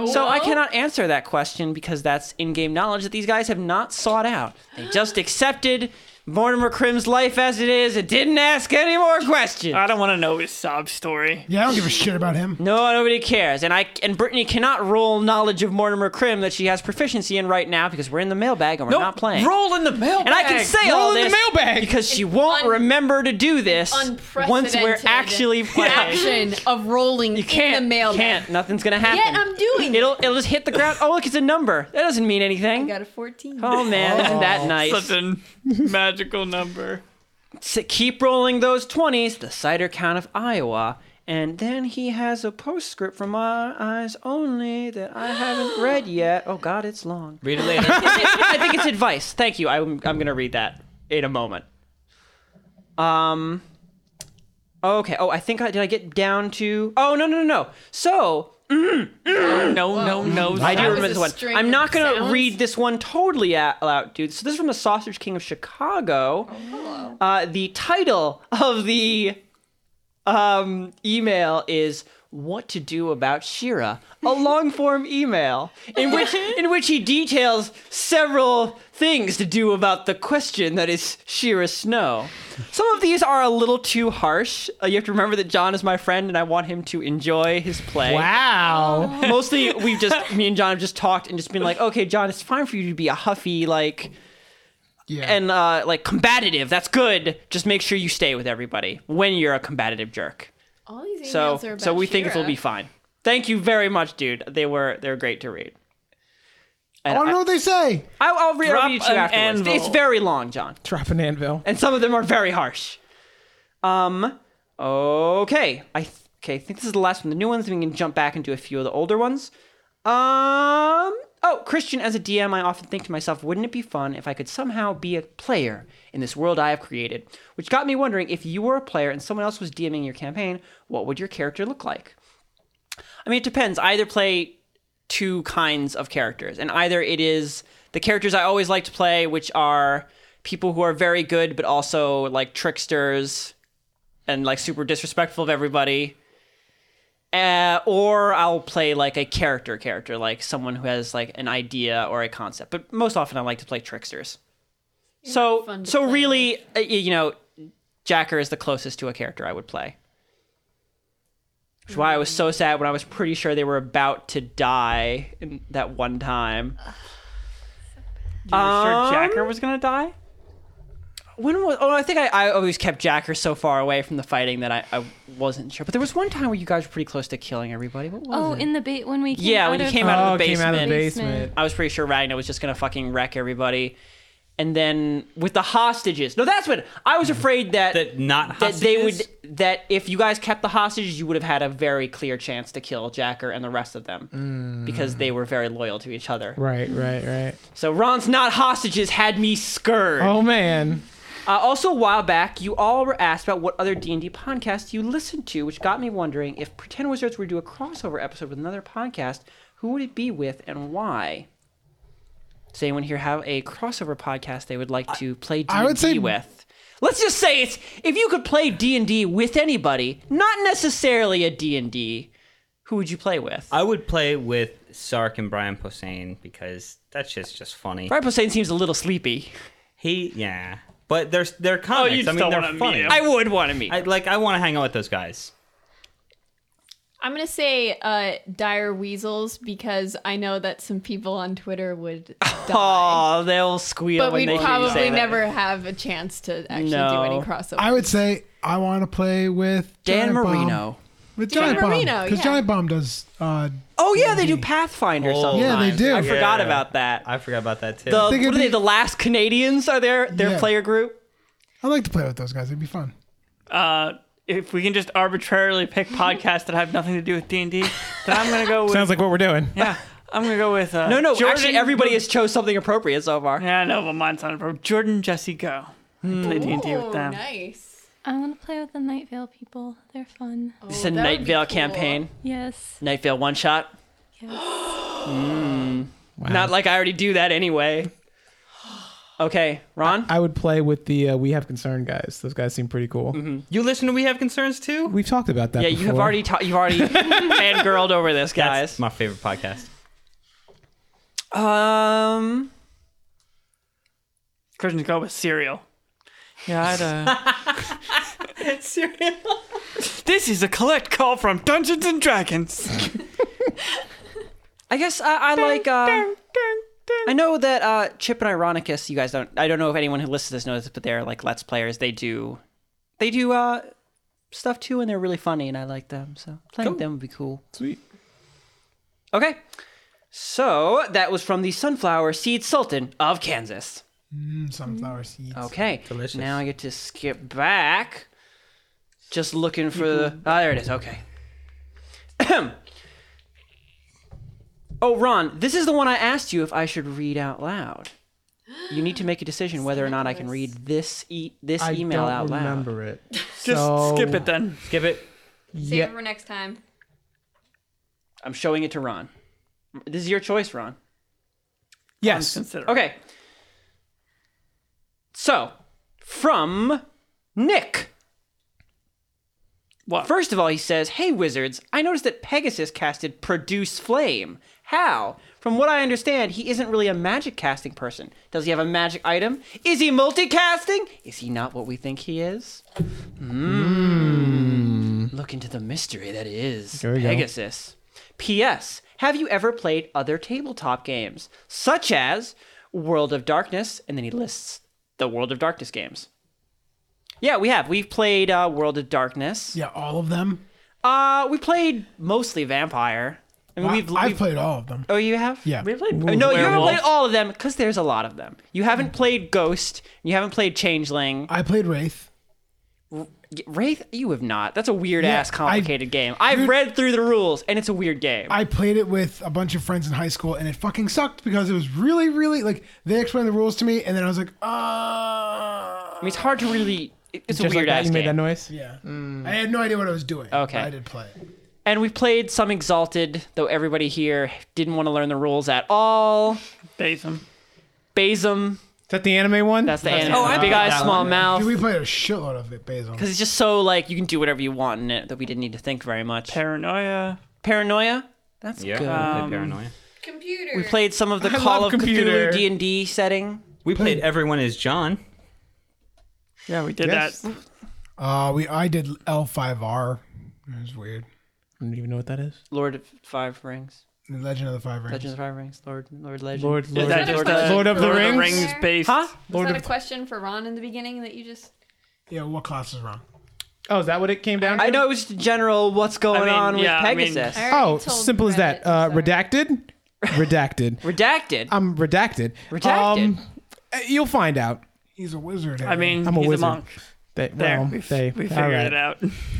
So I cannot answer that question because that's in-game knowledge that these guys have not sought out. They just accepted Mortimer Crim's life as it is and didn't ask any more questions. I don't want to know his sob story. Yeah, I don't give a shit about him. No, nobody cares. And I and Brittany cannot roll knowledge of Mortimer Crim that she has proficiency in right now because we're in the mailbag and we're not playing. Roll in the mailbag. and I can say all in the this mailbag. because she won't un- remember to do this once we're Unprecedented actually playing. action of rolling You can't. in the mail. Can't. Nothing's gonna happen. Yet I'm doing it. It'll it'll just hit the ground. Oh look, it's a number. That doesn't mean anything. I got a 14. Oh man, isn't that nice? Such a magical number. So keep rolling those 20s, the cider count of Iowa. And then he has a postscript from our eyes only that I haven't read yet. Oh God, it's long. Read it later. I think it's advice. Thank you. I'm, I'm gonna read that in a moment. Um. Okay. Oh, I think I did. I get down to. Oh no no no no. So No, no, no. I do That was remember a this one. string I'm not of gonna sounds. read this one totally out loud, dude. So this is from the Sausage King of Chicago. Uh, the title of the um, email is "What to Do About Shira," a long form email in which in which he details several things to do about the question that is Shira Snow. Some of these are a little too harsh. Uh, you have to remember that John is my friend, and I want him to enjoy his play Wow. mostly we've just me and John have just talked and just been like, okay, John, it's fine for you to be a huffy, like Yeah. and uh like combative. That's good. Just make sure you stay with everybody when you're a combative jerk. All these emails So are about so we think it will Shira. be fine. Thank you very much, dude. They were they're great to read. I And want to know what they say. I, I'll, re- I'll Drop read it to you an afterwards. anvil. It's very long, John Drop an anvil. and some of them are very harsh. Um, okay, I th- okay, I think this is the last one. The new ones, we can jump back into a few of the older ones. Um, oh, Christian, as a DM, I often think to myself, wouldn't it be fun if I could somehow be a player in this world I have created? Which got me wondering if you were a player and someone else was DMing your campaign, what would your character look like? I mean, it depends. I either play two kinds of characters, and either it is the characters I always like to play, which are people who are very good but also like tricksters and like super disrespectful of everybody. Uh, or I'll play like a character character, like someone who has like an idea or a concept. But most often, I like to play tricksters. so, fun to so play really, uh, y- you know, Jacker is the closest to a character I would play. Which is why I was so sad when I was pretty sure they were about to die in that one time. You were Um, sure Jacker was gonna die? When was? Oh, I think I, I always kept Jacker so far away from the fighting that I, I wasn't sure. But there was one time where you guys were pretty close to killing everybody. What was Oh, it? in the bait when we came Yeah, out when you of came out of the oh, came out of the basement. basement. I was pretty sure Ragnar was just gonna fucking wreck everybody, and then with the hostages. No, that's what I was afraid that That not that they hostages? would that if you guys kept the hostages, you would have had a very clear chance to kill Jacker and the rest of them because they were very loyal to each other. Right, right, right. So Ron's not hostages had me scared. Oh man. Uh, also, a while back, you all were asked about what other D and D podcasts you listened to, which got me wondering if Pretend Wizards were to do a crossover episode with another podcast, who would it be with and why? Does anyone here have a crossover podcast they would like to play D I and would say- D with? Let's just say it's if you could play D and D with anybody, not necessarily a D and D, who would you play with? I would play with Sark and Brian Posehn because that shit's just funny. Brian Posehn seems a little sleepy. He, yeah, but there's they're comics. I mean, they're funny. I would want to meet. I, like I want to hang out with those guys. I'm gonna say uh, dire weasels because I know that some people on Twitter would die, oh, they'll squeal but when they we'd hear you say probably that. never have a chance to actually do any No. crossover. I would say I want to play with Dan Giant Bomb. Marino. With Giant Marino, Bomb, because yeah. Giant Bomb does. Uh, Oh yeah, they do Pathfinder sometimes. Oh, Yeah, they do. I forgot Yeah. about that. I forgot about that too. The, what think are it'd they? be- The last Canadians are their their Yeah. player group. I like to play with those guys. It'd be fun. Uh, if we can just arbitrarily pick podcasts that have nothing to do with D and D, then I'm gonna go with. Sounds like what we're doing. yeah, I'm gonna go with. Uh, No, no. Jordan, Actually, everybody has chose something appropriate so far. Oh, Yeah, I know, but mine's not appropriate. Jordan, Jesse, go. I Play D and D Oh, with them. nice. I want to play with the Night Vale people. They're fun. It's Oh, a that Night would be Vale cool. campaign. Yes. Night Vale one shot. Yes. Not like I already do that anyway. Okay, Ron. I would play with the uh, We Have Concern guys. Those guys seem pretty cool. you listen to We Have Concerns too. We've talked about that. yeah, you have before. already ta- you've already fangirled over this, guys. That's my favorite podcast. um, Christian, go with cereal. Yeah, I'd. Uh... uh, cereal. This is a collect call from Dungeons and Dragons. I guess I, I like. Uh, I know that uh, Chip and Ironicus, you guys don't. I don't know if anyone who listens to this knows, this, but they're like Let's Players. They do, they do uh, stuff too, and they're really funny, and I like them. So playing with them would be cool. Sweet. Okay, so that was from the Sunflower Seed Sultan of Kansas. Mm, sunflower seeds. Mm-hmm. Okay, Delicious. Now I get to skip back. Just looking for Mm-hmm. the. Ah, there it is. Okay. Ahem. oh, Ron, this is the one I asked you if I should read out loud. You need to make a decision whether or not I can read this e- this I email don't out loud. remember it. Just So- skip it then. Give it. Save Yeah. it for next time. I'm showing it to Ron. This is your choice, Ron. Yes. Consider. Okay. So, from Nick. What? First of all, he says, Hey, wizards, I noticed that Pegasus casted Produce Flame. How? From what I understand, he isn't really a magic casting person. Does he have a magic item? Is he multicasting? Is he not what we think he is? Mmm. Look into the mystery that is Hmm. we go. Pegasus. P.S. Have you ever played other tabletop games, such as World of Darkness? And then he lists the World of Darkness games. Yeah, we have. We've played uh, World of Darkness. Yeah, all of them. Uh, we played mostly vampire. I mean, I, we've, I've we've- played all of them. Oh, you have? Yeah. We played. no, you haven't played all of them because there's a lot of them. You haven't played Ghost. You haven't played Changeling. I played Wraith. Wraith, you have not. That's a weird ass, I- complicated game. I've read through the rules, and it's a weird game. I played it with a bunch of friends in high school, and it fucking sucked because it was really, really like they explained the rules to me, and then I was like, ah. I mean, it's hard to really. it- It's Just a weird like that, ass you made game. that noise. Yeah. I had no idea what I was doing. Okay. but I did play it. and we played some Exalted, though everybody here didn't want to learn the rules at all. Basem. Basem, Is that the anime one? that's the anime. Oh, I Big played eyes, that small one. mouth. Dude, we played a shitload of it, Basil. Because it's just so like you can do whatever you want in it that we didn't need to think very much. Paranoia. Paranoia. That's Yeah. good. Um, I played Paranoia. Computer. we played some of the I Call love of computer. Cthulhu D and D setting. We played Everyone Is John. Yeah, we did Yes. that. Uh, we I did L5R. It was weird. I don't even know what that is. Lord of Five Rings, The Legend of the Five Rings. Legend of Five Rings, Lord, Lord Legend. Lord, Lord, Is that just Lord a of- Lord of the Lord Rings? based? Huh? Lord Was that of- a question for Ron in the beginning that you just? Yeah, what class is wrong? Oh, is that what it came down to? I know it was just general. What's going mean, on with yeah, I mean- Pegasus? I already Oh, told simple as Brett, that. Uh, sorry. redacted. Redacted. Redacted. I'm redacted. Redacted. Um, Uh, You'll find out. He's a wizard. I mean, I'm a he's wizard. a monk. They, There, well, we, they, we all figured right. it out.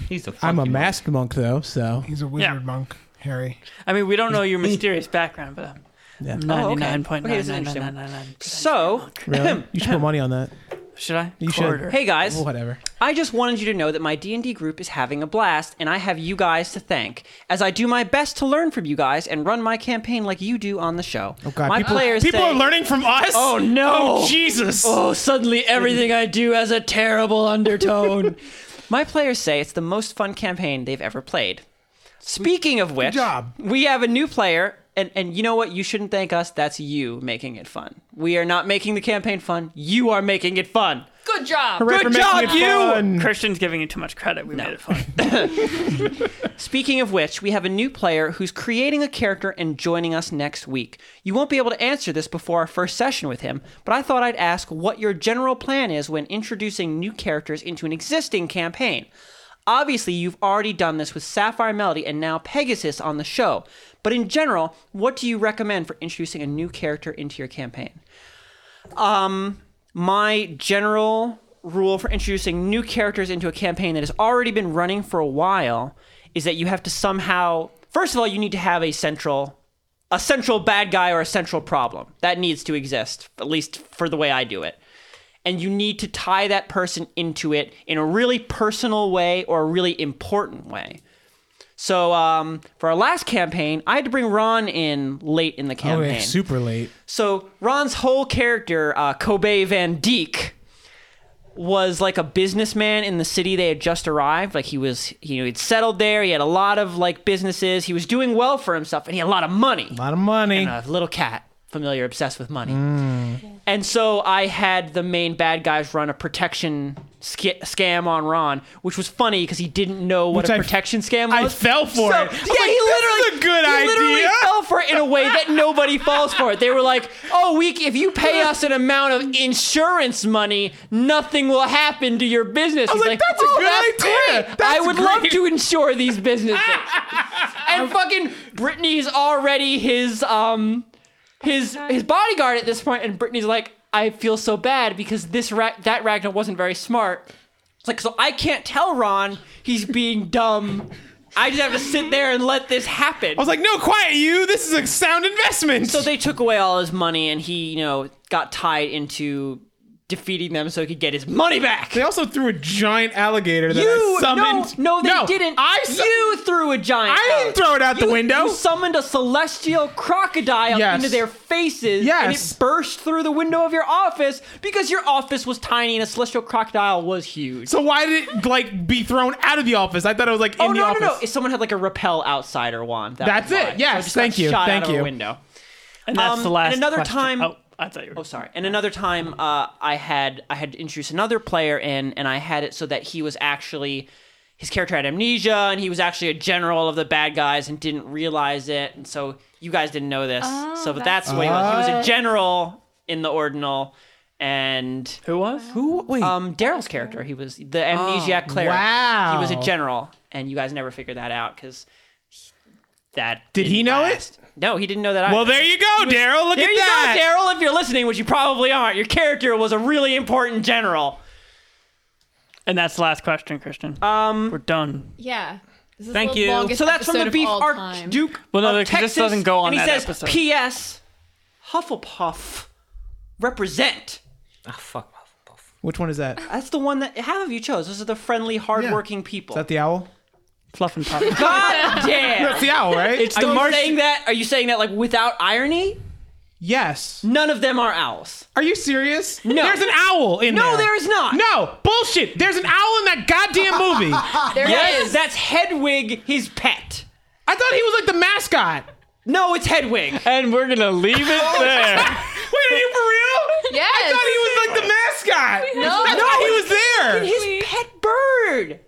He's a I'm a fucking- masked monk though, so he's a wizard monk, Harry. I mean, we don't know your mysterious background, but Yeah. I'm Oh, okay. 99.99999. So, really, you should put money on that. Should I? You should. Quarter. hey guys, Well, whatever. I just wanted you to know that my D&D group is having a blast and I have you guys to thank as I do my best to learn from you guys and run my campaign like you do on the show. Oh God, my people- players People say, are learning from us. Oh no. Oh, Jesus. Oh, suddenly everything I do has a terrible undertone. My players say it's the most fun campaign they've ever played. Speaking of which, job. we have a new player, and, and you know what? You shouldn't thank us. That's you making it fun. We are not making the campaign fun. You are making it fun. Good job. Hooray for Good making job, it you! fun. Christian's giving you too much credit. We made it fun. Speaking of which, we have a new player who's creating a character and joining us next week. You won't be able to answer this before our first session with him, but I thought I'd ask what your general plan is when introducing new characters into an existing campaign. Obviously, you've already done this with Sapphire Melody and now Pegasus on the show, but in general, what do you recommend for introducing a new character into your campaign? my general rule for introducing new characters into a campaign that has already been running for a while is that you have to somehow first of all you need to have a central a central bad guy or a central problem that needs to exist at least for the way i do it and you need to tie that person into it in a really personal way or a really important way so um, for our last campaign i had to bring ron in late in the Oh, campaign yeah, super late. so Ron's whole character, uh, Kobe Van Dijk, was like a businessman in the city they had just arrived. Like he was, you know, he'd settled there. He had a lot of like businesses. He was doing well for himself, and he had a lot of money. A lot of money. A little cat, familiar, obsessed with money. Mm. And so I had the main bad guys run a protection sca- scam on Ron, which was funny because he didn't know what Which a I- protection scam I was. fell for So- it. I was yeah, like, he "This is literally a good he literally idea." fell for it in a way that nobody falls for it. They were like, "Oh, we if you pay us an amount of insurance money, nothing will happen to your business." He's like, "That's a "Oh, good idea. great. That's I would great." love to insure these businesses." and fucking Brittany's already his um his his bodyguard at this point, and Brittany's like, I feel so bad because this ra- that Ragnar wasn't very smart. It's like, so I can't tell Ron he's being dumb. I just have to sit there and let this happen. I was like, no, quiet you. This is a sound investment. so they took away all his money, and he, you know, got tied into defeating them so he could get his money back. They also threw a giant alligator that you I summoned. no, no, they didn't. I su- you threw a giant. I didn't out. throw it out the You- window. You summoned a celestial crocodile Yes. into their faces, and Yes. it burst through the window of your office because your office was tiny and a celestial crocodile was huge. So why did it like be thrown out of the office? I thought it was like oh in the no, office. no, no! If someone had like a repel outsider wand, that That's was it. why. Yes, So it just thank got you, Shot thank out of you. a window. And that's Um, the last. and another question. time- Oh, I thought you were. Oh, sorry. And another time, uh, I had I had to introduce another player in, and I had it so that he was actually his character had amnesia, and he was actually a general of the bad guys and didn't realize it, and so you guys didn't know this. so, but that's, that's the way it was. He was a general in the ordinal, and Who was? Who? Wait. um, Daryl's character. He was the amnesiac cleric. Oh, wow. He was a general, and you guys never figured that out because that Did he didn't know it? last. No, he didn't know that. well, either. there you go, Daryl. Look There at you that. go, Daryl. If you're listening, which you probably aren't, your character was a really important general. And that's the last question, Christian. Um, we're done. Yeah. This is Thank the you. longest So that's from episode the of Beef all time. Archduke Well, no, of because this Texas, doesn't go on and he that says, episode. "P.S. Hufflepuff represent." Ah, fuck. puff, puff. Which one is that? Is That's the one that half of you chose. Those are the friendly, hardworking people. that the owl? Fluff and puff. God damn! That's the owl, right? Are you saying that? Are you saying that like without irony? yes. None of them are owls. Are you serious? No. There's an owl in there. No, there is not. No bullshit. There's an owl in that goddamn movie. I There it Yes, is. that's Hedwig, his pet. thought he was like the mascot. No, it's Hedwig. and we're gonna leave it there. Wait, are you for real? Yes. I thought he was like the mascot. No. That's why he was there. His pet bird.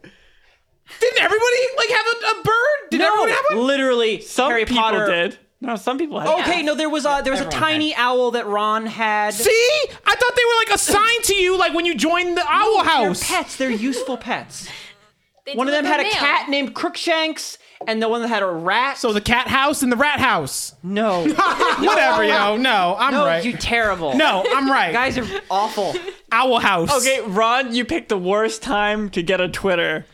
Didn't everybody like have a, a bird? Did everyone have one? literally, Some Harry people Potter did. No, some people had. Okay, no, there was a there was a tiny owl that Ron had. See, I thought they were like assigned to you, like when you joined the owl They're house. pets. They're useful pets. They One of them deliver had a mail. cat named Crookshanks, and the one that had a rat. So the cat house and the rat house. no, Whatever, yo. No, I'm no, right. you terrible. no, I'm right. guys are awful. Owl house. Okay, Ron, you picked the worst time to get a Twitter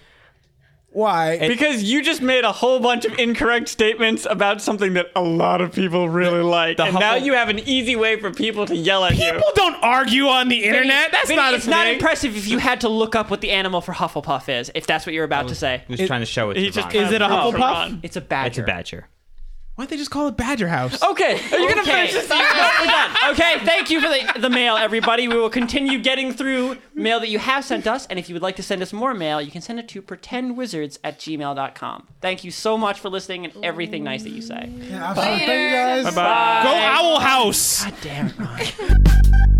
Why? because you just made a whole bunch of incorrect statements about something that a lot of people really like, and now Huffle- you have an easy way for people to yell at you. People don't argue on the internet. That's Vinny, not a it's not thing. impressive if you had to look up what the animal for Hufflepuff is, if that's what you're about to say. Who's trying to show it? He to just Ron. kinda Is it a blew Hufflepuff? Ron. It's a badger. It's a badger. Why'd they just call it Badger House? Okay, are you gonna finish this? we're done. Okay, thank you for the, the mail, everybody. We will continue getting through mail that you have sent us, and if you would like to send us more mail, you can send it to pretendwizards at gmail.com. Thank you so much for listening and everything nice that you say. Yeah, absolutely. Thank you guys. Go Owl House. Damn.